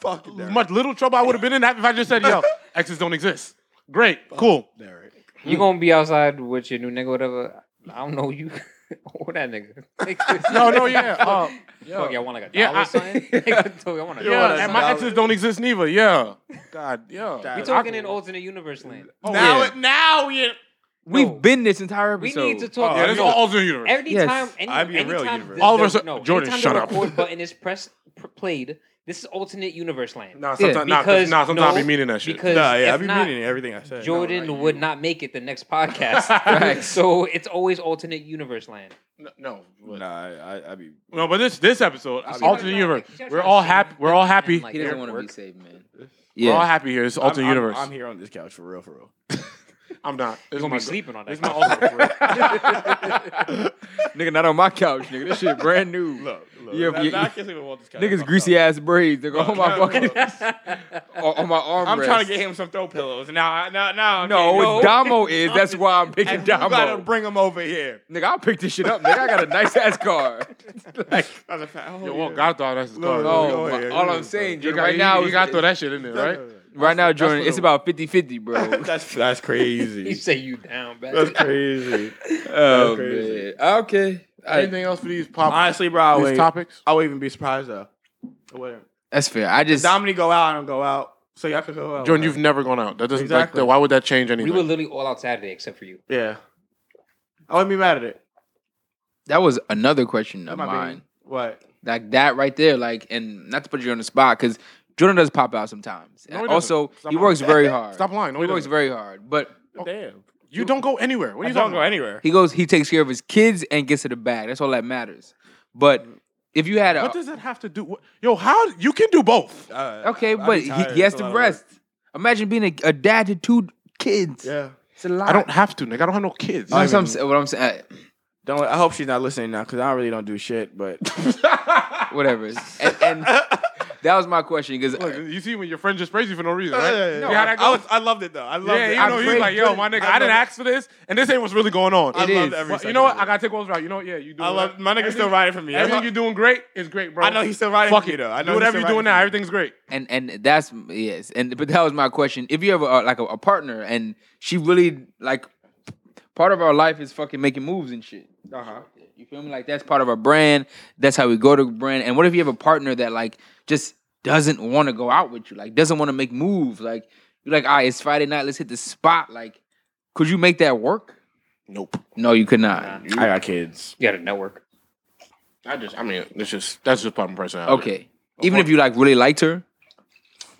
F: fuck it, Derek.
A: much little trouble I would have been in that if I just said,
C: [LAUGHS]
A: "Yo, exes don't exist." Great, cool.
F: Derek.
C: You gonna be outside with your new nigga, whatever. I don't know you [LAUGHS] or that nigga. Like,
A: [LAUGHS] No,
C: [LAUGHS]
A: no, yeah. Uh,
C: Fuck, y'all want like a
A: Yeah,
C: dollar
A: I-
C: sign?
A: [LAUGHS]
C: Like, [LAUGHS] y'all want a dollar
A: yeah,
C: sign?
A: and my exes don't exist neither.
C: [LAUGHS]
A: Yeah. God, yeah. oh,
C: We talking in alternate universe land.
F: now
E: yeah.
F: it now we.
E: We've
C: No.
E: been this entire
C: We
E: episode.
C: need to talk.
A: oh, Yeah, this
C: no,
A: all alternate universe.
C: Every
E: Yes.
C: time, any,
F: I'd be a
C: anytime,
F: real universe.
C: the-
A: All of
C: the-
A: a sudden-
C: no,
A: Jordan,
C: anytime
A: shut
C: the
A: up.
C: record button is pressed, pr- played. This is alternate universe land.
A: Nah, sometimes, nah, 'cause-
C: Because-
A: nah, sometimes I
C: no,
A: be meaning that shit.
C: because
F: Nah,
C: if
F: yeah, I be
C: not,
F: meaning everything I said.
C: Jordan
F: No, like,
C: would not make it the
A: [LAUGHS]
C: next podcast.
E: Facts.
C: So it's always alternate universe land.
A: No, no, but-
F: Nah, I, I be.
A: no, but this this episode,
C: see what
A: alternate
C: I'm
A: universe.
C: saying? Like,
A: We're all happy. We're all happy.
C: Like,
E: he
C: Yeah,
E: doesn't want to be
C: work.
E: saved, man.
A: We're all
E: Yeah,
A: happy here. This is alternate
F: I'm,
A: universe.
F: I'm, I'm here on this couch for real, for
E: [LAUGHS]
F: real. [LAUGHS]
A: I'm not. This is
C: You'll
A: my
C: be
A: gr-
C: sleeping [LAUGHS] on that.
A: This is my
C: couch.
A: [LAUGHS] alternate. universe.
E: nigga, not on my couch, nigga. This shit brand [LAUGHS] new.
F: Look, look.
E: Yeah,
F: Now-
E: yeah.
F: now I can't even want this couch.
E: Niggas
F: Fuck
E: greasy
F: up.
E: ass braids. They go on my
F: look,
E: fucking [LAUGHS] on, on my arm.
F: I'm trying to get him some throw pillows. Now, now, now.
E: [LAUGHS] No,
F: no.
E: it's
C: [LAUGHS]
E: Damo is. That's why I'm picking
F: And you gotta
E: Damo.
F: bring him over here.
E: nigga, I'll pick this shit up. Nigga, I got a nice ass [LAUGHS] car. like,
F: That's a
E: [LAUGHS]
F: fact. Oh,
A: Yo, well,
F: yeah.
A: God thought that's his
F: No, no,
A: car. though.
F: no.
E: oh,
F: yeah,
E: my-
F: yeah,
E: all
F: yeah.
E: I'm saying,
A: You
E: Jordan,
A: got-
E: right now,
A: you,
E: is-
A: got to throw that shit in there, right?
E: right now, Jordan,
A: what
E: it's
A: it-
E: about 50-50, [LAUGHS] bro.
F: [LAUGHS] That's that's
C: you
F: crazy.
C: say you down,
F: [LAUGHS]
C: bad.
F: That's
E: [LAUGHS]
F: crazy.
E: oh
F: crazy. Um,
E: man. Okay. I,
A: Anything else for these pop
F: Honestly, bro, I
A: these
F: would,
A: topics?
F: I would even be surprised though. I wouldn't.
E: that's fair. I just
F: Dominique go out, I don't go out. So you have to go out.
A: Jordan, you've never gone out. That doesn't
F: Exactly.
A: like, why would that change anything?
C: We were literally all out Saturday except for you.
B: Oh,
F: yeah. I wouldn't be mad at it.
E: that was another question of
F: That might be-
E: mine.
A: What?
E: Like that right there, like, and not to put you on the spot, because Jordan does pop out sometimes.
A: No, he
E: and
A: doesn't.
E: also,
A: Stop
E: he
A: lying.
E: works very hard.
A: Stop lying. No,
E: he
A: he
E: works
A: doesn't.
E: very hard, but
F: Damn.
A: You don't go anywhere. What are
F: You
A: you
F: don't
A: talking
F: go
A: about?
F: anywhere.
E: he goes, he takes care of his kids and gets to the bag. That's all that matters. But if you had a
A: What does it have to do? What, yo, how you can do both?
F: Uh,
E: okay,
F: I'd
E: but
F: be
E: he,
F: tired.
E: he has
F: It's a lot
E: to
F: of
E: rest. Imagine being a, a dad to two kids.
A: Yeah.
E: It's a lot.
A: I don't have to, nigga. I don't have no kids.
E: That's what I'm, sa- what I'm saying.
B: Don't. I hope she's not listening now because I really don't do shit.
F: [LAUGHS]
B: But
A: [LAUGHS]
E: Whatever. and, and that was my question because
A: Look, you see when your friend just praise you for no reason, right?
F: yeah, yeah.
A: You know how that
F: work. I,
A: goes?
F: was, I loved it though. I loved
A: yeah,
F: it.
A: you
E: I
A: know, he's
E: pray-
A: like, yo, my nigga, I, didn't ask for this, and this ain't what's really going on.
F: I loved
E: It is.
F: every
A: Well,
F: second
A: you know what?
F: of
A: I
F: it.
A: gotta take one's route. You know, yeah, you do.
F: I love my nigga's still riding for me.
A: Everything you're doing great is great, bro.
F: I know he's still riding
A: Fuck
F: for me,
A: it.
F: though. I know
A: do
F: he's
A: whatever
F: still
A: you're doing
F: riding for
A: now.
F: me.
A: Everything's great.
E: and and that's yes and but that was my question if you ever are like a, a partner and she really like part of our life is fucking making moves and shit
A: Uh-huh.
E: you feel me like that's part of our brand that's how we go to brand and what if you have a partner that like just doesn't want to go out with you like doesn't want to make moves like you're like all right it's friday night let's hit the spot like could you make that work
A: Nope.
E: no you could not
B: I got kids.
C: You got to network.
A: I just, I mean, it's just that's just part of my personality.
E: okay even if you like really liked her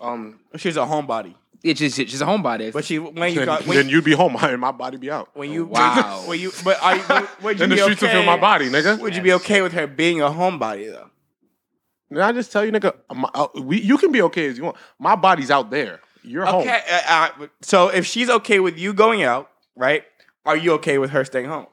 B: Um, she's a homebody,
E: it's just she's a homebody
B: but she when you
A: Then,
B: got
A: then
B: when,
A: you'd be home [LAUGHS] and my body be out.
B: when you
E: Wow.
B: when you but are you, would you
A: Then the
B: be
A: streets will
B: okay?
A: fill my body, nigga.
B: Would you be okay with her being a homebody though?
A: Then I just tell you, nigga, my, uh, we, you can be okay as you want. My body's out there. You're
B: Okay.
A: home.
B: uh, uh, so if she's okay with you going out, right? Are you okay with her staying home?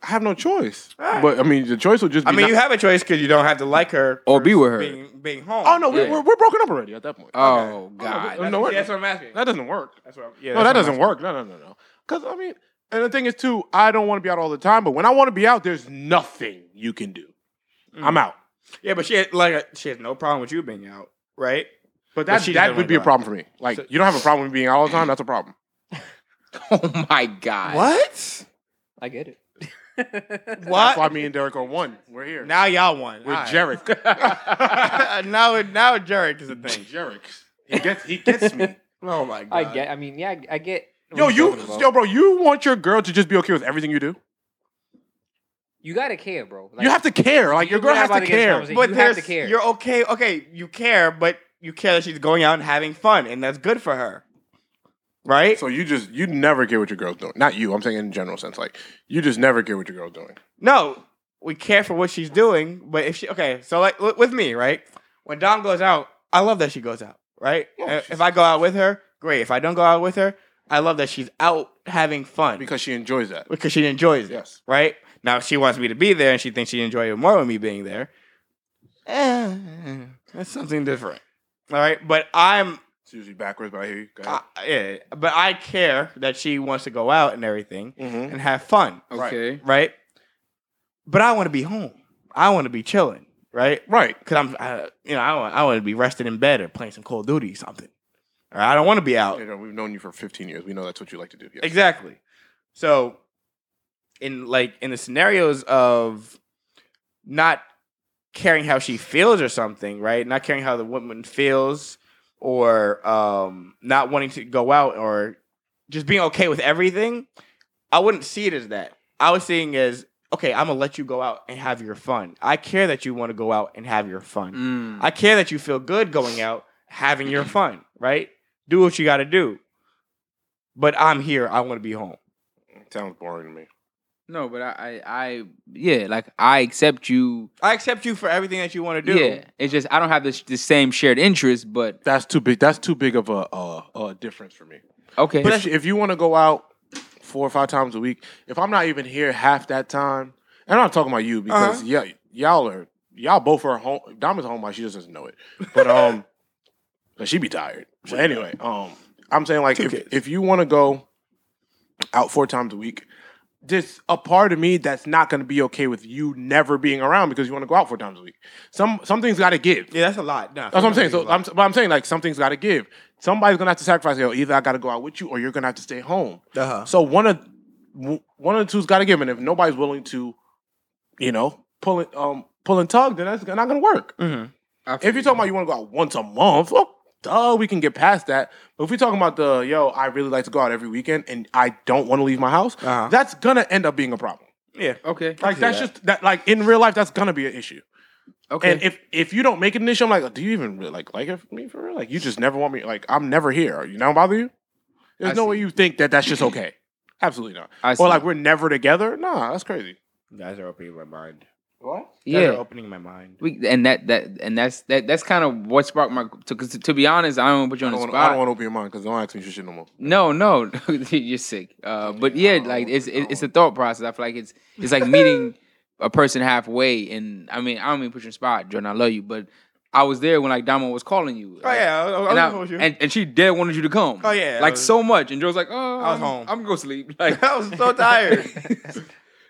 A: I have no choice. But I mean, the choice would just be.
B: I mean,
A: not-
B: you have a choice because you don't have to like her
E: Or
B: for
E: be with her.
B: being, being home.
A: Oh no, we,
E: Yeah.
A: we're, we're broken up already at that point.
B: Uh,
E: oh
B: [LAUGHS]
E: god
A: no, we're-
B: I'm asking.
A: that doesn't work.
B: That's what I'm, yeah,
A: no, that
B: that's what
A: doesn't
B: I'm
A: work. No, no, no, no. Because I mean, and the thing is too, I don't want to be out all the time. But when I want to be out, there's nothing you can do.
B: Mm.
A: I'm out.
B: asking. Yeah, but she had, like uh, she has no problem with you being out, right?
A: But that
B: she
A: that
B: doesn't
A: would be a
B: wanna go out.
A: problem for me. Like you don't have a problem with being out all the time. That's a problem.
E: oh my god
B: What?
C: I get it.
A: That's why
B: What?
A: me and Derek are one. We're here.
B: Now y'all won.
A: We're
B: All
A: Jerick.
B: right. [LAUGHS] now, it- now Jarek is a thing.
A: Jerick. He gets he gets me.
B: [LAUGHS] Oh my god.
C: [LAUGHS] I get. I mean, yeah, I, I get.
A: [LAUGHS]
C: what
A: Yo,
C: he's
A: you
C: talking about.
A: yo, bro, you want your girl to just be okay with everything you do?
C: you gotta care, bro. Like,
A: you have to care. Like your
C: you
A: girl
C: and I
A: has
C: about
A: to
C: to get
A: care.
C: conversation.
B: But
C: You have
B: there's,
C: to care.
B: you're okay. Okay, you care, but you care that she's going out and having fun, and that's good for her, right?
A: So you just you never get what your girl's doing. Not you. I'm saying in general sense. Like you just never get what your girl's doing.
B: No, we care for what she's doing, but if she okay, so like w- with me, right? When Dom goes out, I love that she goes out, right?
A: Yeah,
B: Uh,
A: she's-
B: if I go out with her, great. If I don't go out with her, I love that she's out having fun because,
A: Because she enjoys that.
B: she enjoys it,
A: Yes.
B: right? Now if she wants me to be there, and she thinks she enjoys it more with me being there. Eh, that's something different, all right? But I'm
A: It's usually backwards, but I hear you. Go
B: I,
A: ahead.
B: yeah, but I care that she wants to go out and everything
A: Mhm.
B: and have fun,
E: okay
B: right? But I want to be home. I want to be chilling, right?
A: Right.
B: Because I'm, I, you know, I want I want to be resting in bed or playing some Call of Duty or something. Or I don't want to be out.
A: You know, we've known you for 15 years. We know that's what you like to do. Yes.
B: Exactly. So, in like in the scenarios of not caring how she feels or something, right? Not caring how the woman feels, or um, not wanting to go out, or just being okay with everything. I wouldn't see it as that. I was seeing it as okay. I'm gonna let you go out and have your fun. I care that you want to go out and have your fun.
E: Mm.
B: I care that you feel good going out, having your fun, right? Do what you got to do. But I'm here. I want to be home.
A: Sounds boring to me.
E: No, but I, I, I, yeah, like I accept you.
B: I accept you for everything that you want to do.
E: Yeah, it's just I don't have this the same shared interest, but
A: That's too big. That's too big of a uh, uh, difference for me.
E: okay,
A: If, if you want to go out four or five times a week, if I'm not even here half that time, and I'm not talking about you because yeah, y'all are y'all both are home. Dom is home, like she just doesn't know it, but um, [LAUGHS] but she be tired. But anyway, um, I'm saying like
B: Two
A: if,
B: kids.
A: if you want to go out four times a week. There's a part of me that's not going to be okay with you never being around because you want to go out four times a week. Some something's got to give.
B: Yeah, that's a lot. No,
A: That's what I'm saying. So I'm, but I'm saying like something's got to give. Somebody's gonna have to sacrifice. Yo, either I got to go out with you, or you're gonna have to stay home.
B: Uh-huh.
A: So one of w- one of the two's got to give, and if nobody's willing to, you know, pull it, um, pull and tug, then that's not gonna
B: Mm-hmm.
A: work. If you're talking about you want to go out once a month, oh, duh, we can get past that. But if we're talking about the yo, I really like to go out every weekend, and I don't want to leave my house,
B: Uh-huh.
A: that's gonna end up being a problem.
B: yeah.
E: okay,
A: Like that's just that. Like in real life, that's gonna be an issue.
E: Okay.
A: And if if you don't make it in this show, I'm like, do you even really, like like it for me for real? Like you just never want me. Like I'm never here. You know, bother you. There's
E: I
A: no
E: see.
A: way you think that that's just [CLEARS THROAT] okay. Absolutely not.
E: I
A: Or like we're never together. Nah, that's crazy.
B: You guys are opening my mind.
A: What?
B: You guys
E: yeah.
B: are opening my mind.
E: We, and that that and that's that that's kind of what sparked my. To, 'cause to be honest, I don't want to put
A: I
E: you on
A: don't, wanna,
E: the spot.
A: I don't want to open your mind because don't ask me for shit no more.
E: No, no, [LAUGHS] you're sick. Uh, but yeah, like it's it- it's a thought process. I feel like it's it's
A: [LAUGHS]
E: like meeting a person halfway. And I mean, I don't mean pushing spot, Jordan. I love you, but I was there when like Damo was calling you.
F: Oh
E: like,
F: yeah, I, I, I
E: and, I-
F: was with you.
B: [LAUGHS]
E: and and she dead wanted you to come.
F: Oh, yeah, I
E: like
F: was-
E: so much. And Joe's like, oh,
F: I was
E: I'm-
F: home.
E: I'm gonna go sleep.
F: [LAUGHS]
E: [LAUGHS] Like
F: I was so
G: [LAUGHS]
F: tired.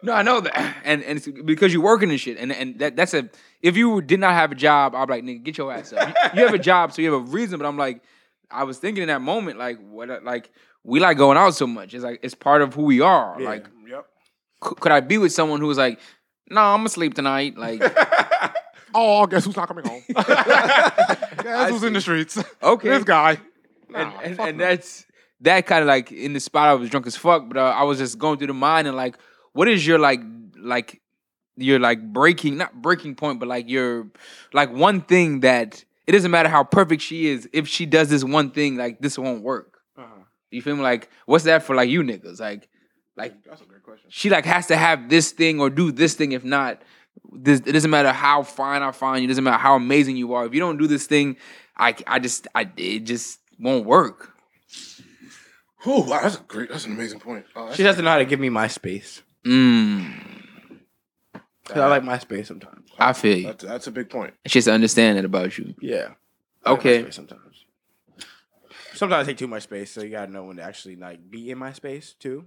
E: no, I know that, and and it's because you're working and shit, and and that that's a if you did not have a job, I'd be like nigga, get your ass up. You, you have a job, so you have a reason. But I'm like, I was thinking in that moment, like what, like we like going out so much. It's like it's part of who we are. Like,
A: Yep.
E: c- could I be with someone who was like, no, I'm gonna sleep tonight.
F: [LAUGHS]
E: Like,
A: Oh, guess who's not commes [LAUGHS] home? guess who's in the streets?
E: okay,
A: This guy. Nah,
E: and, and,
A: fuck
E: and
A: no.
E: that's that kind of like in the spot I was drunk as fuck, but uh, I was just going through the mind and like, what is your like like your like breaking not breaking point, but like your like one thing that it doesn't matter how perfect she is if she does this one thing like this won't work.
A: Uh-huh.
E: You feel me? Like what's that for? Like you niggas like like
A: that's a great question.
E: she like has to have this thing or do this thing. If not, this it doesn't matter how fine I find you. It doesn't matter how amazing you are. If you don't do this thing, I I just I it just won't work.
A: Oh, wow, that's a great. That's an amazing point. Oh,
G: She doesn't know how to give me my space.
E: Mm,
G: 'Cause I like my space sometimes.
E: I feel you.
A: that's, that's a big point.
E: It's just understand that about you.
G: Yeah. I like my
E: Okay.
G: space Sometimes. Sometimes I take too much space, so you gotta know when to actually like be in my space too.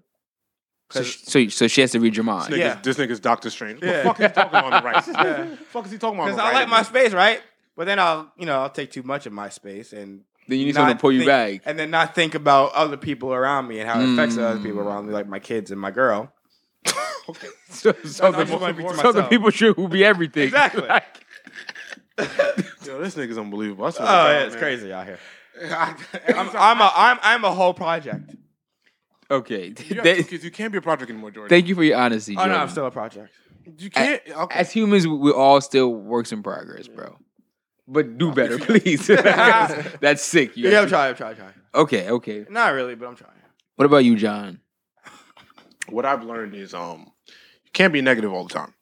E: So, sh- so so she has to read your mind.
A: This nigga's,
G: Yeah.
A: this nigga's Doctor Strange.
G: Yeah.
A: What the fuck is he talking about on the [LAUGHS] right? fuck is he talking about?
G: Because
A: on the
G: I
A: right
G: like
A: of
G: my
A: me?
G: space, right? But then I'll, you know, I'll take too much of my space and
E: Then you need
G: not
E: someone to pull you
G: think-
E: back.
G: [LAUGHS] and then not think about other people around me and how it affects the other
E: Mm.
G: people around me, like my kids and my girl.
E: So, so,
G: I
E: the,
G: just wanna be to
E: so the
G: myself.
E: people should who be everything. [LAUGHS]
G: Exactly.
E: Like,
A: Yo, this nigga's unbelievable. I
G: Oh,
A: swear to God,
G: yeah, it's
A: man.
G: crazy out
E: [LAUGHS]
G: here.
A: [LAUGHS] I'm,
G: I'm, I'm a, I'm, I'm a whole project.
E: okay.
A: you,
E: They-
A: have two kids. you can't be a project anymore, Jordan.
E: thank you for your honesty.
G: Oh no,
E: Jordan.
G: I'm still a project.
A: you can't. okay.
E: As humans, we- we're all still works in progress, bro. But do better,
G: [LAUGHS]
E: [LAUGHS] please. That's sick. You
G: Yeah, I'm trying, I'm trying, I'm trying.
E: okay, okay.
G: Not really, but I'm trying.
E: What about you, John?
A: What I've learned is um, you can't be negative all the time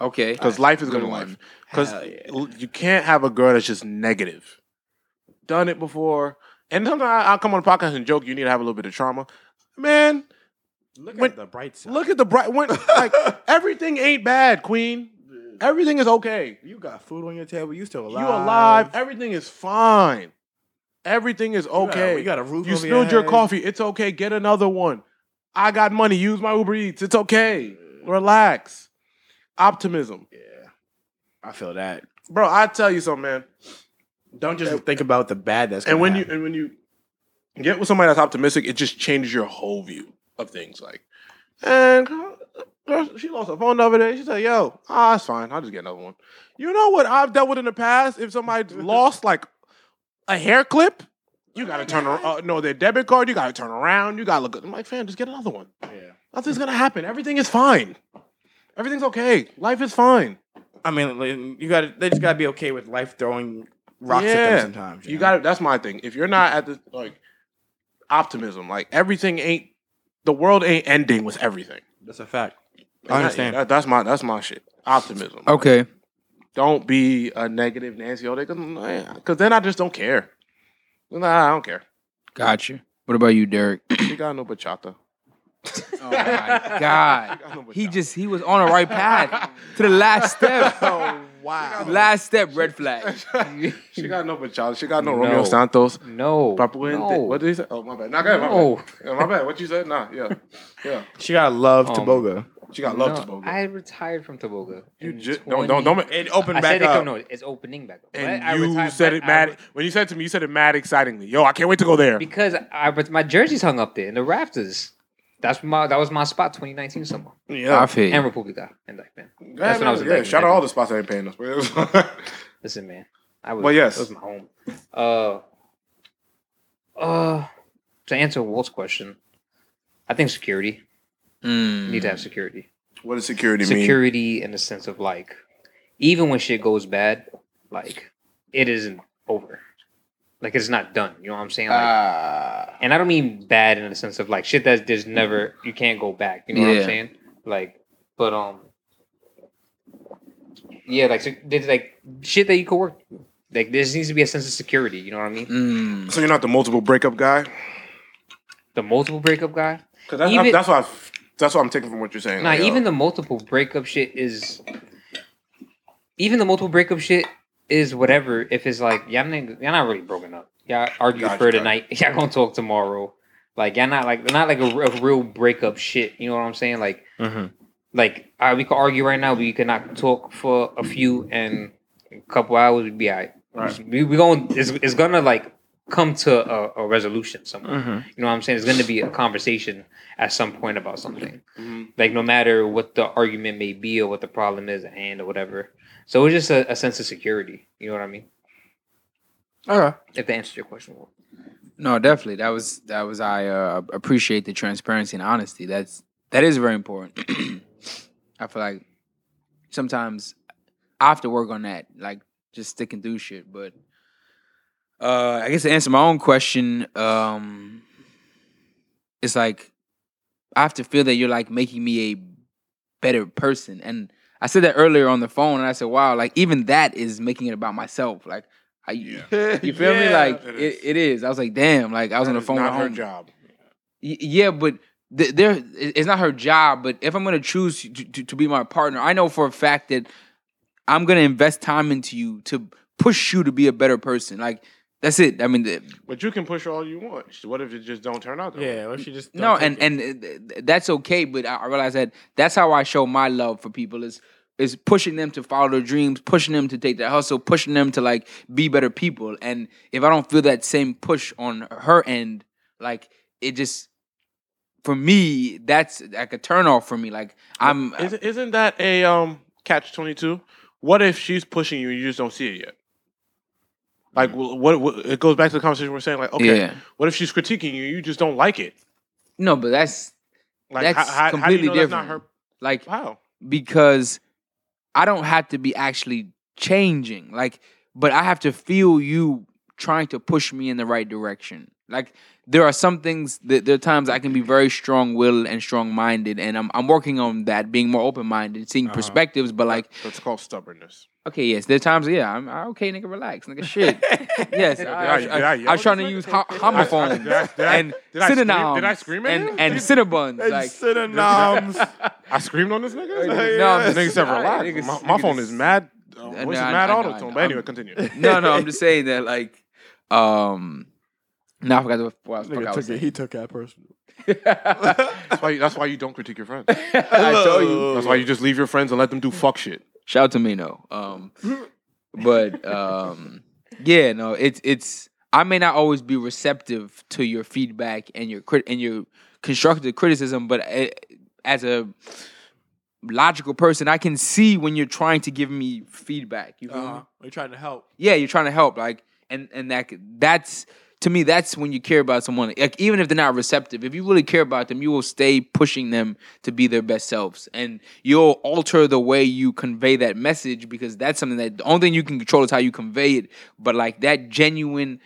E: Okay.
A: because life is gonna
E: Good
A: life.
E: one.
A: Because
G: Hell yeah.
A: you can't have a girl that's just negative. Done it before, and sometimes I- I'll come on a podcast and joke. You need to have a little bit of trauma, man.
G: Look
A: When-
G: at the bright side.
A: Look at the bright one. [LAUGHS] Like everything ain't bad, Queen. Everything is okay.
G: you got food on your table. You still
A: You
G: alive.
A: alive. Everything is fine. Everything is
G: You got-
A: okay.
G: You got a roof.
A: You
G: over
A: spilled your
G: head.
A: coffee. It's okay. Get another one. I got money. Use my Uber Eats. It's okay. Relax. Optimism.
G: Yeah, I feel that.
A: Bro, I tell you something, man.
G: Don't just think about the bad that's.
A: And
G: gonna
A: when you
G: happen.
A: and when you get with somebody that's optimistic, it just changes your whole view of things. Like, and girl, she lost her phone the other day. She said, "Yo, ah, it's fine. I'll just get another one." You know what I've dealt with in the past? If
G: [LAUGHS]
A: somebody lost like a hair clip, you gotta turn around. Uh, no, their debit card. You gotta turn around. You gotta look. I'm like, fam, just get another one.
G: Yeah.
A: Nothing's gonna happen. Everything is fine. Everything's okay. Life is fine.
G: I mean, like, you got to. They just got to be okay with life throwing rocks at
A: Yeah.
G: them sometimes.
A: You
G: know?
A: got to That's my thing. If you're not at the like optimism, like everything ain't the world ain't ending with everything.
G: That's a fact.
A: And
G: I understand.
A: that- that's my that's my shit. Optimism.
E: Okay.
A: Don't be a negative Nancy all day because then I just don't care. Nah, I don't care.
E: Gotcha. What about you, Derek?
C: Oh
A: She got no
C: [LAUGHS]
A: bachata.
E: Oh [LAUGHS] my God. He just he was on
C: [LAUGHS]
E: the right path
C: Oh
E: to the last step.
G: wow.
C: [LAUGHS]
E: last step, red flag.
A: she got no bachata. She got no, Romeo
C: No.
A: Santos.
C: No.
A: Papuente.
C: no.
A: What did he say? Oh my bad. Nah, go ahead, my
C: No.
A: bad. Yeah, my bad. What you said? Nah, yeah, yeah.
G: She got to love
C: Um,
G: Toboga.
A: She got love
C: No,
A: to Bogo.
C: I retired from Toboga.
A: You
C: in
A: just don't don't don't. ma-
G: It opened
C: I
G: back
C: said it,
G: up.
C: no, it's opening back up.
A: And
C: But I
A: you
C: retired-
A: said
C: but
A: it
C: I
A: mad
C: re-
A: when you said it to me. You said it mad excitingly. Yo, I can't wait to go there.
C: because I but my jersey's hung up there in the rafters. That's my that was my spot 2019 summer
A: Yeah,
E: I feel you.
C: and Republica and like man.
A: that's
C: what I was
A: Yeah,
C: thinking.
A: shout out all the spots that ain't [LAUGHS] paying us.
C: Listen, man, I was
A: Well, yes.
C: it was my home. Uh, uh, to answer Walt's question, I think security. You
E: Mm.
C: need to have security.
A: what does security, mean?
C: security in the sense of like even when shit goes bad, like it isn't over. Like it's not done. You know what I'm saying? Like,
E: Ah.
C: and I don't mean bad in the sense of like shit that there's never you can't go back. You know what
E: Yeah.
C: I'm saying? Like, but um, yeah, like so there's like shit that you could work. Like there just needs to be a sense of security. You know what I mean?
E: Mm.
A: So you're not the multiple breakup guy?
C: The multiple breakup guy.
A: Because that's,
C: Even-
A: that's, what I- that's what I'm taking from what you're saying.
C: Nah,
A: Like, yo,
C: even the multiple breakup shit is. Even the multiple breakup shit is whatever. If it's like y'all, niggas, y'all not really broken up. Y'all argue
A: Gotcha,
C: for
A: gotcha.
C: tonight. [LAUGHS] Y'all gonna talk tomorrow. Like y'all not like not like a, r- a real breakup shit. You know what I'm saying? Like
A: Mm-hmm.
C: like all right, we could argue right now, but you cannot talk for a few and a couple hours. We'd be all right. We we going it's, it's gonna like come to a, a resolution somewhere.
A: Mm-hmm.
C: You know what I'm saying? It's gonna be a conversation at some point about something.
A: Mm-hmm.
C: Like no matter what the argument may be or what the problem is at hand or whatever. So it's just a, a sense of security. You know what I mean?
E: Okay.
C: If that answers your question. Will.
E: No, definitely. That was that was I uh, appreciate the transparency and honesty. That's that is very important. [CLEARS THROAT] I feel like sometimes I have to work on that, like just sticking through shit. But uh I guess to answer my own question, um it's like I have to feel that you're like making me a better person. And I said that earlier on the phone, and I said, "Wow, like even that is making it about myself." Like, I, [LAUGHS] you feel me?
A: Yeah.
E: Like
A: It
E: it
A: is.
E: is. it is. I was like, "Damn!" Like I was on the
A: that is
E: phone
A: not
E: at
A: her
E: home.
A: job.
E: Y- Yeah, but th- there it- it's not her job. But if I'm gonna choose to, to, to be my partner, I know for a fact that I'm gonna invest time into you to push you to be a better person. Like that's it. I mean, the,
A: But you can push all you want. What if it just don't turn out that way?
G: Yeah, what if she just
E: no,
G: don't take
E: and
G: it?
E: and uh, th- th- that's okay. But I I realize that that's how I show my love for people is is pushing them to follow their dreams, pushing them to take that hustle, pushing them to like be better people. And if I don't feel that same push on her end, like it just for me that's like a turnoff for me. Like I'm
A: Isn't, isn't that a um, catch twenty two? What if she's pushing you and you just don't see it yet? Like wh- what, what? It goes back to the conversation we we're saying. Like, okay,
E: Yeah.
A: what if she's critiquing you? and You just don't like it.
E: no, but that's
A: Like,
E: That's completely
A: That's not
E: different.
A: her.
E: like
A: How?
E: because I don't have to be actually changing. Like, but I have to feel you trying to push me in the right direction. Like, there are some things that there are times I can be very strong willed and strong minded, and I'm I'm working on that, being more open minded,
A: Uh-huh.
E: seeing perspectives. But like,
A: That's called stubbornness.
E: okay, yes, there are times, yeah, I'm ah, okay, nigga, relax,
A: [LAUGHS]
E: nigga, shit.
G: [LAUGHS]
E: yes, I,
A: I- did I
E: I, I,
A: yell
E: I was trying
A: at
E: to
A: this
E: use
A: nigga?
E: ho- homophones
A: Did I- did I-
E: and
A: did I scream- did I
E: synonyms
A: scream at him?
E: and [LAUGHS] and cinnabuns. Like,
G: [LAUGHS]
F: Synonyms.
A: [LAUGHS] I screamed on this nigga.
E: No, I'm
A: this nigga
E: just-
A: said
E: all right,
A: relax.
E: niggas-
A: My, my
E: niggas-
A: phone is mad. Uh, voice
E: I
A: is
E: know, I
A: mad
E: know, I
A: auto
E: know,
A: tone.
E: I
A: But
E: know.
A: anyway,
E: [LAUGHS]
A: continue.
E: no, no, I'm just saying that like um now I forgot what, what I was, fuck I was saying.
G: he took that personal.
A: That's why. You, that's why you don't critique your friends.
E: I told you.
A: That's why you just leave your friends and let them do fuck shit.
E: Shout out to Mino. Um but um yeah, no, it's it's I may not always be receptive to your feedback and your crit and your constructive criticism, but eh, as a logical person, I can see when you're trying to give me feedback. You feel
B: Uh-huh.
E: me?
G: Uh, we trying to help.
E: yeah, you're trying to help, like, and and that that's to me that's when you care about someone. Like, even if they're not receptive, if you really care about them, you will stay pushing them to be their best selves, and you'll alter the way you convey that message because that's something that the only thing you can control is how you convey it. But like that genuine,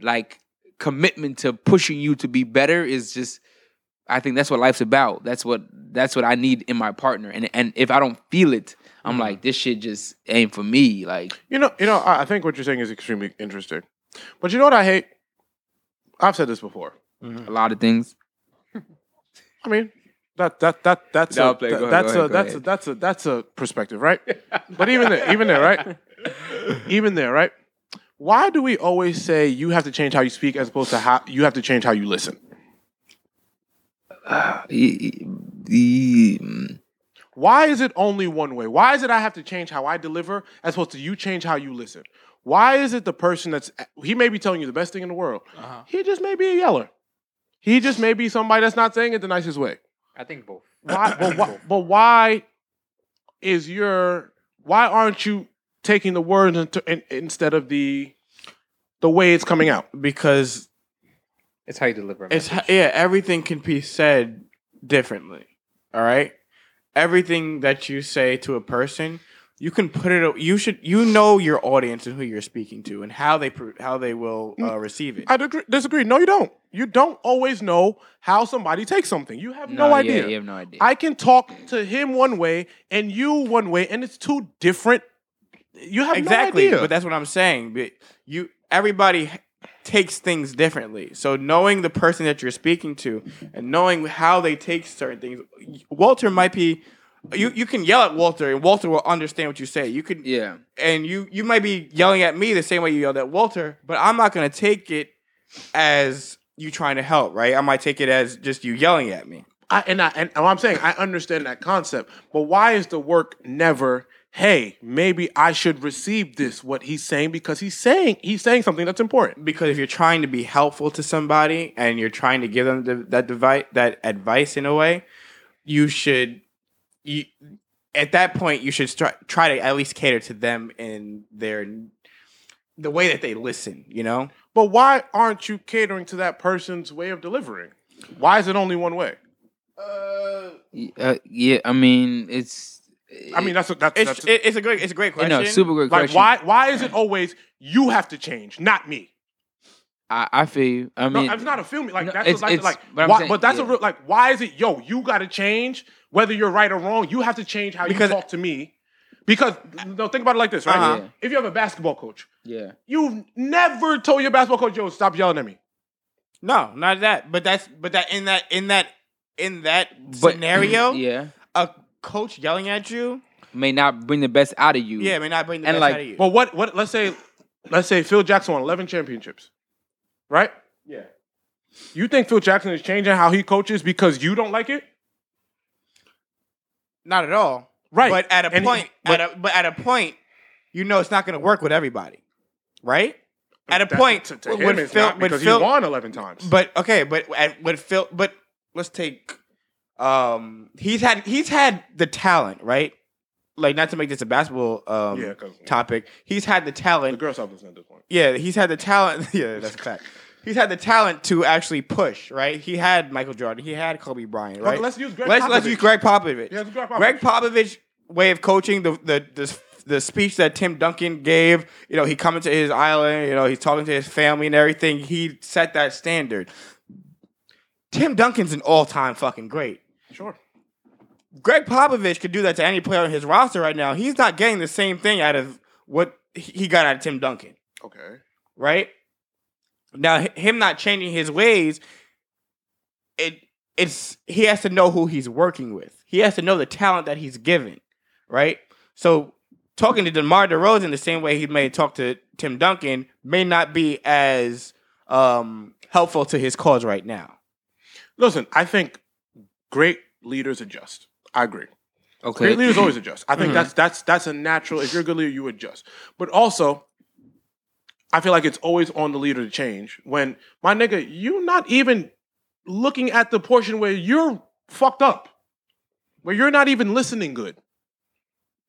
E: like commitment to pushing you to be better is just. I think that's what life's about. That's what that's what I need in my partner, and and if I don't feel it, I'm like this shit just ain't for me. Like
A: You know, you know, I I think what you're saying is extremely interesting. But you know what I hate? I've said this before.
E: a lot of things.
A: I mean, that that that that's
E: No,
A: a,
E: play.
A: that-
E: Go ahead,
A: that's
E: go ahead,
A: a
E: go
A: that's a
E: ahead.
A: that's a that's a perspective, right? But even there, even there, right? Even there, right? Why do we always say you have to change how you speak as opposed to how you have to change how you listen? Why is it only one way? Why is it I have to change how I deliver as opposed to you change how you listen? Why is it the person that's he may be telling you the best thing in the world?
E: Uh-huh.
A: He just may be a yeller. He just may be somebody that's not saying it the nicest way.
C: I think both.
A: Why, but, why, but why is your why aren't you taking the words into, in, instead of the the way it's coming out?
G: Because
C: It's how you deliver. A
G: it's
C: message.
G: yeah, everything can be said differently. All right? Everything that you say to a person,
B: You can put it. You should. You know your audience and who you're speaking to and how they pro- how they will uh, receive it.
A: Mm, I disagree, disagree. No, you don't. You don't always know how somebody takes something. You have no,
E: yeah,
A: idea.
E: you have no idea.
A: I can talk to him one way and you one way, and it's two different. You have
B: exactly,
A: no idea.
B: but that's what I'm saying. But you, everybody h- takes things differently. So knowing the person that you're speaking to and knowing how they take certain things, Walter might be. You you can yell at Walter and Walter will understand what you say. You could
E: yeah.
B: and you you might be yelling at me the same way you yelled at Walter, but I'm not gonna take it as you trying to help, right? I might take it as just you yelling at me.
A: I, and I and I'm saying I understand that concept, but why is the work never? Hey, maybe I should receive this. What he's saying because he's saying he's saying something that's important.
B: Because if you're trying to be helpful to somebody and you're trying to give them the, that device that advice in a way, you should you at that point you should stri- try to at least cater to them in their the way that they listen, you know?
A: But why aren't you catering to that person's way of delivering? Why is it only one way?
E: Y- Uh, yeah, I mean, it's.
A: I mean, that's a, that's,
B: It's
A: that's
B: it, it's a great it's a great
E: it,
B: question.
E: no, super great
A: like
E: question.
A: why why is it always you have to change, not me?
E: I, I feel you. I
A: No,
E: mean,
A: it's not a film. Like
E: no,
A: that's
E: it's-
A: like,
E: it's-
A: like
E: but I'm
A: why,
E: saying-
A: but that's a
E: yeah.
A: real like why is it yo? You got to change whether you're right or wrong. You have to change how
B: Because-
A: you talk to me because no think about it like this right.
E: Uh-huh. Yeah.
A: If you have a basketball coach,
E: yeah.
A: you've never told your basketball coach, yo, stop yelling at me.
B: No, not that. But that's but that in that in that in that
E: But-
B: scenario,
E: [CLEARS THROAT] yeah,
B: a coach yelling at you,
E: may not bring the best out of you.
B: yeah, may not bring the
E: And,
B: best
E: like,
B: out of you.
A: But what what let's say let's say Phil Jackson won eleven championships, right?
H: Yeah.
A: You think Phil Jackson is changing how he coaches because you don't like it?
B: not at all.
A: Right.
B: But at a
A: And-
B: point,
A: but-
B: at a, but at a point, you know it's not going to work with everybody, right? At a
A: That-
B: point,
A: to, to
B: with
A: him, it's
B: Phil-
A: not
B: with
A: because
B: Phil-
A: he won eleven times.
B: But okay, but at, but Phil, but let's take, um, he's had he's had the talent, right? Like not to make this a basketball um
A: yeah, because
B: topic, he's had the talent.
A: the girls have this at this point.
B: Yeah, he's had the talent. [LAUGHS] Yeah, that's a fact. He's had the talent to actually push, right? He had Michael Jordan. He had Kobe Bryant, right?
A: But let's use Greg.
B: let's, let's use Greg Popovich.
A: Yeah, let's Greg Popovich.
B: Greg Popovich way of coaching the the the, the speech that Tim Duncan gave. You know, he coming to his island. You know, he's talking to his family and everything. He set that standard. Tim Duncan's an all time fucking great.
A: Sure.
B: Greg Popovich could do that to any player on his roster right now. He's not getting the same thing out of what he he got out of Tim Duncan
A: Okay.
B: right? Now h- him not changing his ways, it it's he has to know who he's working with. He has to know the talent that he's given, right? So talking to DeMar DeRozan the same way he may talk to Tim Duncan may not be as um, helpful to his cause right now.
A: Listen, I think great leaders adjust. I agree.
E: Okay.
A: Great leaders always adjust. I think
B: Mm-hmm.
A: that's that's that's a natural. If you're a good leader, you adjust. But also, I feel like it's always on the leader to change. When my nigga, you're not even looking at the portion where you're fucked up, where you're not even listening good.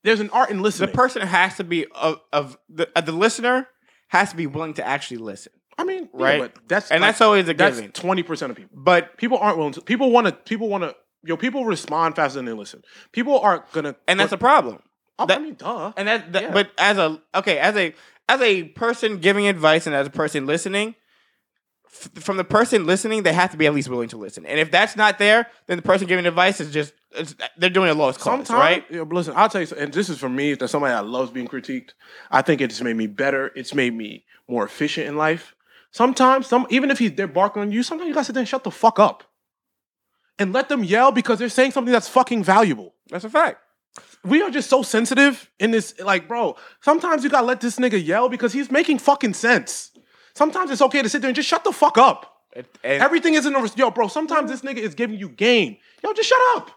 A: There's an art in
B: The
A: listening.
B: person has to be of, of the uh, the listener has to be willing to actually listen,
A: I mean, yeah,
B: Right.
A: but that's
B: and
A: like-
B: that's always a
A: that's
B: given.
A: twenty percent of people.
B: But
A: people aren't willing to people want to people want to yo people respond faster than they listen people are gonna
B: and that's a problem.
A: I
B: that-
A: mean duh
B: And that, that
A: Yeah.
B: but as a okay, as a as a person giving advice and as a person listening, f- from the person listening, they have to be at least willing to listen. And if that's not there, then the person giving advice is just it's, they're doing a lost cause,
A: sometimes
B: right?
A: yo, listen I'll tell you so- and this is for me that somebody that loves being critiqued I think it's made me better it's made me more efficient in life sometimes some even if he's they're barking on you sometimes you gotta sit there and shut the fuck up and let them yell because they're saying something that's fucking valuable
B: That's a fact.
A: we are just so sensitive in this. Like, bro, sometimes you gotta let this nigga yell because he's making fucking sense. Sometimes it's okay to sit there and just shut the fuck up.
B: and-
A: Everything isn't a yo, bro. Sometimes this nigga is giving you game. Yo, just shut up.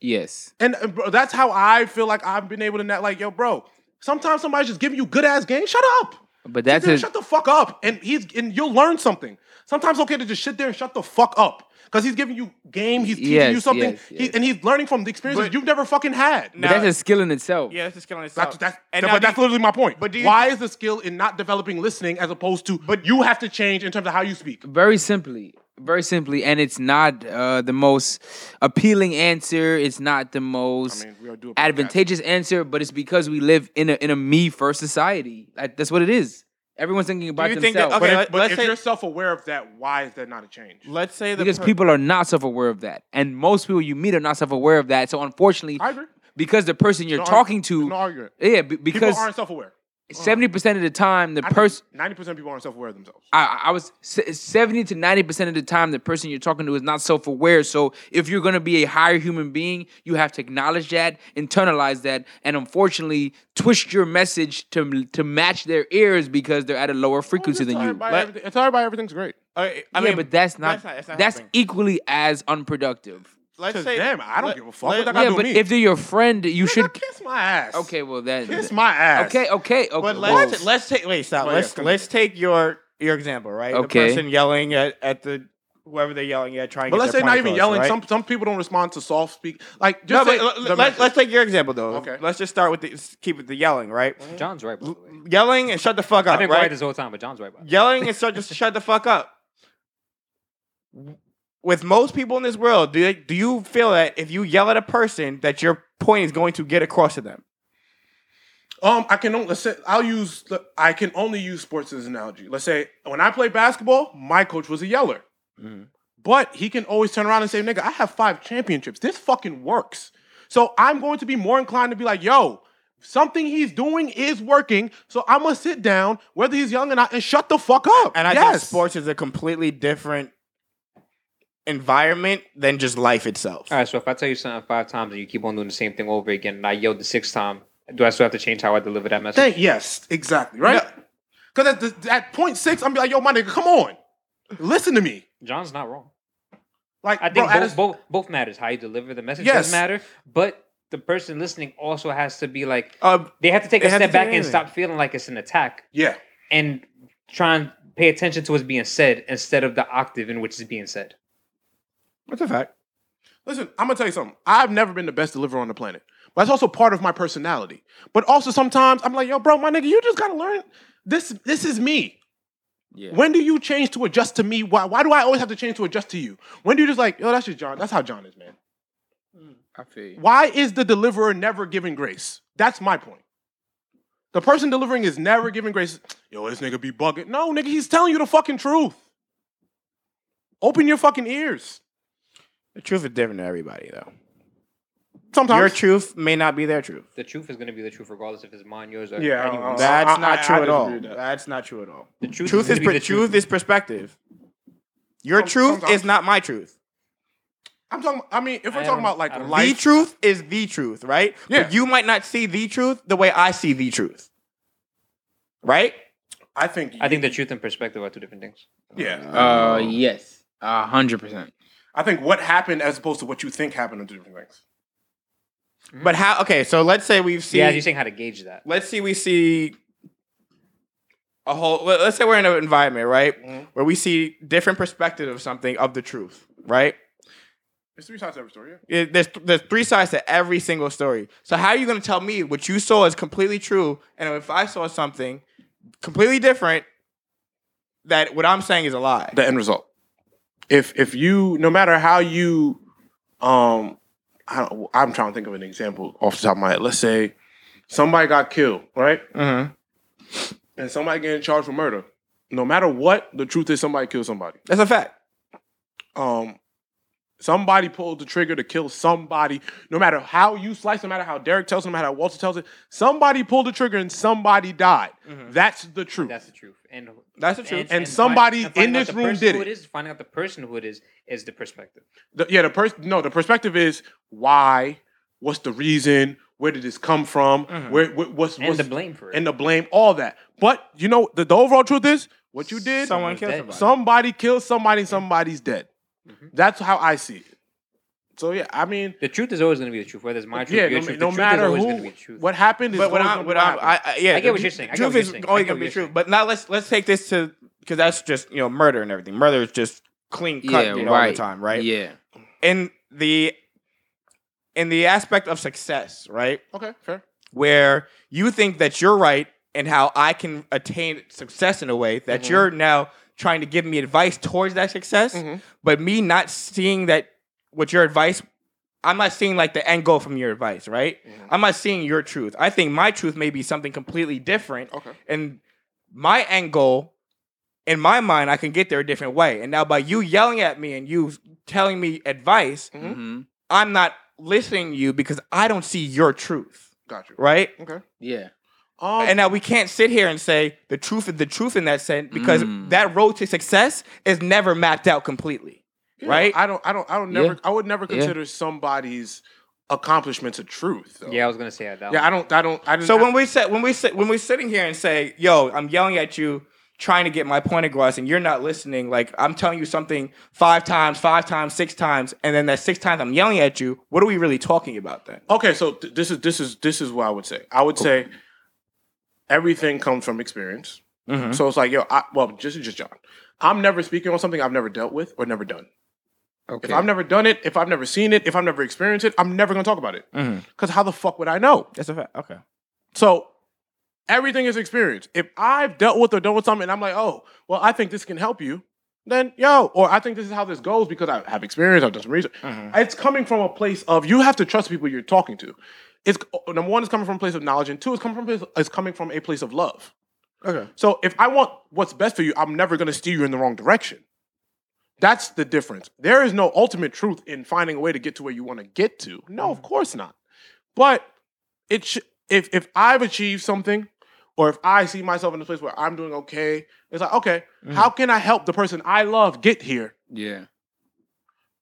E: Yes.
A: And uh, bro, that's how I feel like I've been able to not like yo, bro. Sometimes somebody's just giving you good ass game. Shut up.
E: But that's
A: Sit there and
E: his.
A: shut the fuck up. And he's and you'll learn something. Sometimes it's okay to just sit there and shut the fuck up because he's giving you game. He's teaching
E: Yes,
A: you something,
E: yes,
A: He-
E: yes.
A: and he's learning from the experiences
B: But-
A: you've never fucking had.
E: But that's a skill in itself.
B: Yeah, that's just killing itself.
A: That's, that's,
B: and
A: that-
B: now
A: but
B: do you-
A: that's literally my point.
B: but do you-
A: Why is the skill in not developing listening as opposed to but you have to change in terms of how you speak?
E: Very simply, very simply, and it's not uh, the most appealing answer. It's not the most
A: I mean, we are doing
E: advantageous answer, but it's because we live in a in a me first society. Like, that's what it is. Everyone's thinking about
B: you
E: themselves
B: think that-
A: But,
B: Okay,
A: if,
B: let-
A: but
B: let's
A: if
B: say-
A: you're self aware of that, why is that not a change?
B: Let's say the
E: because
B: per-
E: people are not self aware of that, and most people you meet are not self aware of that. So unfortunately,
A: I agree.
E: because the person you're
A: No argu-
E: talking to,
A: no argument.
E: yeah, be-
A: People
E: because
A: aren't self aware.
B: uh,
E: seventy percent of the time the person.
A: Ninety percent of people aren't self aware of themselves.
E: I, I was se- seventy to ninety percent of the time the person you're talking to is not self aware. So if you're gonna be a higher human being, you have to acknowledge that, internalize that, and unfortunately twist your message to to match their ears because they're at a lower frequency than you.
A: Everybody, everything, it's everybody. Everything's great.
B: uh, I, I
E: yeah,
B: mean,
E: but that's not
B: that's
E: that's,
B: not- that's not happening.
E: equally as unproductive.
B: let's
A: To
B: say
A: them, I don't
B: let-
A: give a fuck.
B: let-
A: What that got
E: Yeah,
A: to do
E: but
A: with me?
E: if they're your friend, you should.
A: kiss my ass.
E: Okay, well then.
A: kiss my ass.
E: Okay, okay, okay.
B: But
E: well,
B: let's let's take wait stop.
A: Oh, yeah,
B: let's
A: come
B: let's take your your example right. The
E: Okay.
B: person yelling at, at the whoever they're yelling at trying.
A: But
B: to
A: let's
B: get
A: say
B: their
A: not
B: point
A: even
B: across,
A: yelling.
B: Right?
A: Some some people don't respond to soft speak. Like
B: no,
A: just
B: but
A: say the
B: let,
A: message.
B: let's, let's take your example though.
A: Okay.
B: Let's just start with the, s- keep with the yelling right.
C: John's right, by the way.
B: Yelling and shut the fuck
C: I've
B: up.
C: been
B: Right.
C: quiet this whole time, but John's right. By the way.
B: yelling and shut just shut the fuck up. With most people in this world, do they, do you feel that if you yell at a person that your point is going to get across to them?
A: Um, I can only let's say I'll use I can only use sports as an analogy. Let's say when I played basketball, my coach was a yeller, but he can always turn around and say, "Nigga, I have five championships. This fucking works." So I'm going to be more inclined to be like, "Yo, something he's doing is working." So I'm gonna sit down, whether he's young or not, and shut the fuck up.
B: And I think
A: yes.
B: sports is a completely different environment than just life itself.
I: All right, so if I tell you something five times and you keep on doing the same thing over again, and I yelled the sixth time, do I still have to change how I deliver that message?
A: Thank- yes, exactly right. Because at, the- at point six, I'm be like, "Yo, my nigga, come on, listen to me."
C: John's not wrong.
A: Like
C: I think
A: bro, at
C: both,
A: a-
C: both both matters. How you deliver the message
A: Yes.
C: does matter, but the person listening also has to be like
B: Uh,
C: they have to take
B: They
C: a
B: have to
C: step back
B: take
C: and
B: it in.
C: stop feeling like it's an attack
A: yeah.
C: and try and pay attention to what's being said instead of the octave in which it's being said.
B: That's a fact.
A: Listen, I'm gonna tell you something. I've never been the best deliverer on the planet. But that's also part of my personality. But also sometimes I'm like, yo, bro, my nigga, you just gotta learn. This this is me.
J: Yeah.
A: When do you change to adjust to me? Why why do I always have to change to adjust to you? When do you just like, yo, that's just John. That's how John is, man.
E: I feel you.
A: Why is the deliverer never giving grace? That's my point. The person delivering is never giving grace. Yo, this nigga be bugging. No, nigga, he's telling you the fucking truth. Open your fucking ears.
B: The truth is different to everybody, though.
A: Sometimes
B: Your truth may not be their truth.
C: The truth is going to be the truth, regardless if it's mine, yours, or
A: Yeah, I-
C: anyone's.
A: I-
B: That's not
A: Uh, I- I
B: true at
A: disagree
B: all.
A: with that.
B: That's not true at all.
C: the truth,
B: truth is
C: gonna be
B: per-
C: the truth.
B: truth is perspective. Your
A: Some-
B: truth
A: sometimes-
B: is not my truth.
A: I'm talking. I mean, if we're
C: I
A: talking
C: don't-
A: about like
C: I don't-
A: life,
B: The truth is the truth, right?
A: Yeah.
B: But you might not see the truth the way I see the truth. Right?
A: I think.
C: I think the truth and perspective are two different things.
A: Yeah,
E: Uh, yes, a hundred percent.
A: I think what happened as opposed to what you think happened are two different things.
B: But how okay, so let's say we've seen
C: yeah, you're saying how to gauge that.
B: let's see we see a whole let- let's say we're in an environment, right? Where we see different perspective of something of the truth, right?
A: It's three sides to every story. Yeah.
B: It- there's there's three sides to every single story. So how are you going to tell me what you saw is completely true, and if I saw something completely different, that what I'm saying is a lie?
A: The end result. If if you, no matter how you, um, I don't, I'm trying to think of an example off the top of my head. Let's say somebody got killed, right?
C: Mm-hmm.
B: Mhm.
A: And somebody getting charged for murder. No matter what, the truth is somebody killed somebody.
B: That's a fact.
A: um somebody pulled the trigger to kill somebody no matter how you slice no matter how derek tells it, no matter how walter tells it somebody pulled the trigger and somebody died that's the truth
C: That's the truth. And
B: That's the truth.
A: And somebody
C: finding
A: in
C: out
A: this
C: the
A: room
C: person
A: did
C: who
A: it.
C: it is, finding out the person who it is is the perspective.
A: The- yeah the person no the perspective is why what's the reason where did this come from where wh- what's,
C: And
A: what's
C: the blame for it.
A: and the blame all that but you know the, the overall truth is what you did
B: Someone
C: Someone's
B: killed
C: dead.
B: somebody.
A: somebody killed somebody and somebody's dead that's how i see it so yeah i mean
C: the truth is always going to be the truth, whether it's my truth
A: yeah,
C: or your
A: no,
C: truth.
A: no
C: the truth is
A: matter
C: always
A: who,
C: going to be the truth.
A: what happened is
B: But what
A: always
B: I'm,
A: gonna
B: what
A: be
B: I'm,
A: happened.
B: I, I, yeah,
C: I get what
B: the
C: you're saying. I get
B: Truth
C: what you're
B: is
C: saying. I
B: always
C: get
B: gonna
C: what
B: be
C: you're
B: true.
C: saying.
B: But now let's let's take this to because that's just you know murder and everything. Murder is just clean cut
E: Yeah,
B: you know, all
E: right.
B: the time, right?
E: Yeah,
B: In the in the aspect of success, right?
A: Okay, fair.
B: where you think that you're right and how I can attain success in a way that you're now trying to give me advice towards that success,
A: Mm-hmm.
C: Mm-hmm.
B: but me not seeing that what your advice, I'm not seeing like the end goal from your advice, right? I'm not seeing your truth. I think my truth may be something completely different,
A: Okay.
B: and my end goal. In my mind, I can get there a different way. And now, by you yelling at me and you telling me advice,
A: Mm-hmm.
E: Mhm.
B: I'm not listening to you because I don't see your truth,
A: Got you.
B: right?
A: Okay.
E: Yeah.
C: Oh,
A: Um,
B: And now we can't sit here and say the truth is the truth in that sense because
E: Mm.
B: that road to success is never mapped out completely.
A: Yeah,
B: right?
A: I don't. I don't. I don't
E: Yeah.
A: never. I would never
E: Yeah.
A: consider somebody's accomplishments a truth. Though.
C: Yeah, I was gonna say that. that
A: Yeah. I don't. I don't. I didn't.
B: So when we sit, when we sit, when we're sitting here and say, "Yo, I'm yelling at you, trying to get my point across, and you're not listening," like I'm telling you something five times, five times, six times, and then that six times I'm yelling at you, what are we really talking about then?
A: Okay, so th- this is this is this is what I would say. I
C: Oh.
A: would say everything comes from experience.
C: Mm-hmm.
A: So it's like, yo, I, well, just just John. I'm never speaking on something I've never dealt with or never done.
E: Okay.
A: If I've never done it, if I've never seen it, if I've never experienced it, I'm never gonna talk about it.
C: Mm-hmm.
A: Because how the fuck would I know?
B: That's a fact. Okay.
A: So everything is experience. If I've dealt with or done with something, and I'm like, oh, well, I think this can help you. Then yo, or I think this is how this goes because I have experience. I've done some research. It's coming from a place of you have to trust people you're talking to. It's number one is coming from a place of knowledge, and two is coming from a place, it's coming from a place of love.
B: Okay.
A: So if I want what's best for you, I'm never going to steer you in the wrong direction. That's the difference. There is no ultimate truth in finding a way to get to where you want to get to. No, of course not. But it sh- if if I've achieved something, or if I see myself in a place where I'm doing okay, it's like okay, how can I help the person I love get here?
E: Yeah.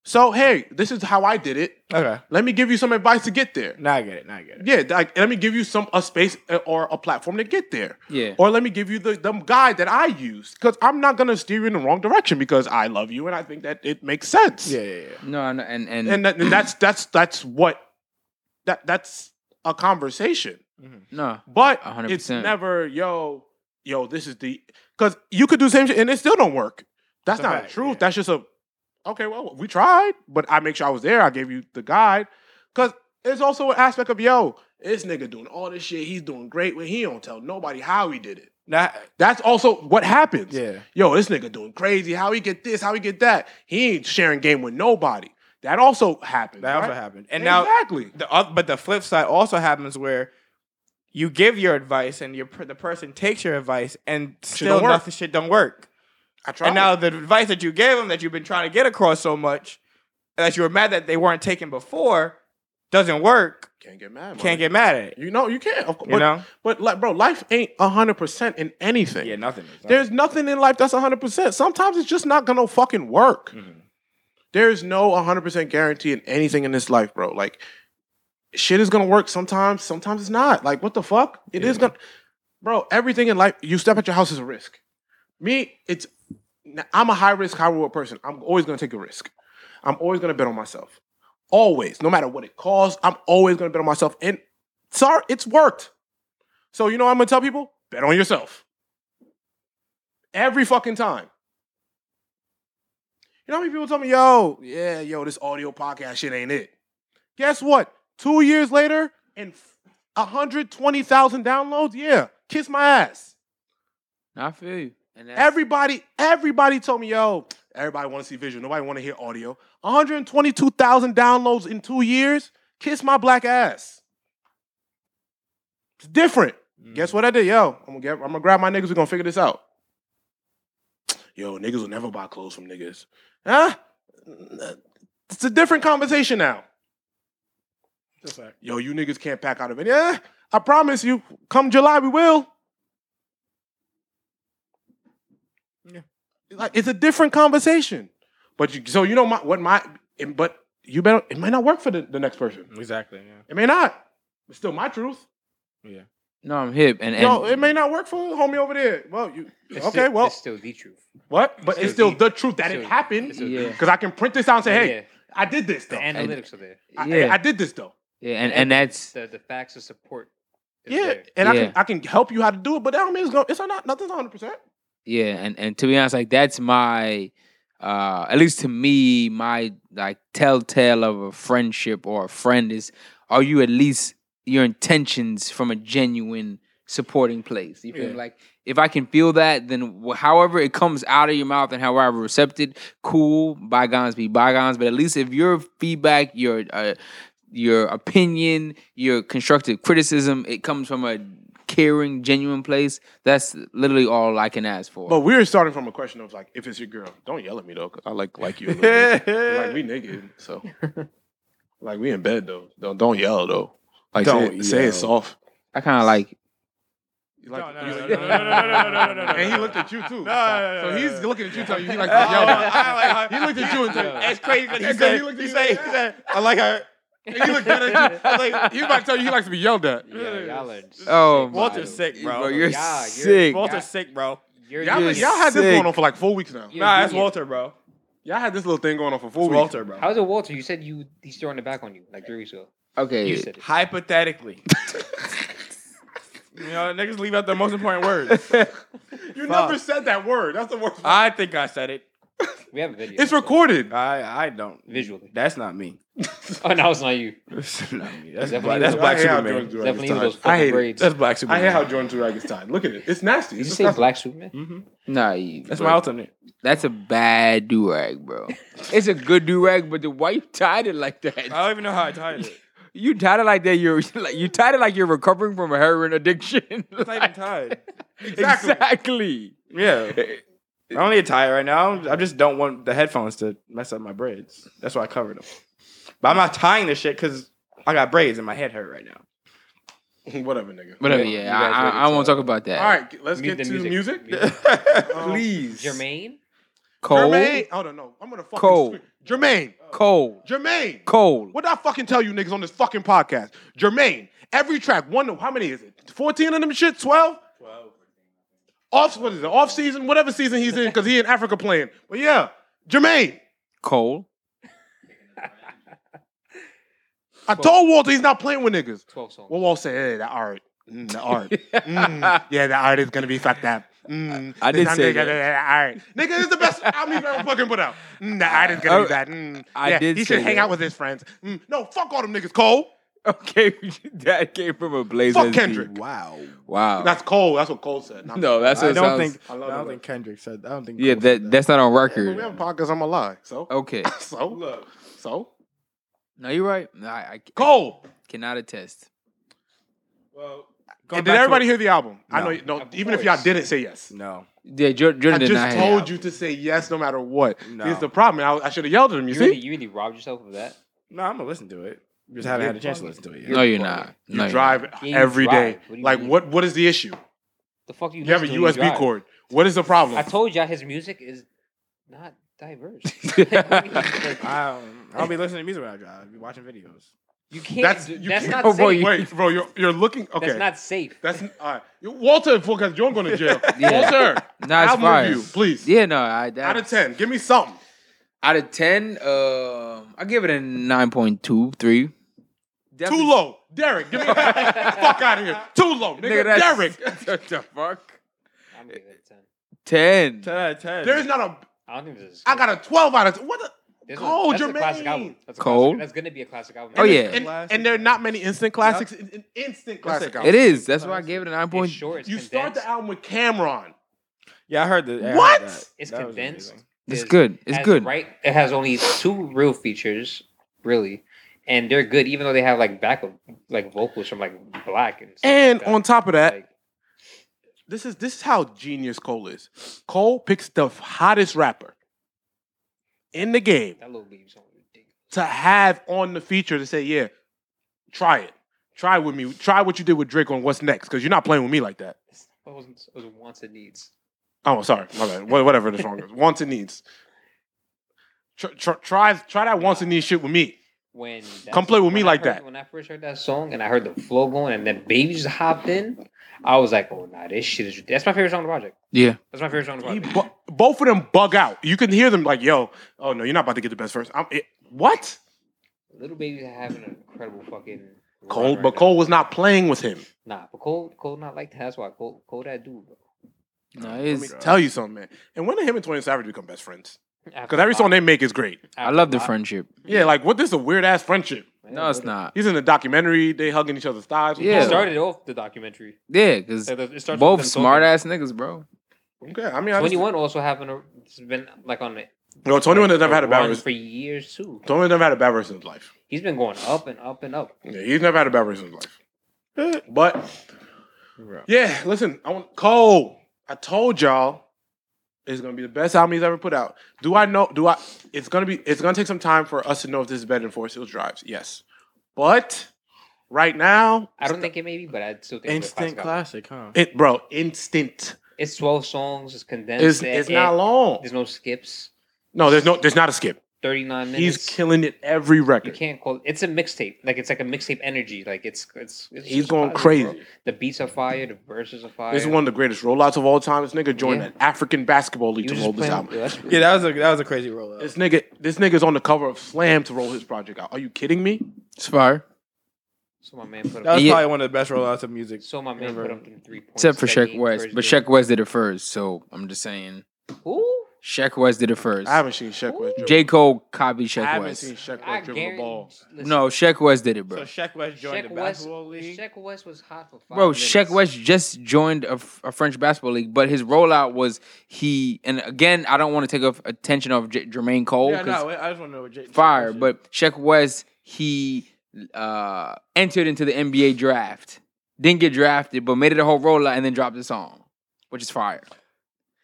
A: So hey, this is how I did it.
B: Okay.
A: Let me give you some advice to get there.
B: Now I get it. Now I get it.
A: Yeah, like let me give you some a space uh, or a platform to get there.
E: Yeah.
A: Or let me give you the, the guide that I use because I'm not gonna steer you in the wrong direction because I love you and I think that it makes sense.
B: Yeah. Yeah. yeah.
E: No, no, and and,
A: and, that, and that's that's that's what that that's a conversation.
E: no.
A: But
E: A hundred
A: it's
E: percent.
A: never yo yo. This is the because you could do the same shit and it still don't work. That's
B: It's a
A: not
B: fact,
A: a truth.
B: yeah.
A: That's just a okay. Well, we tried, but I make sure I was there. I gave you the guide because it's also an aspect of yo. This nigga doing all this shit. He's doing great. When he don't tell nobody how he did it.
B: Now,
A: That's also what happens.
B: Yeah.
A: Yo, this nigga doing crazy. How he get this? How he get that? He ain't sharing game with nobody. That also happened.
B: that also
A: right?
B: happened. And now
A: exactly.
B: the oth- but the flip side also happens where you give your advice and your per- the person takes your advice and still
A: don't work.
B: nothing shit don't work.
A: I tried.
B: And now the advice that you gave them that you've been trying to get across so much that you were mad that they weren't taken before doesn't work.
A: can't get mad.
B: Can't get mad at it.
A: You know, you can't. Of course,
B: You
A: but,
B: know?
A: but like, bro, life ain't hundred percent in anything.
B: Yeah, nothing. is.
A: There's nothing in life that's hundred percent. Sometimes it's just not gonna fucking work. There's no hundred percent guarantee in anything in this life, bro. Like, shit is gonna work sometimes. Sometimes it's not. Like, what the fuck? It is gonna, bro. Everything in life, you step at your house is a risk. Me, it's. I'm a high risk, high reward person. I'm always gonna take a risk. I'm always gonna bet on myself. Always, no matter what it costs, I'm always gonna bet on myself. And sorry, it's worked. So you know what I'm gonna tell people? Bet on yourself. Every fucking time. You know how many people tell me, yo, yeah, yo, this audio podcast shit ain't it. Guess what? Two years later and f- 120,000 downloads? Yeah, kiss my ass.
E: I feel you. And that's,
A: Everybody, everybody told me, yo, everybody want to see visual. Nobody want to hear audio. 122,000 downloads in two years. Kiss my black ass. It's different.
E: Mm.
A: Guess what I did? Yo, I'm gonna, get, I'm gonna grab my niggas. We're gonna figure this out. Yo, niggas will never buy clothes from niggas. Huh? It's a different conversation now. Yo, you niggas can't pack out of it. Yeah, I promise you. Come July, we will. like it's a different conversation. But you, so you know my, what my, and- but you better. It might not work for the, the next person.
B: Exactly. Yeah.
A: It may not. It's still my truth.
E: no, I'm hip. And, and
A: no, it may not work for the homie over there. Well, you
C: It's
A: okay?
C: still-
A: well,
C: it's still the truth.
A: what? But it's still the truth that
C: it's
A: it
C: still-
A: happened.
C: it's
A: Because
C: still-
E: yeah,
A: I can print this out and say, hey,
C: yeah,
A: I did this
C: the
A: though.
C: analytics are there.
A: I,
E: yeah,
A: I did this though.
E: yeah, and and that's
C: The, the facts of support. Is
A: Yeah,
C: there.
A: and I
E: Yeah.
A: can I can help you how to do it, but that don't mean it's going. It's not nothing's one hundred percent.
E: yeah, and and to be honest, like that's my. Uh, at least to me, my like telltale of a friendship or a friend is: Are you at least your intentions from a genuine supporting plays. You feel me?
K: Yeah.
E: like if I can feel that, then wh- however it comes out of your mouth and however receptive, cool, bygones be bygones. But at least if your feedback, your uh, your opinion, your constructive criticism, it comes from a caring, genuine place. That's literally all I can ask for.
A: But we're starting from a question of like, if it's your girl, don't yell at me though, 'cause I like like you. A little bit. like [LAUGHS] we naked, so like we in bed though. Don't don't yell though. Like say,
B: Don't
A: it- say
B: yell.
A: it soft.
E: I kind of like
A: You Like,
L: no,
A: [LAUGHS] you-
L: no, no, no, no, no, no, no, no, no,
A: And he
L: no.
A: looked at you
L: no,
A: too.
L: no,
A: so
L: no,
A: he's
L: no, no.
A: looking at you telling you he
B: [LAUGHS]
A: likes to
L: I
A: yell.
L: like
A: back.
L: how-
A: [LAUGHS] He looked at you and told
L: It's crazy because he
A: He said-
L: said,
A: he looked at
L: he
A: you
L: said, he
A: like-
L: said, I like her.
A: And [LAUGHS] he looked at you. I was Like, he about to tell you he
B: [LAUGHS]
A: likes to be yelled at.
C: y'all are
E: Oh,
L: Walter's sick, bro.
E: Bro, you're
C: Yeah, you're-
E: sick.
L: Walter's sick, bro.
C: You're,
A: Y'all,
E: You're
A: been- y'all had this
E: sick.
A: going on for like four weeks now.
C: you're
L: Nah, it's
C: union.
L: Walter, bro.
A: Y'all had this little thing going on for four
L: It's
A: weeks.
L: Walter, bro.
C: How's it Walter? You said you he's throwing it back on you like three weeks ago. You
E: Okay,
C: said it.
L: Hypothetically.
A: [LAUGHS]
L: you know, niggas leave out the most important
A: [LAUGHS]
L: words.
A: You never said that word. That's the worst.
L: I think I said it.
C: We have a video.
A: it's recorded.
B: I I don't.
C: Visually.
B: That's
A: [LAUGHS]
B: not me.
C: Oh, no, it's not you.
B: That's not me. That's,
C: Definitely
B: black, that's
C: not.
B: black
A: I hate how Jordan
B: Superman.
A: Durag
C: Definitely
A: is
C: even those
A: tied. I
C: fucking
A: hate it.
C: braids.
B: That's black
A: I
B: Superman.
A: hate how Jordan Durag is tied. Look at it. It's nasty.
C: Did
A: It's
C: you say
A: disgusting.
C: Black Superman?
E: nah, you-
B: That's
E: bro.
B: my alternate.
E: That's a bad do rag, bro. it's a good do rag, but the why you tied it like
L: I
E: that?
L: don't even know how I tied it.
E: You tied it like that. You're [LAUGHS] like you tied it like you're recovering from a heroin addiction.
L: It's
A: [LAUGHS]
L: not even tied.
E: exactly. [LAUGHS]
L: Yeah.
B: I don't need a tie right now. I just don't want the headphones to mess up my braids. That's why I covered them. But I'm not tying this shit because I got braids and my head hurt right now.
A: Whatever, nigga.
E: Whatever.
C: You
E: Yeah,
C: guys
E: I,
C: ready
E: I, I won't
C: to-
E: talk about that.
A: All right, g- let's
C: Mute
A: get
C: the
A: to music.
C: music. Mute-
A: [LAUGHS] Please.
C: Jermaine?
E: Cole,
A: Jermaine. Hold on, no. I'm gonna fucking
E: Cole.
A: scream. Jermaine.
L: Oh.
E: Cole,
A: Jermaine.
E: Cole.
A: uh, What did I fucking tell you niggas on this fucking podcast? Jermaine, every track, one, how many is it? 14 of them shit? 12? 12. Off, what is it? Off season? Whatever season he's in, because he in Africa playing. But yeah, Jermaine.
E: Cole. [LAUGHS]
A: I told Walter he's not playing with niggas.
C: 12 songs.
A: Well, Walter said, hey, that art. Mm, the art. Mm, yeah, the art is going to be fucked up. Mm,
E: I did
A: this time
E: say
A: they got
E: that.
A: the art. Nigga, this is the best album he's ever fucking put out. Mm, the art is going to be bad. Mm,
E: I
A: yeah,
E: did
A: He should
E: say
A: hang
E: that.
A: out with his friends. Mm, no, fuck all them niggas, Cole.
E: Okay, [LAUGHS] that came from a blaze.
A: Fuck
E: SB.
A: Kendrick.
B: Wow.
E: Wow.
A: That's Cole. That's what Cole said. not
E: no, that's
B: I
E: what
B: don't
E: sounds-
B: think. I,
A: I love
B: don't
A: it.
B: think Kendrick said. I don't think.
E: Yeah,
B: Cole said
E: that that's not on
A: When we have a
E: record.
A: podcast, I'm gonna lie. So,
E: Okay.
A: [LAUGHS] so, look, so,
E: No, you're right. No, I, I
A: Cole.
E: cannot attest.
A: And did everybody hear the album? I know.
B: No.
A: You, no, even if y'all didn't say yes,
B: No.
E: Yeah, Jor- Jordan
A: I
E: did not
A: just
E: have that.
A: told you to say yes no matter what.
B: No.
A: Here's the problem. I, I should have yelled at him. You
C: You really,
A: see,
C: you really robbed yourself of that?
B: No, I'm gonna listen to it. Just haven't had a chance to listen to it yet.
E: No, you're not.
A: you
E: no, you're not.
A: drive
C: you
A: every day.
C: drive. What do you
A: like,
C: mean?
A: what? What is the issue?
C: The fuck you
A: You have a
C: listen to when you
A: USB
C: drive?
A: cord. What is the problem?
C: I told y'all his music is not diverse.
A: [LAUGHS]
C: [LAUGHS] Like,
B: I don't, I'll be listening to music when I drive. I'll be watching videos.
C: you can't.
A: That's-
C: That's,
A: you
C: that's
A: can't-
C: not
E: Oh,
C: safe.
E: boy, you-
A: Wait, bro, you're you're looking. Okay,
C: That's not safe.
A: That's all right. You- Walter, because you're going to
C: [LAUGHS]
A: jail.
E: Yeah.
A: Walter,
E: Nah, it's
A: album
E: fire.
A: review, please.
E: Yeah, no, I that,
A: Out of ten, give me something.
E: Out of ten, um, I give it a nine point two three.
A: Too low. Derek, give me the
E: [LAUGHS]
A: fuck out of here. Too low, nigga. Derek.
E: What the fuck?
C: I'm gonna give it a 10.
E: Ten.
A: There's not a.
C: I don't think this is.
A: I got a 12 out of. What the?
C: There's
A: Cole
C: that's A classic
A: Jermaine.
C: album. That's a
E: Cole?
C: Classic, that's gonna be a classic album.
E: Oh,
C: And
E: yeah.
A: And, and there are not many instant classics. An an instant classic album.
E: It is. That's why I gave it a nine
C: It's, it's
E: point.
C: short. It's
A: You start
C: condensed.
A: the album with Cameron.
B: Yeah, I heard that. I heard
A: What?
B: that.
C: It's
B: That was
C: condensed.
B: amazing.
E: It's
C: There's-
E: good. It's
C: has
E: good.
C: Right. It has only two real features, really, and they're good. Even though they have like backup, like vocals from like Black and. stuff
A: And
C: like that.
A: on top of that,
C: Like,
A: this is this is how genius Cole is. Cole picks the hottest rapper in the game
C: that little baby song. is ridiculous.
A: to have on the feature to say, yeah, try it. Try with me. Try what you did with Drake on What's Next, because you're not playing with me like that.
C: It's- It wasn't. It was wants and needs.
A: Oh, sorry, my bad. Wha- Whatever the
C: [LAUGHS]
A: song is, wants and needs. Tr- tr- try try that wants and needs shit with me.
C: When that
A: Come play with
C: when
A: me
C: I
A: like
C: heard-
A: that.
C: When I first heard that song and I heard the flow going and then baby just hopped in, I was like, "Oh, nah, this shit is." That's my favorite song on the project.
E: Yeah.
C: That's my favorite song on the
A: He
C: project.
A: bu- both of them bug out. You can hear them like, "Yo, oh no, you're not about to get the best verse." I'm, it, what?
C: Little baby's having an incredible fucking. run
A: Cole,
C: right
A: but
C: now.
A: Cole was not playing with him.
C: Nah, but Cole, Cole not like that. That's why Cole, Cole that dude. Bro.
E: No,
A: Let me
E: it's.
A: tell you something, man. And when did him and Twenty Savage become best friends?
C: After
A: Because every
C: Bob-
A: song they make is great.
E: I love the
C: Bob-
E: friendship.
A: Yeah, like what? This is a weird ass friendship.
E: No, it's not.
A: He's in a documentary. They hugging each other's thighs.
E: Yeah.
C: It started off the documentary.
E: Yeah, because
C: It starts with
E: both
C: them
E: smart
C: talking.
E: ass niggas, bro.
A: Okay. I mean, I
C: Twenty
A: just,
C: One also happened. A, it's been like on the
A: no, Twenty One has never had a bad
C: run
A: race.
C: for years too.
A: Twenty One never had a bad race in his life.
C: He's been going up and up and up.
A: Yeah, he's never had a bad race in his life. But yeah, listen, I want Cole. I told y'all it's gonna be the best album he's ever put out. Do I know? Do I? It's gonna be. It's gonna take some time for us to know if this is better than Four Hills Drives. Yes, but right now,
C: I don't think it may be, but I still think it's a
B: Instant
C: classic. album.
B: classic, huh?
A: it, bro, instant.
C: It's twelve songs. It's condensed.
A: It's,
C: eh,
A: it's
C: eh,
A: not long.
C: There's no skips.
A: No, there's no. There's not a skip.
C: Thirty nine minutes.
A: He's killing it every
C: You
A: record.
C: can't call it's a mixtape. Like it's like a mixtape energy. Like it's it's, it's
A: He's
C: just
A: going
C: fire, bro.
A: crazy.
C: The beats are fire. The verses are fire.
A: This is one of the greatest rollouts of all time. This nigga joined
C: Yeah.
A: an African basketball league
C: You
A: to
C: just
A: roll this
C: playing-
A: album.
C: Yo, that's-
B: [LAUGHS] Yeah, that was a that was a crazy rollout.
A: This nigga, this nigga's on the cover of Slam to roll his project out. Are you kidding me?
E: It's fire.
C: So my man put
B: That
C: up.
B: was
E: Yeah.
B: probably one of the best rollouts of music.
C: So my man put up them three points.
E: Except for
C: that
E: Sheck
C: he
E: West, but
C: encouraged
E: Sheck West did it first, so I'm just saying.
C: them. Who?
E: Sheck West did it first.
A: I haven't seen Sheck West dribble.
E: J. Cole copied
A: I
E: Sheck
A: haven't
E: West.
A: seen Sheck
C: I
A: West dribble the
C: guarantee.
A: ball.
C: listen,
E: No, Sheck West did it,
B: So
E: bro.
B: Sheck West joined
C: Sheck
B: the
C: West.
B: basketball league.
C: Sheck West was hot for five
E: Bro,
C: minutes.
E: Sheck West just joined a, f- a French basketball league, but his rollout was he. And again, I don't want to take off attention of J- Jermaine Cole
B: yeah,
E: 'cause
B: no, I just want to know what Jay.
E: fire, but Sheck West he uh, entered into the NBA draft, didn't get drafted, but made it a whole rollout and then dropped the song, which is fire.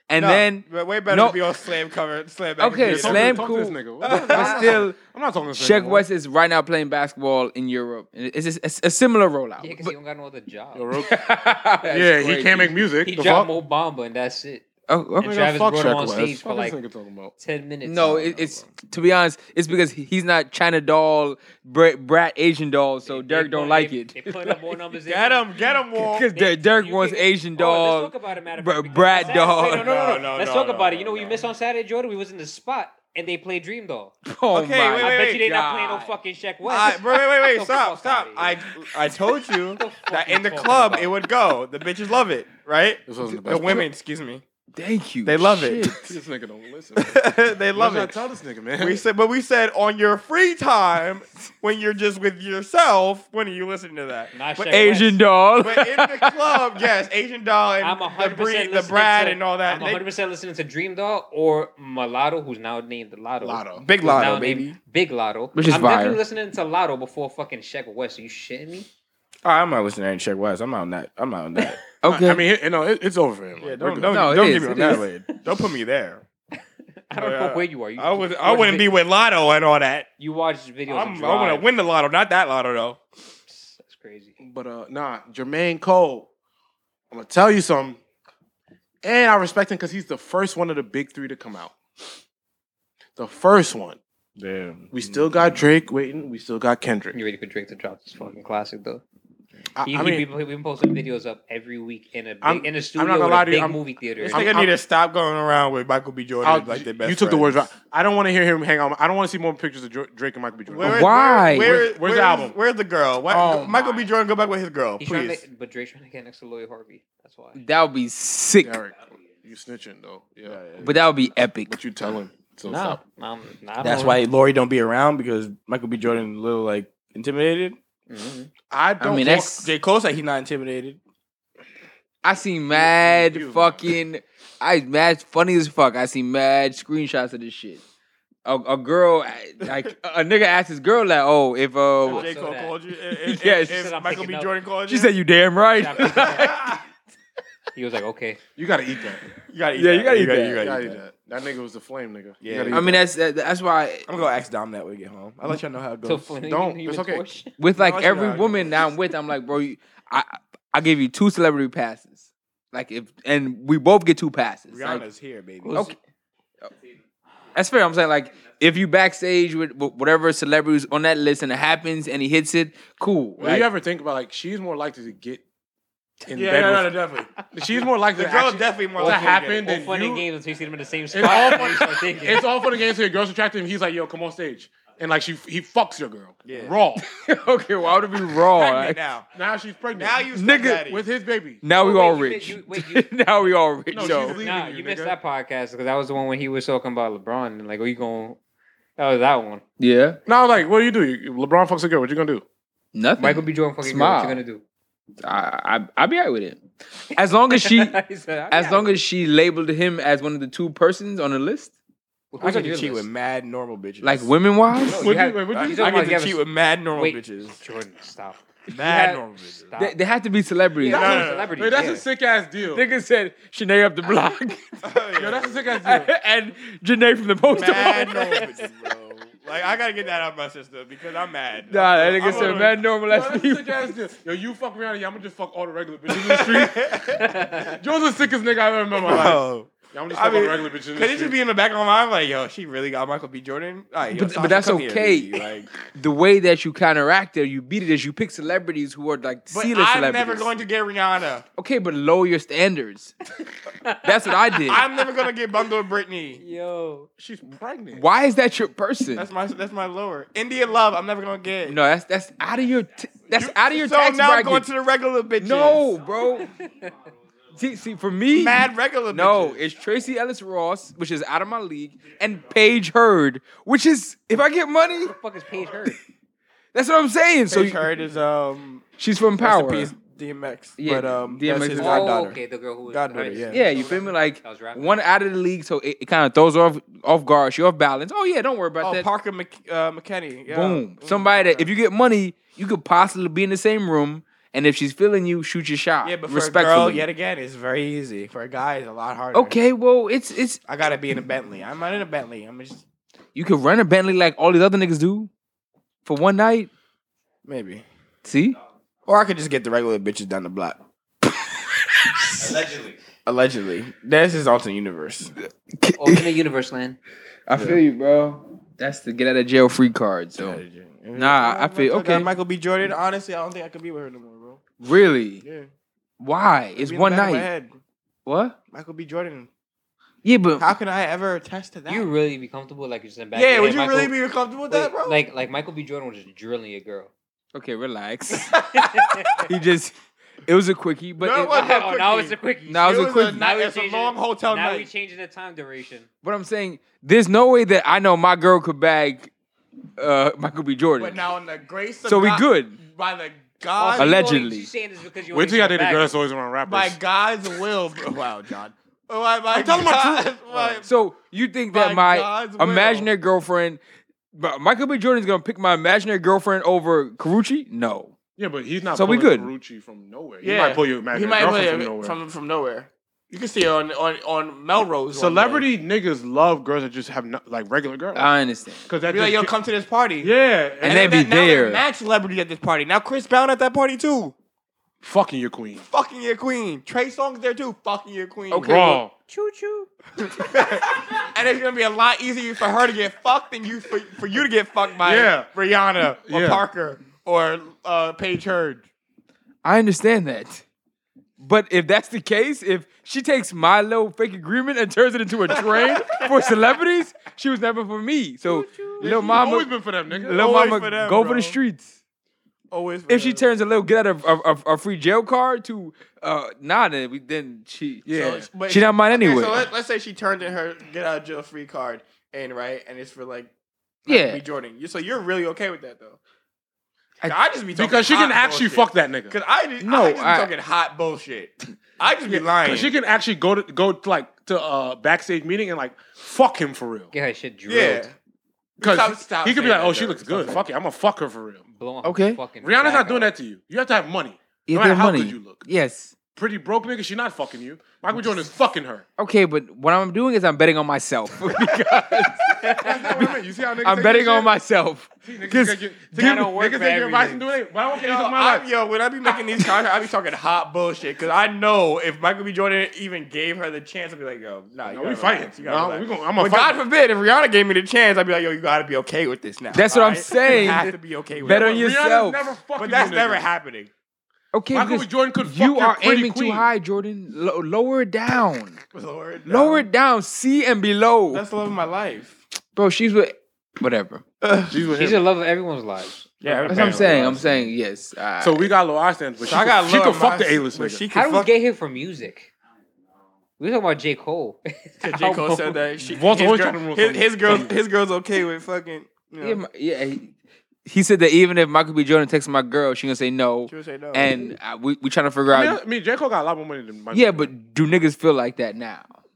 E: And then
B: but way better
E: no-
B: to be on slam cover, slam. back
E: okay,
B: against-
A: Talk to-
B: [LAUGHS]
E: slam
A: talk to
E: cool,
A: this nigga. What the-
E: but still
A: I'm not talking to this
E: Sheck
A: nigga.
E: West is right now playing basketball in Europe. And It's, it's, it's a similar rollout.
C: Yeah, because he don't
E: but-
C: got no other job.
A: Yo, real-
E: That's
A: yeah, he
E: crazy.
A: can't make music.
C: He
A: The
C: dropped
A: fuck?
C: Mo Bamba and that's it.
E: Oh, okay.
C: and
A: Nigga,
C: Travis
A: fuck
C: brought him
A: Sheck
C: on
A: West.
C: stage for
A: Fuck
C: like
A: this nigga talking
C: [LAUGHS]
A: about.
C: Ten minutes.
E: No, it, it's to be honest, it's because he- he's not China doll, brat, brat Asian doll, so
C: They
E: Dirk
C: put-
E: don't like
C: they-
E: it.
C: They put up more numbers. than
B: Get
C: him.
B: him, get him, Wall.
E: Because Dirk
C: You
E: wants
C: can-
E: Asian
C: Oh,
E: doll.
C: let's talk about it, matter of
E: Br-
C: fact, because
E: Brad
C: on Saturday-
E: Dog.
C: wait, No, no, no,
B: No, no,
C: Let's
B: no,
C: talk
B: no,
C: about it.
B: no,
C: You know, what we
B: no.
C: missed on Saturday, Jordan. We was in the spot and they played Dream Doll.
E: Oh
B: Okay,
E: my
B: wait,
C: I
B: wait,
C: bet
B: wait,
C: you they not playing no
E: God.
C: fucking Shaq
B: I,
C: West.
B: wait, wait, wait,
C: Get the
B: wait, stop,
C: fuck outta
B: stop. I, I told you
C: the fuck
B: that
C: you
B: in the
C: talking
B: club
C: about?
B: it would go. The bitches love it, right?
A: This wasn't the
B: The
A: best.
B: women, excuse me,
E: Thank you.
B: They love it.
E: Shit.
A: This nigga don't listen. What
B: they [LAUGHS] love
A: should I
B: it.
A: tell this nigga, man.
B: We said, but we said on your free time when you're just with yourself. When are you listening to that?
C: Not
B: But
C: Shaq
E: Asian doll.
B: But in the club, yes, Asian doll and
C: I'm
B: the,
C: 100
B: Bree,
C: percent
B: the Brad and all that.
C: I'm 100 percent listening to Dream Doll or Mulatto, who's now named Lotto.
A: Lotto.
B: They- Big
C: Who's now
B: Lotto,
C: named
B: baby.
C: Big Lotto.
E: Which is
C: I'm
E: fire.
C: definitely listening to Lotto before fucking Shaq West. Are you shitting me?
B: Oh,
M: All right, I'm not listening to any Check West. I'm out on that. I'm out on that.
E: [LAUGHS] Okay.
A: I mean, it, no, it, it's over for him.
B: [LAUGHS] Yeah,
A: We're
B: don't
A: good.
B: don't,
E: No, it
B: don't
E: is,
B: give me
E: it
B: on that
E: is.
B: way. Don't put me there.
C: I don't
B: Yeah.
C: know where you are. You,
B: I would
C: you
B: I
C: watch
B: wouldn't
C: vi-
B: be with Lotto and all that.
C: You watch videos. of
B: I'm, I
C: Drive.
B: want to win the Lotto, not that Lotto though.
C: That's crazy.
A: But uh, nah, Jermaine Cole. I'm gonna tell you something. And I respect him because he's the first one of the big three to come out. The first one.
M: Damn.
A: We still got Drake waiting. We still got Kendrick.
C: You ready for Drake to drop this fucking classic though?
A: I,
C: He,
A: I
C: he
A: mean,
C: be, we been posting videos up every week in a big,
A: I'm-
C: in a
A: I'm
C: studio
A: not gonna
C: with
A: lie
C: a
A: to you,
C: big
A: I'm-
C: movie theater.
B: This
A: I'm-
B: nigga
A: I'm-
B: need to stop going around with Michael B. Jordan
A: I'll-
B: like
A: you
B: their best.
A: took the words.
B: friends.
A: Out. I don't want to hear him hang on. I don't want to see more pictures of Dra- Drake and Michael B. Jordan.
B: Where-
E: Why?
B: Where,
A: Where's- where's the album?
B: Where's the girl? Why,
E: Oh,
B: Michael
E: my.
B: B. Jordan, go back with his girl,
C: He's trying
B: please.
C: to, but Drake's trying to get next to Lloyd Harvey. That's why.
E: that would be sick,
A: Derek, you snitching though. Yeah,
E: but that would be epic.
A: What you telling? So
B: Nah.
A: stop.
C: Nah, I'm- nah, I don't
M: That's
C: know.
M: why Lori don't be around because Michael B. Jordan a little like intimidated.
C: Mhm.
A: I don't.
E: I mean, that's
B: J. Cole said he's not intimidated.
E: I see mad
A: you-
E: fucking. I mad funny as fuck. I see mad screenshots of this shit. A, a girl like a nigga asked his girl like, "Oh, if uh,
B: J.
C: so
B: Cole
C: that-
B: called [LAUGHS] you. If, if-
E: Yes.
B: if
C: Said I'm
B: Michael B.
C: picking up.
B: Jordan called you.
E: she said you damn right."
C: Yeah, I'm picking
B: [LAUGHS]
C: up. He was like, okay.
A: you gotta eat that.
B: you gotta eat
M: Yeah,
B: that.
M: you gotta eat that.
A: You
M: Yeah,
A: gotta,
M: you
A: eat that. that. nigga was the flame nigga. You
M: Yeah.
A: gotta eat
E: [LAUGHS] I mean, that's that, that's why
M: I'm gonna ask Dom that when we get home. I'll let y'all know how it
C: So
M: goes.
C: funny.
A: Don't.
C: you
A: It's
C: been
A: okay.
C: torched?
E: with like
B: it's
E: every
B: not.
E: woman that I'm with, I'm like, bro, you, I I give you two celebrity passes. Like if and we both get two passes. Like,
M: Rihanna's here, baby.
E: okay. That's fair. I'm saying like if you backstage with wh- whatever celebrities on that list and it happens and he hits it, cool.
A: Do you ever think about like she's more likely to get in
B: Yeah,
A: bed
B: no, no,
A: with?
B: no, definitely.
A: [LAUGHS] She's more likely.
B: The
A: to
B: girl
A: actually-
B: definitely more
A: to
B: likely to get
A: happen
B: it.
C: All
A: than
C: fun
A: you.
C: and games until you see them in the same spot.
A: It's all
C: [LAUGHS] and you start thinking.
A: It's all fun and games. So your girl's attracted him. He's like, yo, come on stage. And like she, he fucks your girl
B: [LAUGHS]
A: raw.
E: [LAUGHS] okay, well, I would be raw.
B: Pregnant
E: Like,
B: now.
A: Now she's pregnant.
B: Now you step
E: Nigga,
B: daddy.
A: with his baby.
E: now we
C: Wait,
E: all
C: you
E: rich.
C: mean- you- wait, you-
E: [LAUGHS] now we all rich.
A: No,
E: yo.
A: she's leaving
C: Nah,
A: you,
C: you missed
A: nigga.
C: that podcast because that was the one when he was talking about LeBron and like, are you going? Oh, that one.
E: Yeah,
A: No, like, what do you do? You- LeBron fucks a girl. What you gonna do?
E: nothing.
C: Michael
E: Michael,
C: B. Jordan fucking
E: Smile.
C: girl, what you gonna do?
E: I, I I be out with it. As long
C: [LAUGHS]
E: as she,
C: He said, "I'm
E: as
C: out."
E: long as she labeled him as one of the two persons on the list,
C: Who's
B: I
C: on
B: get
C: your
B: to cheat
C: list?
B: with mad normal bitches.
E: like women wise,
C: No,
A: What
C: you
A: do
C: had-
A: you- wait, what do
B: I
A: you-
C: he's
B: I
C: talking
B: get
C: about you
B: to
C: have a-
B: cheat with mad normal
C: Wait.
B: bitches.
C: Jordan, stop.
B: Mad
C: had-
B: normal
C: [LAUGHS]
B: bitches.
C: Stop.
E: they, they have to be celebrities.
C: That's
A: No,
C: a
A: no, no.
C: celebrity,
A: Wait, that's
C: yeah.
A: a sick ass deal.
E: [LAUGHS] Nigga said Janae up the block
A: Yo,
B: [LAUGHS]
A: that's a sick ass deal.
E: [LAUGHS] and Janae from the post
B: mad
E: office.
B: normal bitches, bro. Like I gotta get that out of my system because I'm mad.
E: [LAUGHS] Nah, that nigga
B: I'm
E: said
B: on- [LAUGHS]
E: man normal
A: Yo,
E: ass
A: that's a
E: people.
A: sick ass deal. Yo, you fuck Rihanna, yeah, I'm gonna just fuck all the regular bitches in the [LAUGHS] street. Joe's the sickest nigga I've ever met in my life.
B: Bro.
A: Yeah, I'm just
B: I
A: fuck all the
B: mean,
A: regular bitches in
B: Could
A: the
B: it just
A: street.
B: be in the back of my mind, like, yo, she really got Michael B. Jordan? All right, yo,
E: But- but
B: Sasha,
E: that's
B: come here,
E: okay.
B: baby, like-
E: The way that you counteract it, you beat it, is you pick celebrities who are like
B: but
E: C-list
B: I'm
E: celebrities. Oh.
B: never going to get Rihanna.
E: okay, but lower your standards.
C: [LAUGHS]
E: That's what I
B: [LAUGHS]
E: did.
B: I'm never gonna get bundled Britney.
E: [LAUGHS]
C: Yo. [LAUGHS]
A: She's pregnant.
E: Why is that your person?
B: That's my that's my lower. India love, I'm never gonna get.
E: no, that's that's out of your t- that's
B: You-
E: out of your
B: So
E: tax
B: now
E: bracket.
B: I'm going to the regular bitches.
E: no, bro. see, see, for me,
B: mad regular.
E: No,
B: bitches.
E: it's Tracy Ellis Ross, which is out of my league, and Paige Hurd, which is if I get money,
C: The fuck is Paige Hurd?
E: that's what I'm saying. So
B: so
E: you-
B: heard is um
E: she's from
B: rest in
E: Power.
B: peace, DMX.
E: Yeah,
B: but um
E: DMX
B: that's his
E: is-
C: oh,
B: goddaughter.
C: okay, the girl who was
B: Goddaughter,
C: I just-
B: yeah.
E: Yeah, you feel me? Like
C: I was rapping.
E: one out of the league, so it, it kind of throws her off off guard. She off balance. Oh yeah, don't worry about
B: Oh,
E: that.
B: Parker Mc, uh, McKinney. Yeah.
E: Boom.
B: Mm,
E: Somebody that
B: okay.
E: if you get money, you could possibly be in the same room, and if she's feeling you, shoot your shot.
B: yeah, but for a
E: respectfully.
B: girl, yet again, it's very easy. For a guy, it's a lot harder.
E: okay, well, it's it's
B: I gotta be in a Bentley. I'm not in a Bentley. I'm just
E: you could rent a Bentley like all these other niggas do for one night.
B: maybe.
E: See,
B: Or I could just get the regular bitches down the block.
D: Allegedly.
B: Allegedly, this is alternate universe.
C: Alternate Oh, universe land.
E: [LAUGHS] I feel you, bro. That's the get out of jail free card. So nah, I feel
B: got
E: okay.
B: Michael B. Jordan. Honestly, I don't think I could be with her no more, bro.
E: Really?
B: Yeah.
E: Why?
B: Be in
E: It's
B: the
E: one
B: back of my
E: night.
B: head.
E: What?
B: Michael B. Jordan.
E: Yeah, but
B: How can I ever attest to that?
C: You really be comfortable like just in the back?
B: yeah,
C: of
B: would
C: the
B: you
C: head,
B: really
C: Michael-
B: be comfortable with
C: Wait,
B: that, bro?
C: Like, like Michael B. Jordan was just drilling a girl. [LAUGHS]
B: [LAUGHS]
E: okay, relax. he just it was a quickie, but
B: No,
E: it-
B: it wasn't.
C: Oh, now it's
B: quickie.
C: a quickie.
E: Now it's a
B: It was
E: quickie.
B: night-
C: we
B: it's a
C: changing-
B: long hotel
C: now we
B: night.
C: changing the time duration.
E: But I'm saying there's no way that I know my girl could bag uh, Michael B.
B: But
E: Jordan.
B: now, in the grace of
E: so we
B: God-
E: good.
B: By the
C: Oh,
B: God,
C: so you only-
E: Allegedly.
C: you saying this because you
A: Wait
C: only
A: till y'all
C: saw
A: date a
C: back.
A: girl that's always around rappers.
B: by God's will, bro. Oh, Wow, John. By, by I'm talking
A: about
E: So you think that
B: By
E: my
B: God's will.
E: imaginary girlfriend, but Michael B. Jordan's gonna pick my imaginary girlfriend over Carucci? No.
A: yeah, but he's not
E: So we
A: pulling
E: good.
A: Carucci from nowhere.
B: Yeah.
A: He might pull your
B: He
A: imaginary
B: might
A: girlfriend
B: play
A: from
B: it
A: nowhere.
B: from from nowhere. You can see it on on on Melrose. one day.
A: Celebrity niggas love girls that just have no, like regular girls.
E: I understand.
A: Cause that
B: Uh, Be like,
A: [LAUGHS]
B: yo,
A: just,
B: come to this party.
A: yeah, and,
E: And
A: then
E: they be
B: that- now they're
E: there.
B: Mad celebrities at this party. Now Chris Brown at that party too.
A: fucking your queen.
B: Fucking your queen. Trey Songz there too. Fucking your queen.
E: Okay.
A: Raw.
B: And it's gonna be a lot easier for her to get fucked than you for, for you to get fucked by
A: Yeah.
B: Rihanna or
A: Yeah.
B: Parker or uh, Paige Hurd.
E: I understand that. But if that's the case, if she takes my little fake agreement and turns it into
B: [LAUGHS]
E: a train for celebrities, she was never for me. So little
A: always
E: mama,
A: been for them, nigga.
E: little
B: always
E: mama,
B: for them,
E: go for
B: bro.
E: the streets.
B: Always.
E: if she
B: turns,
E: turns a little get out of a, a, free jail card to uh nah then we then she
A: Yeah.
E: she not mine anyway
B: so let, let's say she turned in her get out of jail free card and right, and it's for like
E: yeah
B: be Jordan. You- So you're really okay with that though?
E: I-
B: I, just be talking
A: Because she can
B: hot
A: actually
B: bullshit.
A: fuck that nigga.
B: Cause I just,
E: No,
B: I just be
E: I-
B: talking hot bullshit. I just be lying.
A: 'Cause she can actually go to go to, like to a backstage meeting and like fuck him for real.
C: Get her shit
B: yeah,
C: drilled.
A: Because
B: Stop- stop
A: he could be
B: saying
A: like,
B: that,
A: oh, she
B: though.
A: looks
B: Stop
A: good.
B: saying
A: Fuck it, I'm gonna fuck her for real.
C: Blowing
E: Okay.
A: Rihanna's not doing that to you. You have to have money.
E: yeah
A: no
E: they're
A: matter how
E: money
A: good you look,
E: yes
A: pretty broke nigga, she not fucking you. Michael Jordan is fucking her.
E: okay but what I'm doing is I'm betting
A: [LAUGHS]
E: on myself because
A: You see how niggas
E: I'm
A: take
E: betting
A: your
E: on
A: shit?
E: myself
A: Niggas take your- niggas
C: don't work
A: take
C: for
A: your advice
C: everything.
A: and do it. But I don't care.
B: Yo,
A: This is my
B: I,
A: life.
B: yo, when I be making these contracts, I be talking hot bullshit. Cause I know if Michael B. Jordan even gave her the chance, I'd be like, yo, nah, you
A: No, we
B: gotta
A: fighting.
B: relax. You gotta
A: No,
B: relax.
A: we gonna- I'ma
B: But
A: fight.
B: God forbid if Rihanna gave me the chance, I'd be like, yo, you gotta be okay with this now.
E: That's what I'm
B: Alright? [LAUGHS]
E: saying.
B: You have to be okay with
E: Bet
B: it.
E: on your-
A: Rihanna's
E: yourself.
A: never fucking
B: But that's
A: you, nigga.
B: never happening.
E: okay
A: Michael
E: because
A: Jordan could fuck
E: you
A: your
E: are
A: pretty
E: aiming
A: queen.
E: too high Jordan Lo- lower it down
B: Lord, no.
E: lower it down C and below
B: That's the love of my life.
E: bro she's with whatever
A: She's with
C: She's
A: him.
C: in love with everyone's lives.
B: Yeah,
E: that's what I'm saying I'm saying yes I-
A: So we got low eye stands, but she,
B: I got
A: could, she
B: lower
A: could fuck
B: my-
A: the A-list
B: but
A: nigga.
B: She
C: How
B: could
C: do we
B: fuck.
C: get here for music? We were talking about J. [LAUGHS] Cole.
B: J. Cole said that she,
A: Vaughn's
B: his,
A: always
B: girl,
A: talking about
B: his,
A: something.
B: his girl's his girl's okay with fucking. You know,
E: Yeah, my- yeah. He, he said that even if Michael B. Jordan texts my girl, she gonna say no.
B: she would say no.
E: And I, we we trying to figure
A: I mean,
E: out.
A: I mean, J. Cole got a lot more money than Michael.
E: Yeah, but do niggas feel like that now?
A: What do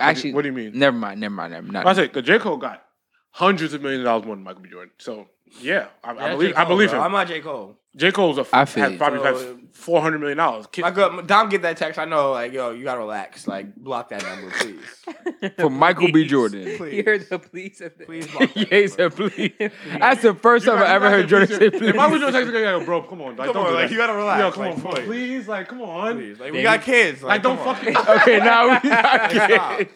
E: Actually,
A: you- what do you mean?
E: Never mind. Never mind. Never mind.
A: I say, because J. Cole got hundreds of millions of dollars more than Michael B. Jordan. So, yeah, I, I believe, I believe him.
B: I'm not J Cole.
A: J. Cole's a,
E: I
A: f-
E: feel
A: had
E: you.
A: probably
B: So- um,
A: had four hundred million dollars. Kid-
B: My girl, Dom get that text. I know, like, yo, you gotta relax. Like, block that number, please.
A: [LAUGHS]
C: [LAUGHS]
E: For Michael B.
C: Please.
E: Jordan.
B: Please.
C: You heard the police at the
A: [LAUGHS]
C: [LAUGHS]
B: Please block that.
E: yeah, he said please. That's the first
A: You
E: time
A: got-
E: I
A: you
E: ever
A: got
E: heard
A: to
E: Jordan
A: please-
E: say
A: If I was
E: please.
A: Jordan Texas, I go, bro, come on, like,
B: Come
A: don't
B: on,
A: do [LAUGHS]
B: like,
A: that.
B: you gotta relax.
A: Yo, come
B: like,
A: on,
B: please.
A: please, like, come on,
B: Please. Like, we got kids.
A: like, don't
B: come on.
A: fuck
B: [LAUGHS]
A: him,
E: [LAUGHS] Okay, now
A: [LAUGHS]
E: we not
B: Stop.
E: kidding.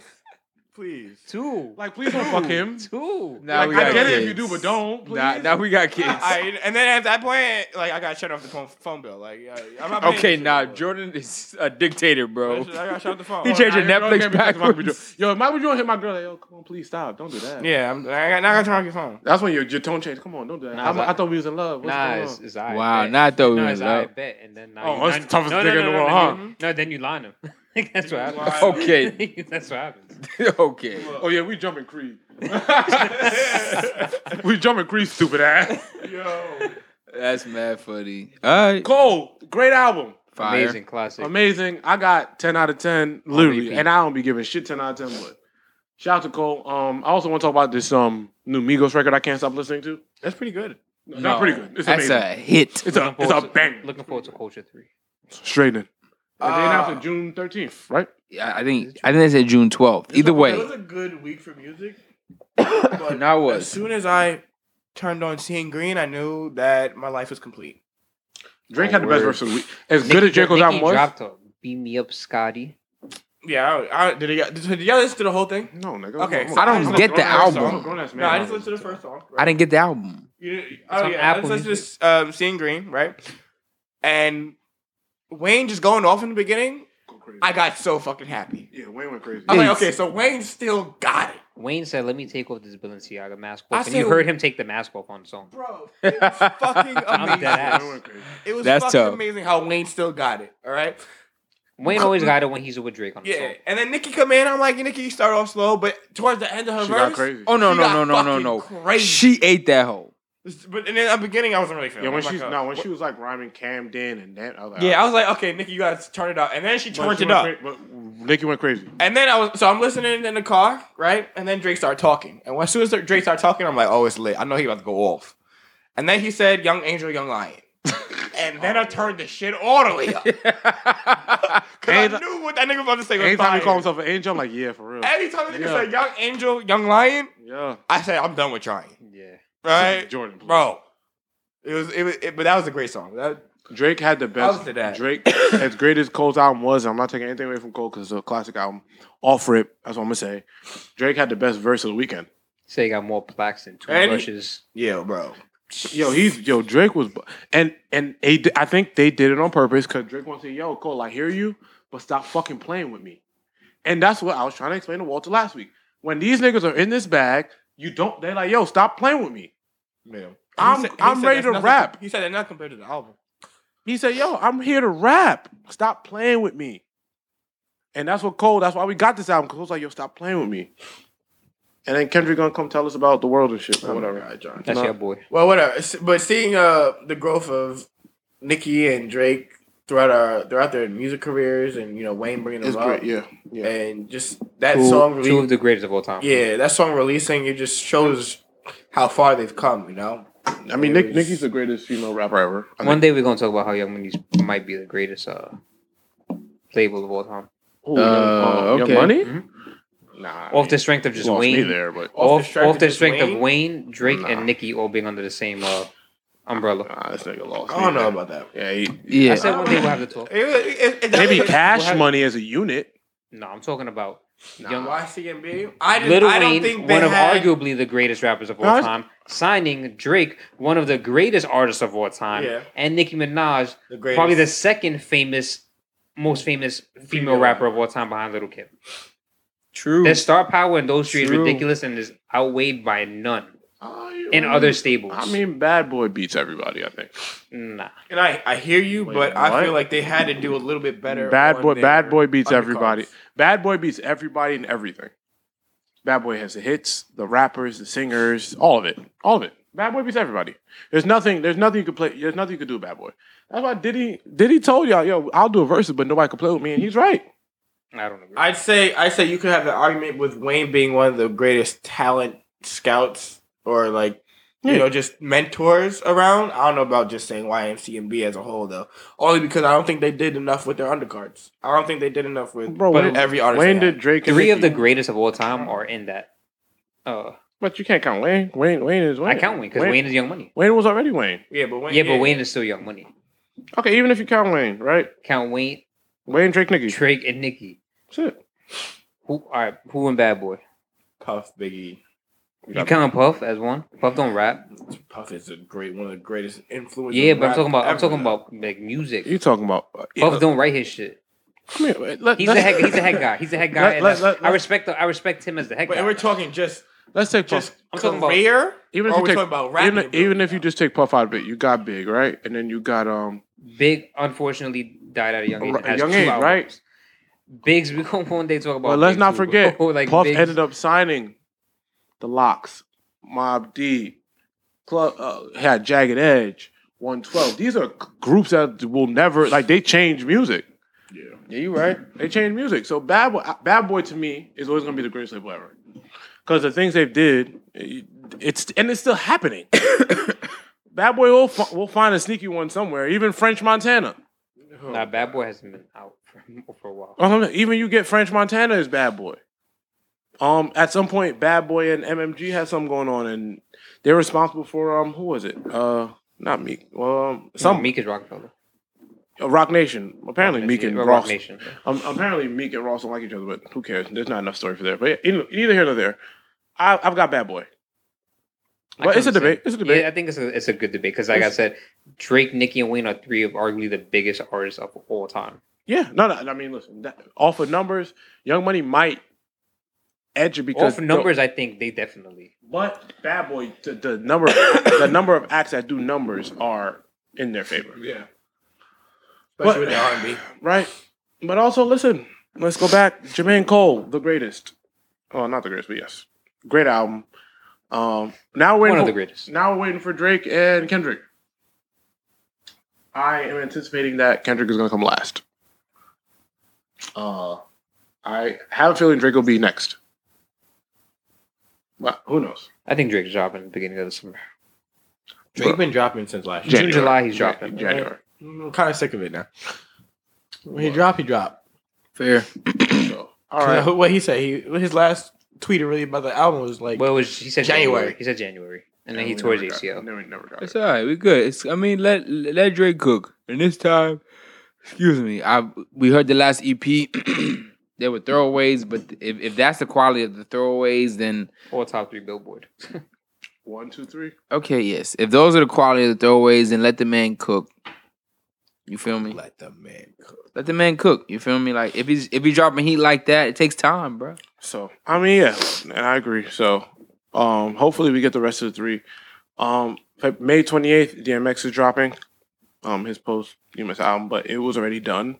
B: Please.
C: two.
A: like, please don't fuck him.
C: Two.
E: Now
A: Like,
E: we
A: I
E: got
A: get
E: kids.
A: it if you do, but don't. Please.
E: Now, now we got kids.
B: I, and then at that point, like, I gotta shut off the phone, phone bill. Like, I, am not paying
E: [LAUGHS] Okay,
B: this
E: now
B: shit.
E: Jordan is a dictator,
B: I
E: bro.
B: gotta shut off the
E: [LAUGHS]
B: phone.
E: He changed your
A: Your girl
E: Netflix
A: can't be texting Michael B.
E: backwards.
A: Jordan. Yo, if Michael B. Jordan hit my girl, like, yo, come on, please stop, don't do that.
B: Yeah, I'm, I got, now I gotta turn off your phone.
A: That's when your, your tone changed. Come on, don't do that.
C: Nah,
A: I'm-
C: but-
A: I thought we was in love. What's
C: Nah,
A: going
C: it's,
A: on?
C: it's I.
E: Wow,
C: bet.
E: now I thought we
C: no,
E: was
C: it's I
E: up.
C: bet, and then now
A: Oh,
C: you
A: that's
C: line-
A: the toughest
C: no, no,
A: nigga in
C: no,
A: the
C: no,
A: world,
C: no,
A: huh?
C: you- No, then you line him. [LAUGHS] that's what happens.
E: Okay,
C: that's what happens. [LAUGHS]
E: [LAUGHS] okay.
A: Oh yeah, we jumping
E: [LAUGHS]
A: Creed. [LAUGHS] we jumping Creed, stupid ass.
B: [LAUGHS]
E: That's mad funny. All right,
A: Cole, great album.
E: fire.
C: Amazing classic.
A: Amazing. I got 10 out of 10, literally.
C: repeat.
A: And I don't be giving shit 10 out of 10, but shout out to Cole. Um, I also want to talk about this um new Migos record I can't stop listening to.
B: That's pretty good.
A: No,
E: No,
A: not pretty good. It's
E: that's
A: amazing.
E: a hit.
A: it's a, it's
C: Looking
A: a
C: forward to-
A: bang.
C: Looking forward to Culture Three.
A: Straightening. Uh, they
B: Uh,
A: announced it June 13th, right?
E: Yeah, I think I think they said June twelfth. Either
B: It
E: way,
B: was a good week for
A: [COUGHS]
B: music.
E: now it
B: As
E: was
B: soon as I turned on Seeing Green, I knew that my life was complete.
A: Drake had the best
C: word.
A: verse of the week. As good as J. Cole's album was.
C: dropped a Beat Me Up, Scotty.
B: Yeah, I, I, did, y'all, did y'all listen to the whole thing?
A: No, nigga.
B: Okay,
A: I'm a-
B: so I don't
A: I'm a
E: get the
A: grown-ass
E: album.
A: song. I'm a grown-ass man.
B: No, I just listened to the first song.
E: I didn't get the album.
B: You didn't, oh,
C: on
B: yeah. I
C: Apple
B: listened to this, um, Seeing Green, right? And Wayne just going off in the beginning,
A: Go crazy.
B: I got so fucking happy.
A: yeah, Wayne went crazy.
B: I'm like,
E: Yes.
B: okay, so Wayne still got it.
C: Wayne said, "Let me take off this Balenciaga mask
B: I
C: off," and you
B: said-
C: heard him take the mask off on the song.
B: Bro, [LAUGHS] it was fucking [LAUGHS]
C: I'm dead
B: amazing.
C: ass.
A: Wayne went crazy.
B: It was
E: That's
B: fucking
E: tough.
B: amazing how Wayne still got it. All right.
C: Wayne always got it when he's with Drake on the
B: Yeah,
C: song.
B: and then Nikki come in. I'm like, Nikki, you start off slow, but towards the end of her
A: She
B: verse,
A: got crazy.
E: Oh no
B: She
E: no
B: got
E: no no no
B: fucking
E: no!
B: crazy.
E: She ate that hoe.
B: But and then at the beginning, I wasn't really feeling.
A: Yeah, when
B: it. I'm
A: she's
B: like,
A: no,
B: oh,
A: when
B: what-
A: she was like rhyming Cam, Dan, and Dan, I was like,
B: yeah, I was like, okay, Nikki, you gotta turn it up, and then she
A: But
B: turned
A: she
B: it
A: went
B: up,
A: cra- but Nicki went crazy.
B: and then I was so I'm listening in the car, right, and then Drake started talking, and when, as soon as Drake started talking, I'm like, oh, it's lit. I know he about to go off, and then he said, "Young Angel,
A: [LAUGHS]
B: Young Lion," and then I turned the shit all the way up because I
A: Anytime
B: knew what that nigga was about to say. Was
A: anytime he
B: fire.
A: called himself an angel, I'm like, yeah, for real.
B: Anytime the nigga
A: Yeah.
B: said "Young Angel, Young Lion,"
A: Yeah.
B: I said, "I'm done with trying."
C: Yeah,
B: Right,
A: Jordan, please.
B: bro. It was it, was, it but that was a great song. That,
A: Drake had the
B: I'll
A: best.
B: say that.
A: Drake, [COUGHS] as great as Cole's album was, I'm not taking anything away from Cole because it's a classic album. Off rip, that's what I'm gonna say. Drake had the best verse of the weekend.
C: say he got more plaques than two
B: And he-
C: brushes.
B: yeah, bro.
A: Yo, he's yo Drake was, and and he, di- I think they did it on purpose because Drake wants to say, yo Cole, I hear you, but stop fucking playing with me. And that's what I was trying to explain to Walter last week. When these niggas are in this bag, you don't. They're like, yo, stop playing with me. I'm I'm ready to rap.
B: He said that not compared to the album.
A: He said, "Yo, I'm here to rap. Stop playing with me." And that's what Cole. That's why we got this album. Cause it was like, "Yo, stop playing with me." And then Kendrick gonna come tell us about the world and shit or whatever.
B: John.
C: That's
A: No.
C: your boy.
B: Well, whatever. S- But seeing uh the growth of Nicki and Drake throughout our throughout their music careers, and you know Wayne bringing them
A: It's
B: up,
A: great. Yeah, yeah.
B: and just that
C: Two,
B: song,
C: two
B: rele-
C: of the greatest of all time.
B: yeah, that song releasing, it just shows how far they've come. You know,
A: I mean, Nick,
B: It was-
A: Nicki's the greatest female rapper ever. I
C: One day we're gonna talk about how Young Money might be the greatest uh, label of all time,
A: think- Ooh, uh, Mm-hmm. Young
E: okay.
A: Money?
C: Mhm.
A: Nah. I
C: off the
A: mean,
C: strength of
A: you
C: just
A: lost me
C: Wayne.
A: there, but
B: Off the
C: off,
B: strength
C: off
B: of
C: the
B: just
C: strength
B: Wayne?
C: of Wayne, Drake,
A: Nah.
C: and Nicki all being under the same uh, umbrella.
A: nah, this nigga lost.
B: I
A: me
B: don't know
A: there.
B: about that.
A: Yeah, he,
E: Yeah,
C: I said one day we'll have to talk.
A: maybe Cash
C: What happened?
A: Money as a unit.
C: No, I'm talking about Young
B: YCMB. I, didn't,
C: Little
B: I don't
C: Wayne,
B: think they
C: one of
B: had,
C: arguably the greatest rappers of all
A: No, I-
C: time, signing Drake, one of the greatest artists of all time,
B: Yeah.
C: and Nicki Minaj,
B: the greatest.
C: probably the second famous, most famous female,
B: Female
C: rapper of all time behind Little Kim.
E: true.
C: Their star power in those three is
E: True.
C: ridiculous and is outweighed by none.
A: Oh, you
C: in other stables.
A: I mean, Bad Boy beats everybody. I think
C: nah.
B: And I, I hear you,
A: Wait,
B: but
A: what?
B: I feel like they had to do a little bit better.
A: Bad
B: on
A: Boy.
B: their
A: Bad Boy beats
B: undercards.
A: everybody. Bad Boy beats everybody and everything. Bad Boy has the hits, the rappers, the singers, all of it, all of it. Bad Boy beats everybody. There's nothing. There's nothing you could play. There's nothing you could do. with Bad Boy. That's why Diddy. Diddy told y'all, yo, I'll do a versus, but nobody can play with me, and he's right.
C: I don't agree.
B: I'd say I'd say you could have an argument with Wayne being one of the greatest talent scouts or like you
A: Yeah.
B: know just mentors around. I don't know about just saying YMCMB as a whole though, only because I don't think they did enough with their undercards. I don't think they did enough with
A: Bro,
B: but
A: Wayne-
B: every artist.
A: Wayne
B: they
A: did
B: had.
A: Drake. and
C: Three of
A: Nicki.
C: the greatest of all time are in that. Uh,
A: But you can't count Wayne. Wayne. Wayne is Wayne.
C: I count Wayne because Wayne is Young Money.
A: Wayne was already Wayne.
B: yeah, but Wayne,
C: Yeah, but Wayne is still Young Money.
A: Okay, even if you count Wayne, right?
C: Count Wayne,
A: Wayne, Drake, Nicki.
C: Drake, and Nicki.
A: That's it.
C: Who all right? Who in Bad Boy?
B: Puff Biggie.
C: You count Puff as one. Puff don't rap.
B: Puff is a great one of the greatest influences.
C: Yeah,
B: of
C: but I'm
B: rap
C: talking about I'm
B: ever,
C: talking
B: though.
C: about like music.
A: You talking about? Uh,
C: Puff don't write his shit.
A: come here, wait, let-
C: He's
A: let's-
C: a head. He's
A: [LAUGHS]
C: a head guy. He's a head guy.
A: Let-
C: and
A: let- let-
C: I respect. The, I respect him as the head
B: But
C: guy.
B: we're talking just
A: Let's take Puff.
B: just
C: I'm talking about-
B: career.
A: Even if you
B: or Oh, we're
A: take,
B: talking about
A: even,
B: rapping
A: even
B: ability
A: if you just take Puff out of it, you got Big, right? And then you got um.
C: Big unfortunately died at a young age. and
A: A
C: has
A: young
C: two
A: age,
C: albums.
A: right?
C: Biggs, we gonna one day talk about.
A: But let's
C: Biggs,
A: not
C: too,
A: forget, [LAUGHS]
C: bro. [LAUGHS] like
A: Puff
C: Biggs,
A: ended up signing the Locks, Mob D, Club uh, had Jagged Edge, One Twelve. These are groups that will never like they change music. Yeah, yeah, you right. They change music. So Bad Boy, uh, Bad Boy to me is always gonna be the greatest label ever, because the things they've did, it's and it's still [COUGHS] happening. Bad Boy will, fi- will find a sneaky one somewhere, even French Montana.
C: Nah, Bad Boy hasn't been out for, for a while.
A: Um, even you get French Montana is Bad Boy. Um, at some point, Bad Boy and MMG had something going on, and they're responsible for um, who was it? Uh, not Meek. Well, um,
C: Some
A: some
C: Meek is Rockefeller.
A: uh, Rock Nation. Apparently, Meek and
C: Rock
A: Ross.
C: Nation.
A: Um, apparently, Meek and Ross don't like each other, but who cares? There's not enough story for there. But either, either here nor there, I, I've got Bad Boy.
C: I
A: But it's a
C: couldn't say-
A: debate. It's a debate.
C: Yeah, I think it's a it's a good debate because, like I
A: It's-
C: said, Drake, Nicki, and Wayne are three of arguably the biggest artists of all time.
A: Yeah, no, no. I mean, listen, that, off of numbers, Young Money might edge it because
C: Off numbers, I think they definitely.
A: But Bad Boy, the, the number, the number of acts that do numbers are in their favor,
B: Yeah. Especially
A: But-
B: with the R&B.
A: right? But also, listen, let's go back. Jermaine Cole, the greatest. Oh, not the greatest, but yes, great album. Um, now we're waiting
C: One of
A: for,
C: the greatest.
A: now we're waiting for Drake and Kendrick. I am anticipating that Kendrick is going to come last. Uh, I have a feeling Drake will be next. But who knows?
C: I think Drake's dropping at the beginning of the summer.
B: Drake been dropping since last year.
C: June, July, he's dropping.
A: January.
B: I'm kind of sick of it now. When he drop, he drop.
E: Fair.
A: So, all right.
B: What he said, he his last tweet really about the album was like,
C: Well, it was, he said
B: January.
C: January. He said January, and then he tore his ACL.
A: No, we never got
E: It's all right. We good. It's, I mean, let let Drake cook. And this time, excuse me. I we heard the last EP. [CLEARS THROAT] they were throwaways, but if, if that's the quality of the throwaways, then
C: All top three Billboard.
A: One, two, three.
E: okay, yes. If those are the quality of the throwaways, then let the man cook. You feel me?
B: "Let the man cook."
E: Let the man cook. You feel me? Like if he's if he's dropping heat like that, it takes time, bro.
A: So I mean, yeah, and I agree. So, um, hopefully we get the rest of the three. Um, Fe- May twenty eighth, DMX is dropping, um, his post DMX album, but it was already done.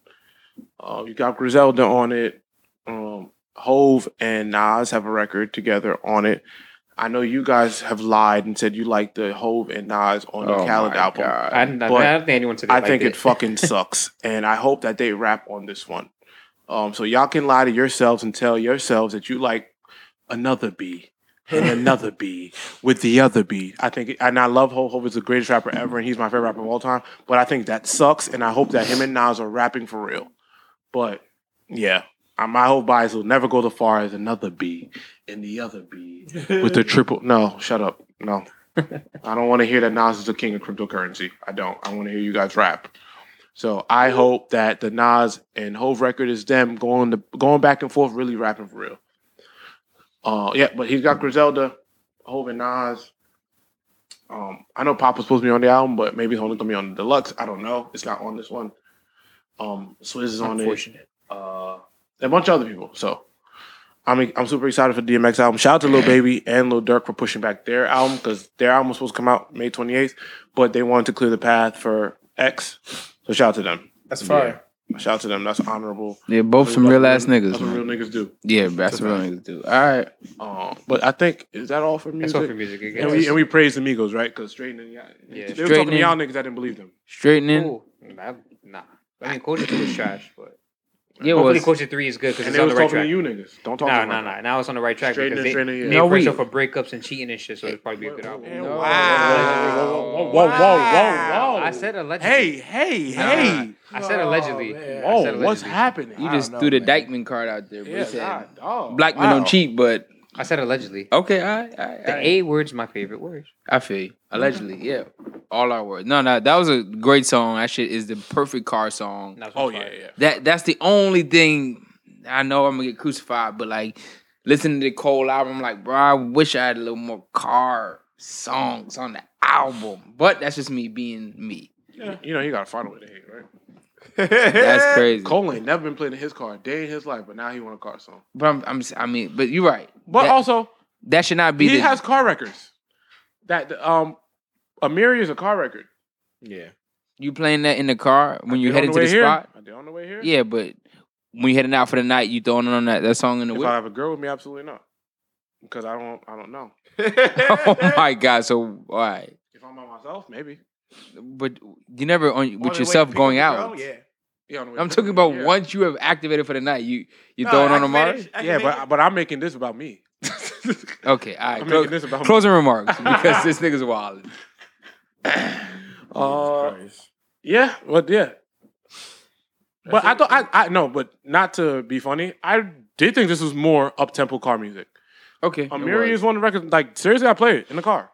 A: Uh, you got Griselda on it. Um, Hove and Nas have a record together on it. I know you guys have lied and said you like the Hove and Nas on
C: Oh
A: the
E: Oh
A: Khaled album.
C: I, don't- I
A: Uh, But
C: don't think anyone said.
A: I
C: they
A: think
C: liked
A: it fucking sucks, and I hope that they rap on this one. Um, so y'all can lie to yourselves and tell yourselves that you like another B and another B with the other B. I think, and I love Ho Ho is the greatest rapper ever, and he's my favorite rapper of all time. But I think that sucks, and I hope that him and Nas are rapping for real. But yeah, I- my whole bias will never go as far as another B and the other B with the triple. No, shut up. No, I don't want to hear that Nas is the king of cryptocurrency. I don't. I want to hear you guys rap. So I hope that the Nas and Hove record is them going to going back and forth, really rapping for real. Uh, yeah, but he's got Griselda, Hove and Nas. Um, I know Papa's supposed to be on the album, but maybe it's only gonna be on the deluxe. I don't know. It's not on this one. Um, Swizz is
C: it.
A: on it.
C: Unfortunate.
A: Uh, a bunch of other people. So, I'm I'm super excited for DMX album. Shout out to Lil Baby and Lil Durk for pushing back their album because their album was supposed to come out May 28th, but they wanted to clear the path for X. So shout out to them.
B: That's fire.
A: Shout out to them. That's honorable.
E: They're both some real ass niggas.
A: That's what
E: man.
A: real niggas do.
E: yeah, that's some real niggas do. All right.
A: Um, but I think is that all for music.
C: That's all for music. I guess.
A: And we and we praise the Migos, right? Because straightening, yeah, they were
C: Yeah,
A: talking to
E: Straightening.
A: y'all niggas. I didn't believe them.
E: Straightening.
C: Ooh, nah, nah. I mean, Culture 2 was trash, but
E: Yeah, it
C: hopefully
E: was.
C: Culture 3 is good
A: And
C: because it's
A: they
C: on
A: was
C: the right
A: talking to
C: track.
A: you niggas. Don't talk
C: Nah,
A: to
C: nah, nah. Now it's on the right track
A: Straightening,
C: because they,
A: straightening, yeah.
C: they
A: No,
C: fresh
E: we-
C: off of breakups and cheating and shit, so it's probably a good album.
N: Wow.
A: No. Whoa, whoa, whoa, whoa, whoa.
C: I said allegedly.
N: Hey, hey,
C: Nah,
N: hey.
C: I
E: Oh,
C: said allegedly. I
A: Whoa,
C: said
A: Oh, what's
C: allegedly.
A: happening?
E: You
A: I
E: just
A: don't know,
E: threw the
A: man.
E: Dykeman card out there. But
A: Yeah,
E: you said,
A: God, dog.
E: black men
A: Wow.
E: don't cheat, but
C: I said allegedly.
E: okay, all right, all right. all
C: The
E: right.
C: A word's my favorite word.
E: I feel you. Allegedly, yeah. All our words. No, no, that was a great song. That shit is the perfect car song.
C: That was
A: Oh
C: my
A: yeah,
C: favorite.
A: yeah.
E: That that's the only thing I know I'm gonna get crucified, but like listening to the Cole album, I'm like, bro, I wish I had a little more car songs on the album. But that's just me being me.
A: Yeah, You know, he got to find a way to hate, [LAUGHS] right?
E: That's crazy.
A: Cole ain't never been playing in his car a day in his life, but now he want a car song.
E: But I'm, I'm si mean, but you're right.
A: But
E: that,
A: also,
E: that should not be
A: he
E: the
A: has car records. That um, Amiri is a car record.
E: you playing that in the car when
A: I
E: you're
A: did on
E: headed to
A: way
E: the
A: here.
E: spot.
A: I did on the way here.
E: Yeah, but when you're heading out for the night, you throwing on that, that song in the
A: If
E: whip.
A: I have a girl with me, absolutely not. Because I don't, I don't know.
E: [LAUGHS] oh my god! So all right,
A: [LAUGHS] If I'm by myself, maybe.
E: but you never on
B: On
E: with
B: the way
E: yourself
B: to
E: going
B: pick up
E: out.
B: the girl? Yeah.
A: Yeah, on the way
E: I'm
A: to-
E: talking about
A: yeah.
E: once you have activated for the night, you you
B: No,
E: throwing
B: I
E: on a
B: can
E: mark.
B: finish. I can
A: Yeah,
B: finish.
A: but but I'm making this about
E: [LAUGHS]
A: me. [LAUGHS]
E: Okay, all right.
A: I'm
E: Clo-
A: making this about me. [LAUGHS]
E: closing remarks because this nigga's wild.
A: Uh, yeah, but yeah. But I thought I, I no, but not to be funny, I did think this was more up tempo car music.
E: Okay, it
A: Amiri
E: was.
A: is one of the records. Like seriously, I play it in the car.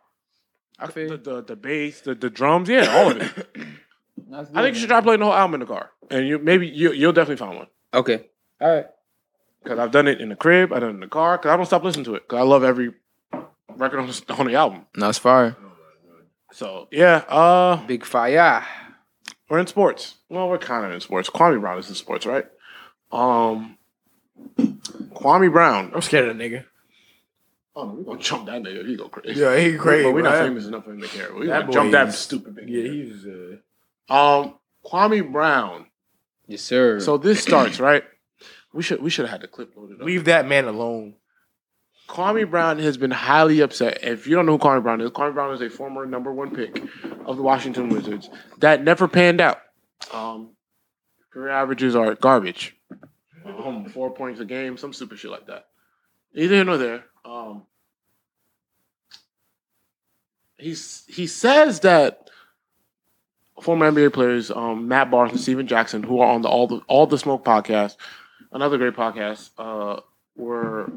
E: I feel
A: The
E: you.
A: the, the bass, the, the drums, yeah, all of
E: [COUGHS]
A: it. I think you should try playing the whole album in the car, and you maybe you you'll definitely find one.
E: Okay,
A: Because I've done it in the crib, I've done it in the car. Because I don't stop listening to it. Because I love every record on the, on the album.
E: no, it's fire.
A: So yeah, uh,
E: Big fire.
A: We're in sports. Well, we're kind of in sports. Kwame Brown is in sports, right? Um, Kwame Brown.
B: I'm scared of that nigga.
A: Oh, we're gonna jump that nigga. He go crazy.
B: Yeah, he crazy.
A: but we're not
B: bro.
A: famous enough for him to care. We're
B: That
A: gonna
B: boy
A: jump that
B: is-
A: stupid nigga.
B: Yeah, he's uh,
A: Um, Kwame Brown.
E: Yes, sir.
A: So this starts right. We should we should have had the clip loaded up.
B: leave that man alone.
A: Kwame Brown has been highly upset. If you don't know who Kwame Brown is, Kwame Brown is a former number one pick of the Washington Wizards that never panned out. Um, career averages are garbage. Um, four points a game, some stupid shit like that. Neither here nor there. Um, he's he says that former NBA players um, Matt Barnes and Steven Jackson, who are on the all the all the smoke podcast, another great podcast, uh, were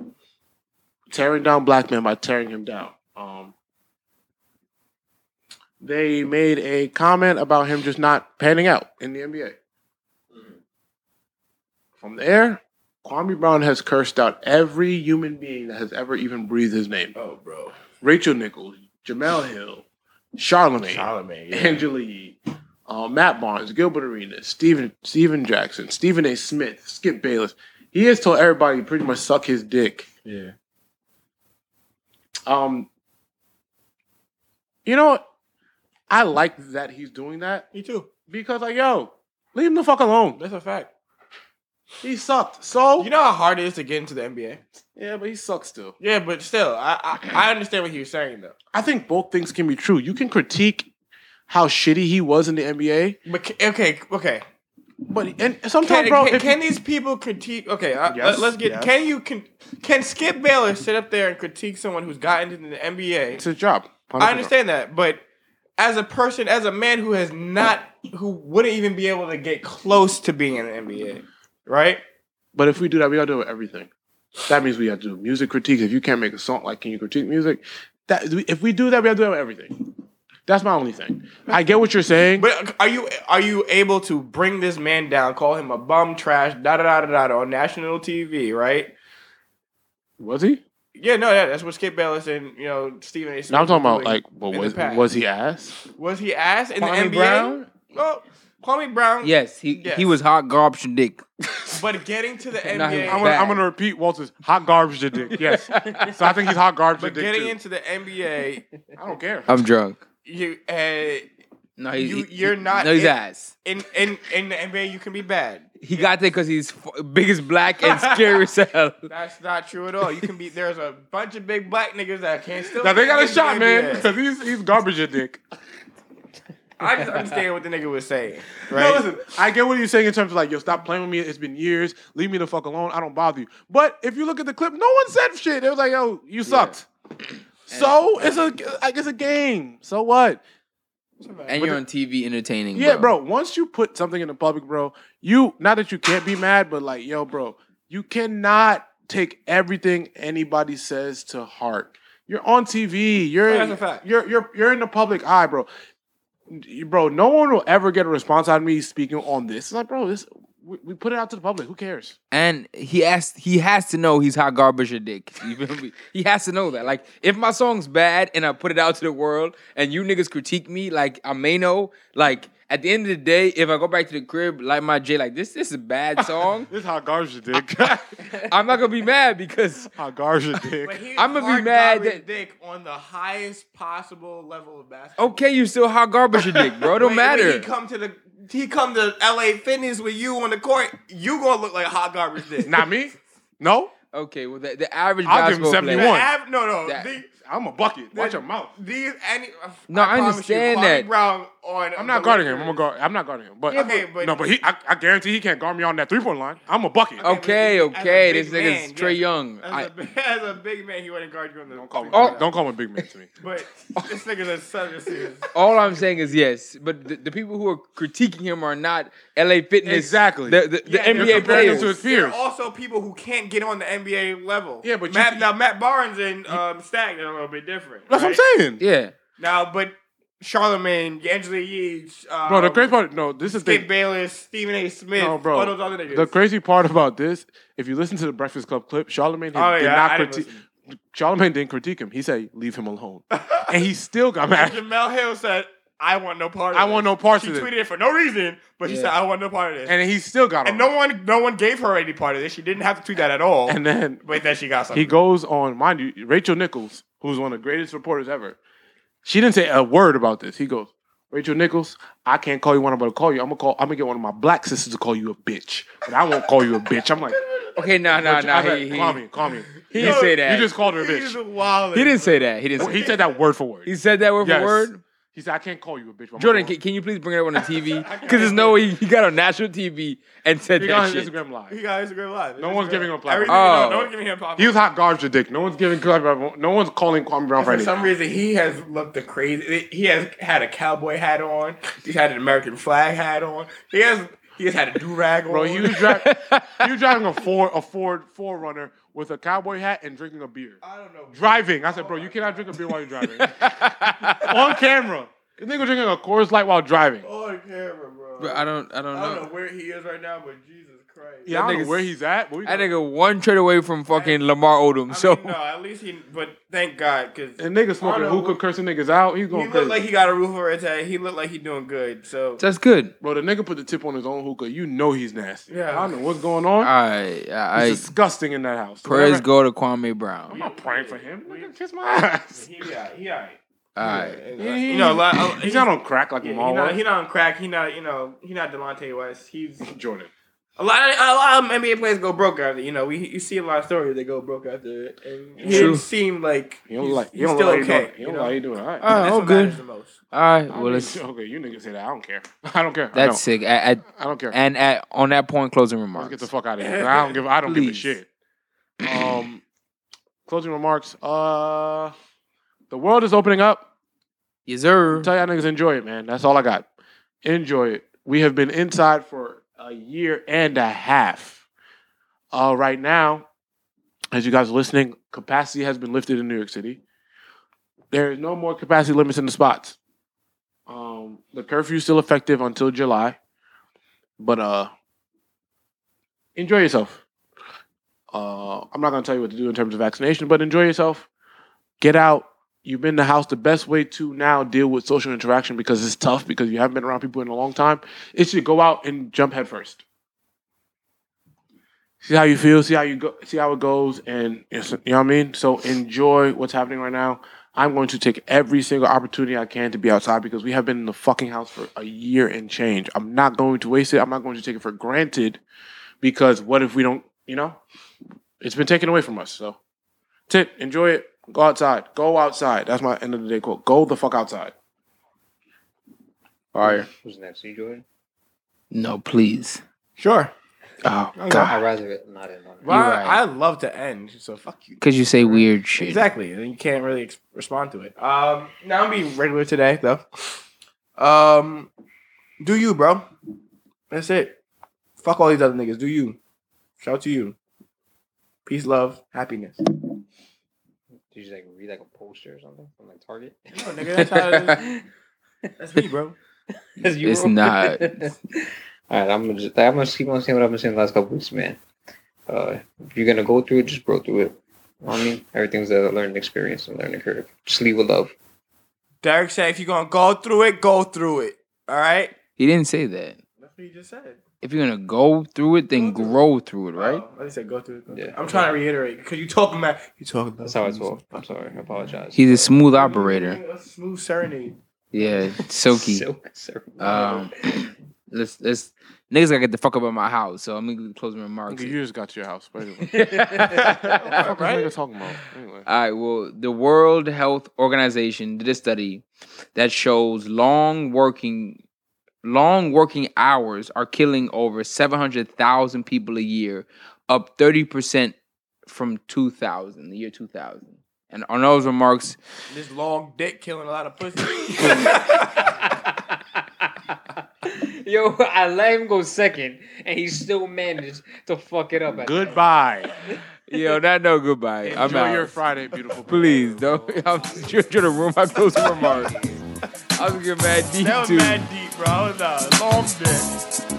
A: tearing down black men by tearing him down. Um, they made a comment about him just not panning out in the NBA. From there, Kwame Brown has cursed out every human being that has ever even breathed his name.
B: Oh, bro.
A: Rachel Nichols, Jamel Hill, Charlemagne,
B: Charlamagne. Yeah.
A: Angela Yee, uh, Matt Barnes, Gilbert Arenas, Steven, Steven Jackson, Stephen A. Smith, Skip Bayless. He has told everybody to pretty much suck his dick.
B: yeah.
A: Um, you know, what? I like that he's doing that
B: Me too.
A: because, like, yo, leave him the fuck alone.
B: That's a fact.
A: He sucked. So
B: You know how hard it is to get into the NBA.
A: yeah, but he sucks still.
B: Yeah, but still, I I, I understand what he was saying though.
A: I think both things can be true. You can critique how shitty he was in the NBA,
B: But c- okay, okay.
A: but and sometimes,
B: Can,
A: bro,
B: can,
A: if
B: can these people critique? Okay, uh,
A: Yes,
B: let, us get.
A: yes.
B: Can you can can Skip Baylor sit up there and critique someone who's gotten into the
A: it's
B: NBA?
A: his job.
B: I understand that, but as a person, as a man who has not, who wouldn't even be able to get close to being in the NBA, right?
A: But if we do that, we gotta do it with everything. That means we have to do music critiques. If you can't make a song, like can you critique music? That if we do that, we have to do that with everything. That's my only thing. I get what you're saying.
B: But are you are you able to bring this man down, call him a bum, trash, da da da da da on national TV, right?
A: was he?
B: Yeah, no, yeah, that's what Skip Bayless and you know Stephen A. Smith
A: Now I'm talking
B: were
A: about
B: doing.
A: like, but
B: in the
A: was
B: past.
A: was he ass?
B: was he ass in
A: Kwame
B: the NBA?
A: Brown?
B: Well, Kwame Brown.
E: Yes, he
B: Yes.
E: he was hot garbage dick.
B: But getting to the
E: [LAUGHS] Nah,
B: NBA,
E: I'm
A: I'm gonna, I'm gonna repeat Walter's hot garbage to dick. [LAUGHS] Yes. so I think he's hot garbage to
B: but
A: dick
B: getting
A: too.
B: into the NBA,
A: I don't care.
E: I'm drunk.
B: you uh,
E: No, he,
B: You-
E: he-
B: you're not
E: No, he's
B: it-
E: ass.
B: in in in the NBA you can be bad.
E: He got there because he's f- biggest black and scary as hell.
B: That's not true at all. You can be. There's a bunch of big black niggas that can't still.
A: Now they got a
B: make it
A: shot,
B: in the
A: man,
B: NBA.
A: because he's he's garbage to dick.
B: I just understand what the nigga was saying,
A: No,
B: [LAUGHS] right?
A: listen, I get what you're saying in terms of like, yo, stop playing with me. It's been years. Leave me the fuck alone. I don't bother you. But if you look at the clip, no one said shit. It was like, yo, you sucked. So it's a, I guess a game. So what?
E: And you're on TV entertaining.
A: Yeah, bro. Once you put something in the public, bro, you not that you can't be mad, but like, yo, bro, you cannot take everything anybody says to heart. You're on TV. You're
B: That's a fact.
A: you're you're you're in the public eye, bro. You- Bro, no one will ever get a response out of me speaking on this. It's like, bro, this we, we put it out to the public. Who cares?
E: And he asked. He has to know he's hot garbage or dick. You feel me? He has to know that. Like, if my song's bad and I put it out to the world, and you niggas critique me, like I may know. Like at the end of the day, if I go back to the crib, like my J, like this, this is
B: [LAUGHS]
E: a bad song.
A: This is how garbage you dick. [LAUGHS]
E: I'm not gonna be mad because
A: how garbage you dick.
B: But he
E: I'm gonna be
B: hard
E: mad
B: garbage
E: that-
B: dick on the highest possible level of basketball.
E: okay, you still hot garbage or dick, bro. It
B: When- when
E: Don't matter.
B: he come to the he come to LA Fitness with you on the court. You gonna look like hot garbage dick. [LAUGHS]
A: Not me. No,
E: Okay, well the, the average
A: I'll give him
E: basketball
B: The
A: 71. one.
E: player.
B: av- no, no.
E: That-
B: the-
A: I'm a bucket. Watch your mouth.
B: These any
E: No, I
B: promise
E: understand
B: you, Kwame
E: that.
B: Brown on
A: I'm not
B: the
A: guarding him. I'm a
B: Lakers-
A: guard. I'm not guarding him. But,
B: Yeah, but- but-
A: no, but he, I, I guarantee he can't guard me on that three point line. I'm a bucket.
E: Okay,
B: As a
E: okay,
B: big
E: this
B: man,
E: nigga's Trey
B: yeah.
E: Young.
B: As,
E: I-
B: a big- as a big man, he wouldn't guard you on the don't call him.
A: Oh, don't call him a big man to me.
B: But this nigga's a
A: [LAUGHS]
B: seven series.
A: Oh,
E: All I'm saying is yes, but the, the people who are critiquing him are not LA Fitness.
A: Exactly.
E: The, the, the
B: Yeah, you're
E: NBA
A: comparing him
E: players.
A: to his
B: There are
A: peers.
B: also people who can't get on the NBA level.
A: Yeah, but you-
B: Matt, now Matt Barnes and um, Stagg are a little bit different.
A: That's
B: right?
A: what I'm saying.
E: yeah.
B: Now, but Charlemagne, Angela Yee, um,
A: Bro, the crazy part. No, this is
B: Skip
A: the,
B: Bayless, Stephen A. Oh, Smith,
A: No, bro.
B: all those other niggas.
A: the crazy part about this. If you listen to the Breakfast Club clip, Charlemagne
B: Oh,
A: did
B: yeah,
A: not
B: I didn't
A: critique. Charlemagne didn't critique him. He said, "Leave him alone," and he still got
B: And
A: mad.
B: Jamel Hill said, "I want no part of
A: I
B: this."
A: want no parts
B: She
A: of
B: tweeted
A: this,
B: it for no reason, but she
E: Yeah.
B: said, "I want no part of this." And,
A: and he still got. on
B: no
A: him.
B: one, no one gave her any part of this. She didn't have to tweet that at all.
A: And then
B: but then she got something.
A: he goes on, mind you, Rachel Nichols, who's one of the greatest reporters ever, she didn't say a word about this. He goes, Rachel Nichols, I can't call you what I'm gonna call you. I'm gonna call I'm gonna get one of my black sisters to call you a bitch. But I won't call you a bitch.
E: [LAUGHS]
A: I'm like,
E: Okay, no, no,
A: I
E: no.
A: said,
E: He, he,
A: call me, call me.
E: [LAUGHS] he didn't say
A: You
E: that.
A: just called her a
B: He's
A: bitch.
B: wild.
E: he didn't say that. He didn't. Say
A: He said that word for word.
E: He said that word
A: Yes.
E: for word.
A: He said, I can't call you a bitch. but I'm
E: Jordan,
A: gonna
E: can, can you please bring it up on
A: [LAUGHS]
E: the TV? Because there's no way he, he got on national TV and said
A: call you." he got
E: that
A: on
E: shit.
A: Instagram
B: He
A: live.
B: got Instagram live.
A: No one's giving him a platform.
B: Everything- no,
E: Oh.
B: no one's giving him a platform.
A: He was hot garbage to dick. No one's giving no one's calling Kwame Brown for
B: for
A: anything.
B: some reason, he has looked the crazy. He has had a cowboy hat on. He's had an American flag hat on. He has he has had a do rag on.
A: Bro,
B: [LAUGHS]
A: he was, dri- he was driving a Ford, a Ford Forerunner with a cowboy hat and drinking a beer.
B: I don't know.
A: Driving. I said, bro, you cannot drink a beer while you're
B: [LAUGHS]
A: driving. On camera. This nigga drinking a Coors Light while driving.
B: On camera, bro.
E: But I don't. I don't
B: I don't
E: know.
B: know where he is right now, but Jesus Christ.
A: Yeah, I don't
E: That
A: know
E: nigga's-
A: where he's at. But we
E: That nigga one trade away from fucking Lamar Odom.
B: I
E: So
B: mean, no, at least he. But thank God, because
A: and nigga
B: I
A: smoking
B: don't know
A: hookah, cursing niggas out. He's
B: he
A: going
B: looked
A: crazy.
B: like he got a roof over his head. He looked like he doing good. So
E: [LAUGHS] that's good.
A: bro, the nigga put the tip on his own hookah. You know he's nasty.
B: Yeah.
A: I don't know what's going on.
E: I. I.
A: It's disgusting in that house.
E: praise
A: Whatever-
E: go to Kwame
A: I'm
E: Brown.
A: not praying for him. Nigga, kiss my ass.
B: he, yeah, he alright.
E: All right.
B: You know, a lot- a-
A: he's not on crack like
B: Yeah,
A: yeah,
B: he not,
A: Jamal.
B: he not on crack. He not you know he not Delonte West. He's
A: [LAUGHS] Jordan.
B: a lot. Of, a lot of NBA players go broke after. You know, we you see a lot of stories that go broke after. it, And he
E: True.
B: didn't seem like
A: You don't
B: he's-
A: like. You
B: he's
A: don't
B: still
A: like.
B: okay.
A: You don't like. You doing all right.
E: All right.
B: That's
E: Oh,
B: what matters
E: good.
B: the most.
E: All
A: [LAUGHS]
E: right.
A: I
E: Well,
A: mean,
E: let's.
A: okay, you niggas say that. I don't care. [LAUGHS] I don't care. I
E: That's
A: don't.
E: sick. At, at,
A: I don't care.
E: and at on that point, closing
A: Let's
E: remarks.
A: get the fuck out of
E: [LAUGHS]
A: here. I don't give. I don't
E: Please.
A: give a shit. Um, closing remarks. Uh, the world is opening up.
E: yes, sir.
A: Tell y'all niggas enjoy it, man. That's all I got. Enjoy it. We have been inside for a year and a half. Uh, right now, as you guys are listening, capacity has been lifted in New York City. There is no more capacity limits in the spots. Um, the curfew is still effective until July, but uh, enjoy yourself. Uh, I'm not gonna tell you what to do in terms of vaccination, but enjoy yourself. Get out, you've been in the house, the best way to now deal with social interaction because it's tough because you haven't been around people in a long time is to go out and jump head first. See how you feel, see how you go, see how it goes, and you know what I mean. So enjoy what's happening right now. I'm going to take every single opportunity I can to be outside because we have been in the fucking house for a year and change. I'm not going to waste it. I'm not going to take it for granted because what if we don't, you know? It's been taken away from us. So, tit, enjoy it. Go outside. Go outside. That's my end of the day quote. Go the fuck outside.
O: Fire.
C: Who's next? You, Jordan?
E: No, please.
B: Sure.
A: Oh,
E: Ah.
C: I'd rather it not in on it.
B: Well,
E: You're right.
B: I love to end, so fuck you.
E: Because you say weird shit.
B: Exactly, and you can't really ex- respond to it. Um, now I'm being regular today, though. Um, do you, bro? That's it. Fuck all these other niggas. Do you? Shout to you. Peace, love, happiness.
C: Did you like read like a poster or something from like Target?
B: No, nigga, that's how it is. That's me, bro.
C: As you
E: It's
C: wrote. [LAUGHS]
E: not.
C: All right, I'm gonna just I'm gonna keep on saying what I've been saying the last couple weeks, man. Uh, if you're gonna go through it, just grow through it. You know what I mean, everything's a learning experience and learning curve. Just leave with love.
B: Derek said, if you're gonna go through it, go through it. All right.
E: He didn't say that.
B: That's what you just said.
E: If you're gonna go through it, then
B: Go through it.
E: grow through it, right?
B: Right? Oh, I just said go through it. go through it.
C: Yeah.
B: I'm trying to reiterate because you talking about you talking about.
C: That's how I talk. I'm sorry. I apologize.
E: He's a smooth operator.
B: A smooth serenade.
E: Yeah,
C: [LAUGHS]
E: silky.
C: Silk, sir.
E: Um, [CLEARS THROAT] let's let's niggas gotta get the fuck up out of my house. So I'm gonna close my remarks.
A: you [LAUGHS] just got to your house. But anyway.
E: All
A: What the fuck is nigga talking about? Anyway.
E: right. Well, the World Health Organization did a study that shows long working long working hours are killing over seven hundred thousand people a year, up thirty percent from two thousand, the year two thousand. And on those remarks,
B: This long dick killing a lot of pussy.
C: [LAUGHS]
B: [LAUGHS]
E: [LAUGHS]
C: Yo, I let him go second, and he still managed to fuck it up. at-
A: Goodbye.
E: yo, not no goodbye. I'm
A: Enjoy
E: out.
A: your Friday, [LAUGHS] beautiful. people.
E: [LAUGHS] Please don't. I'm just trying to ruin my closing remarks. I was getting mad deep
B: that was uh,
E: too.
B: mad deep, bro. That was a long dick.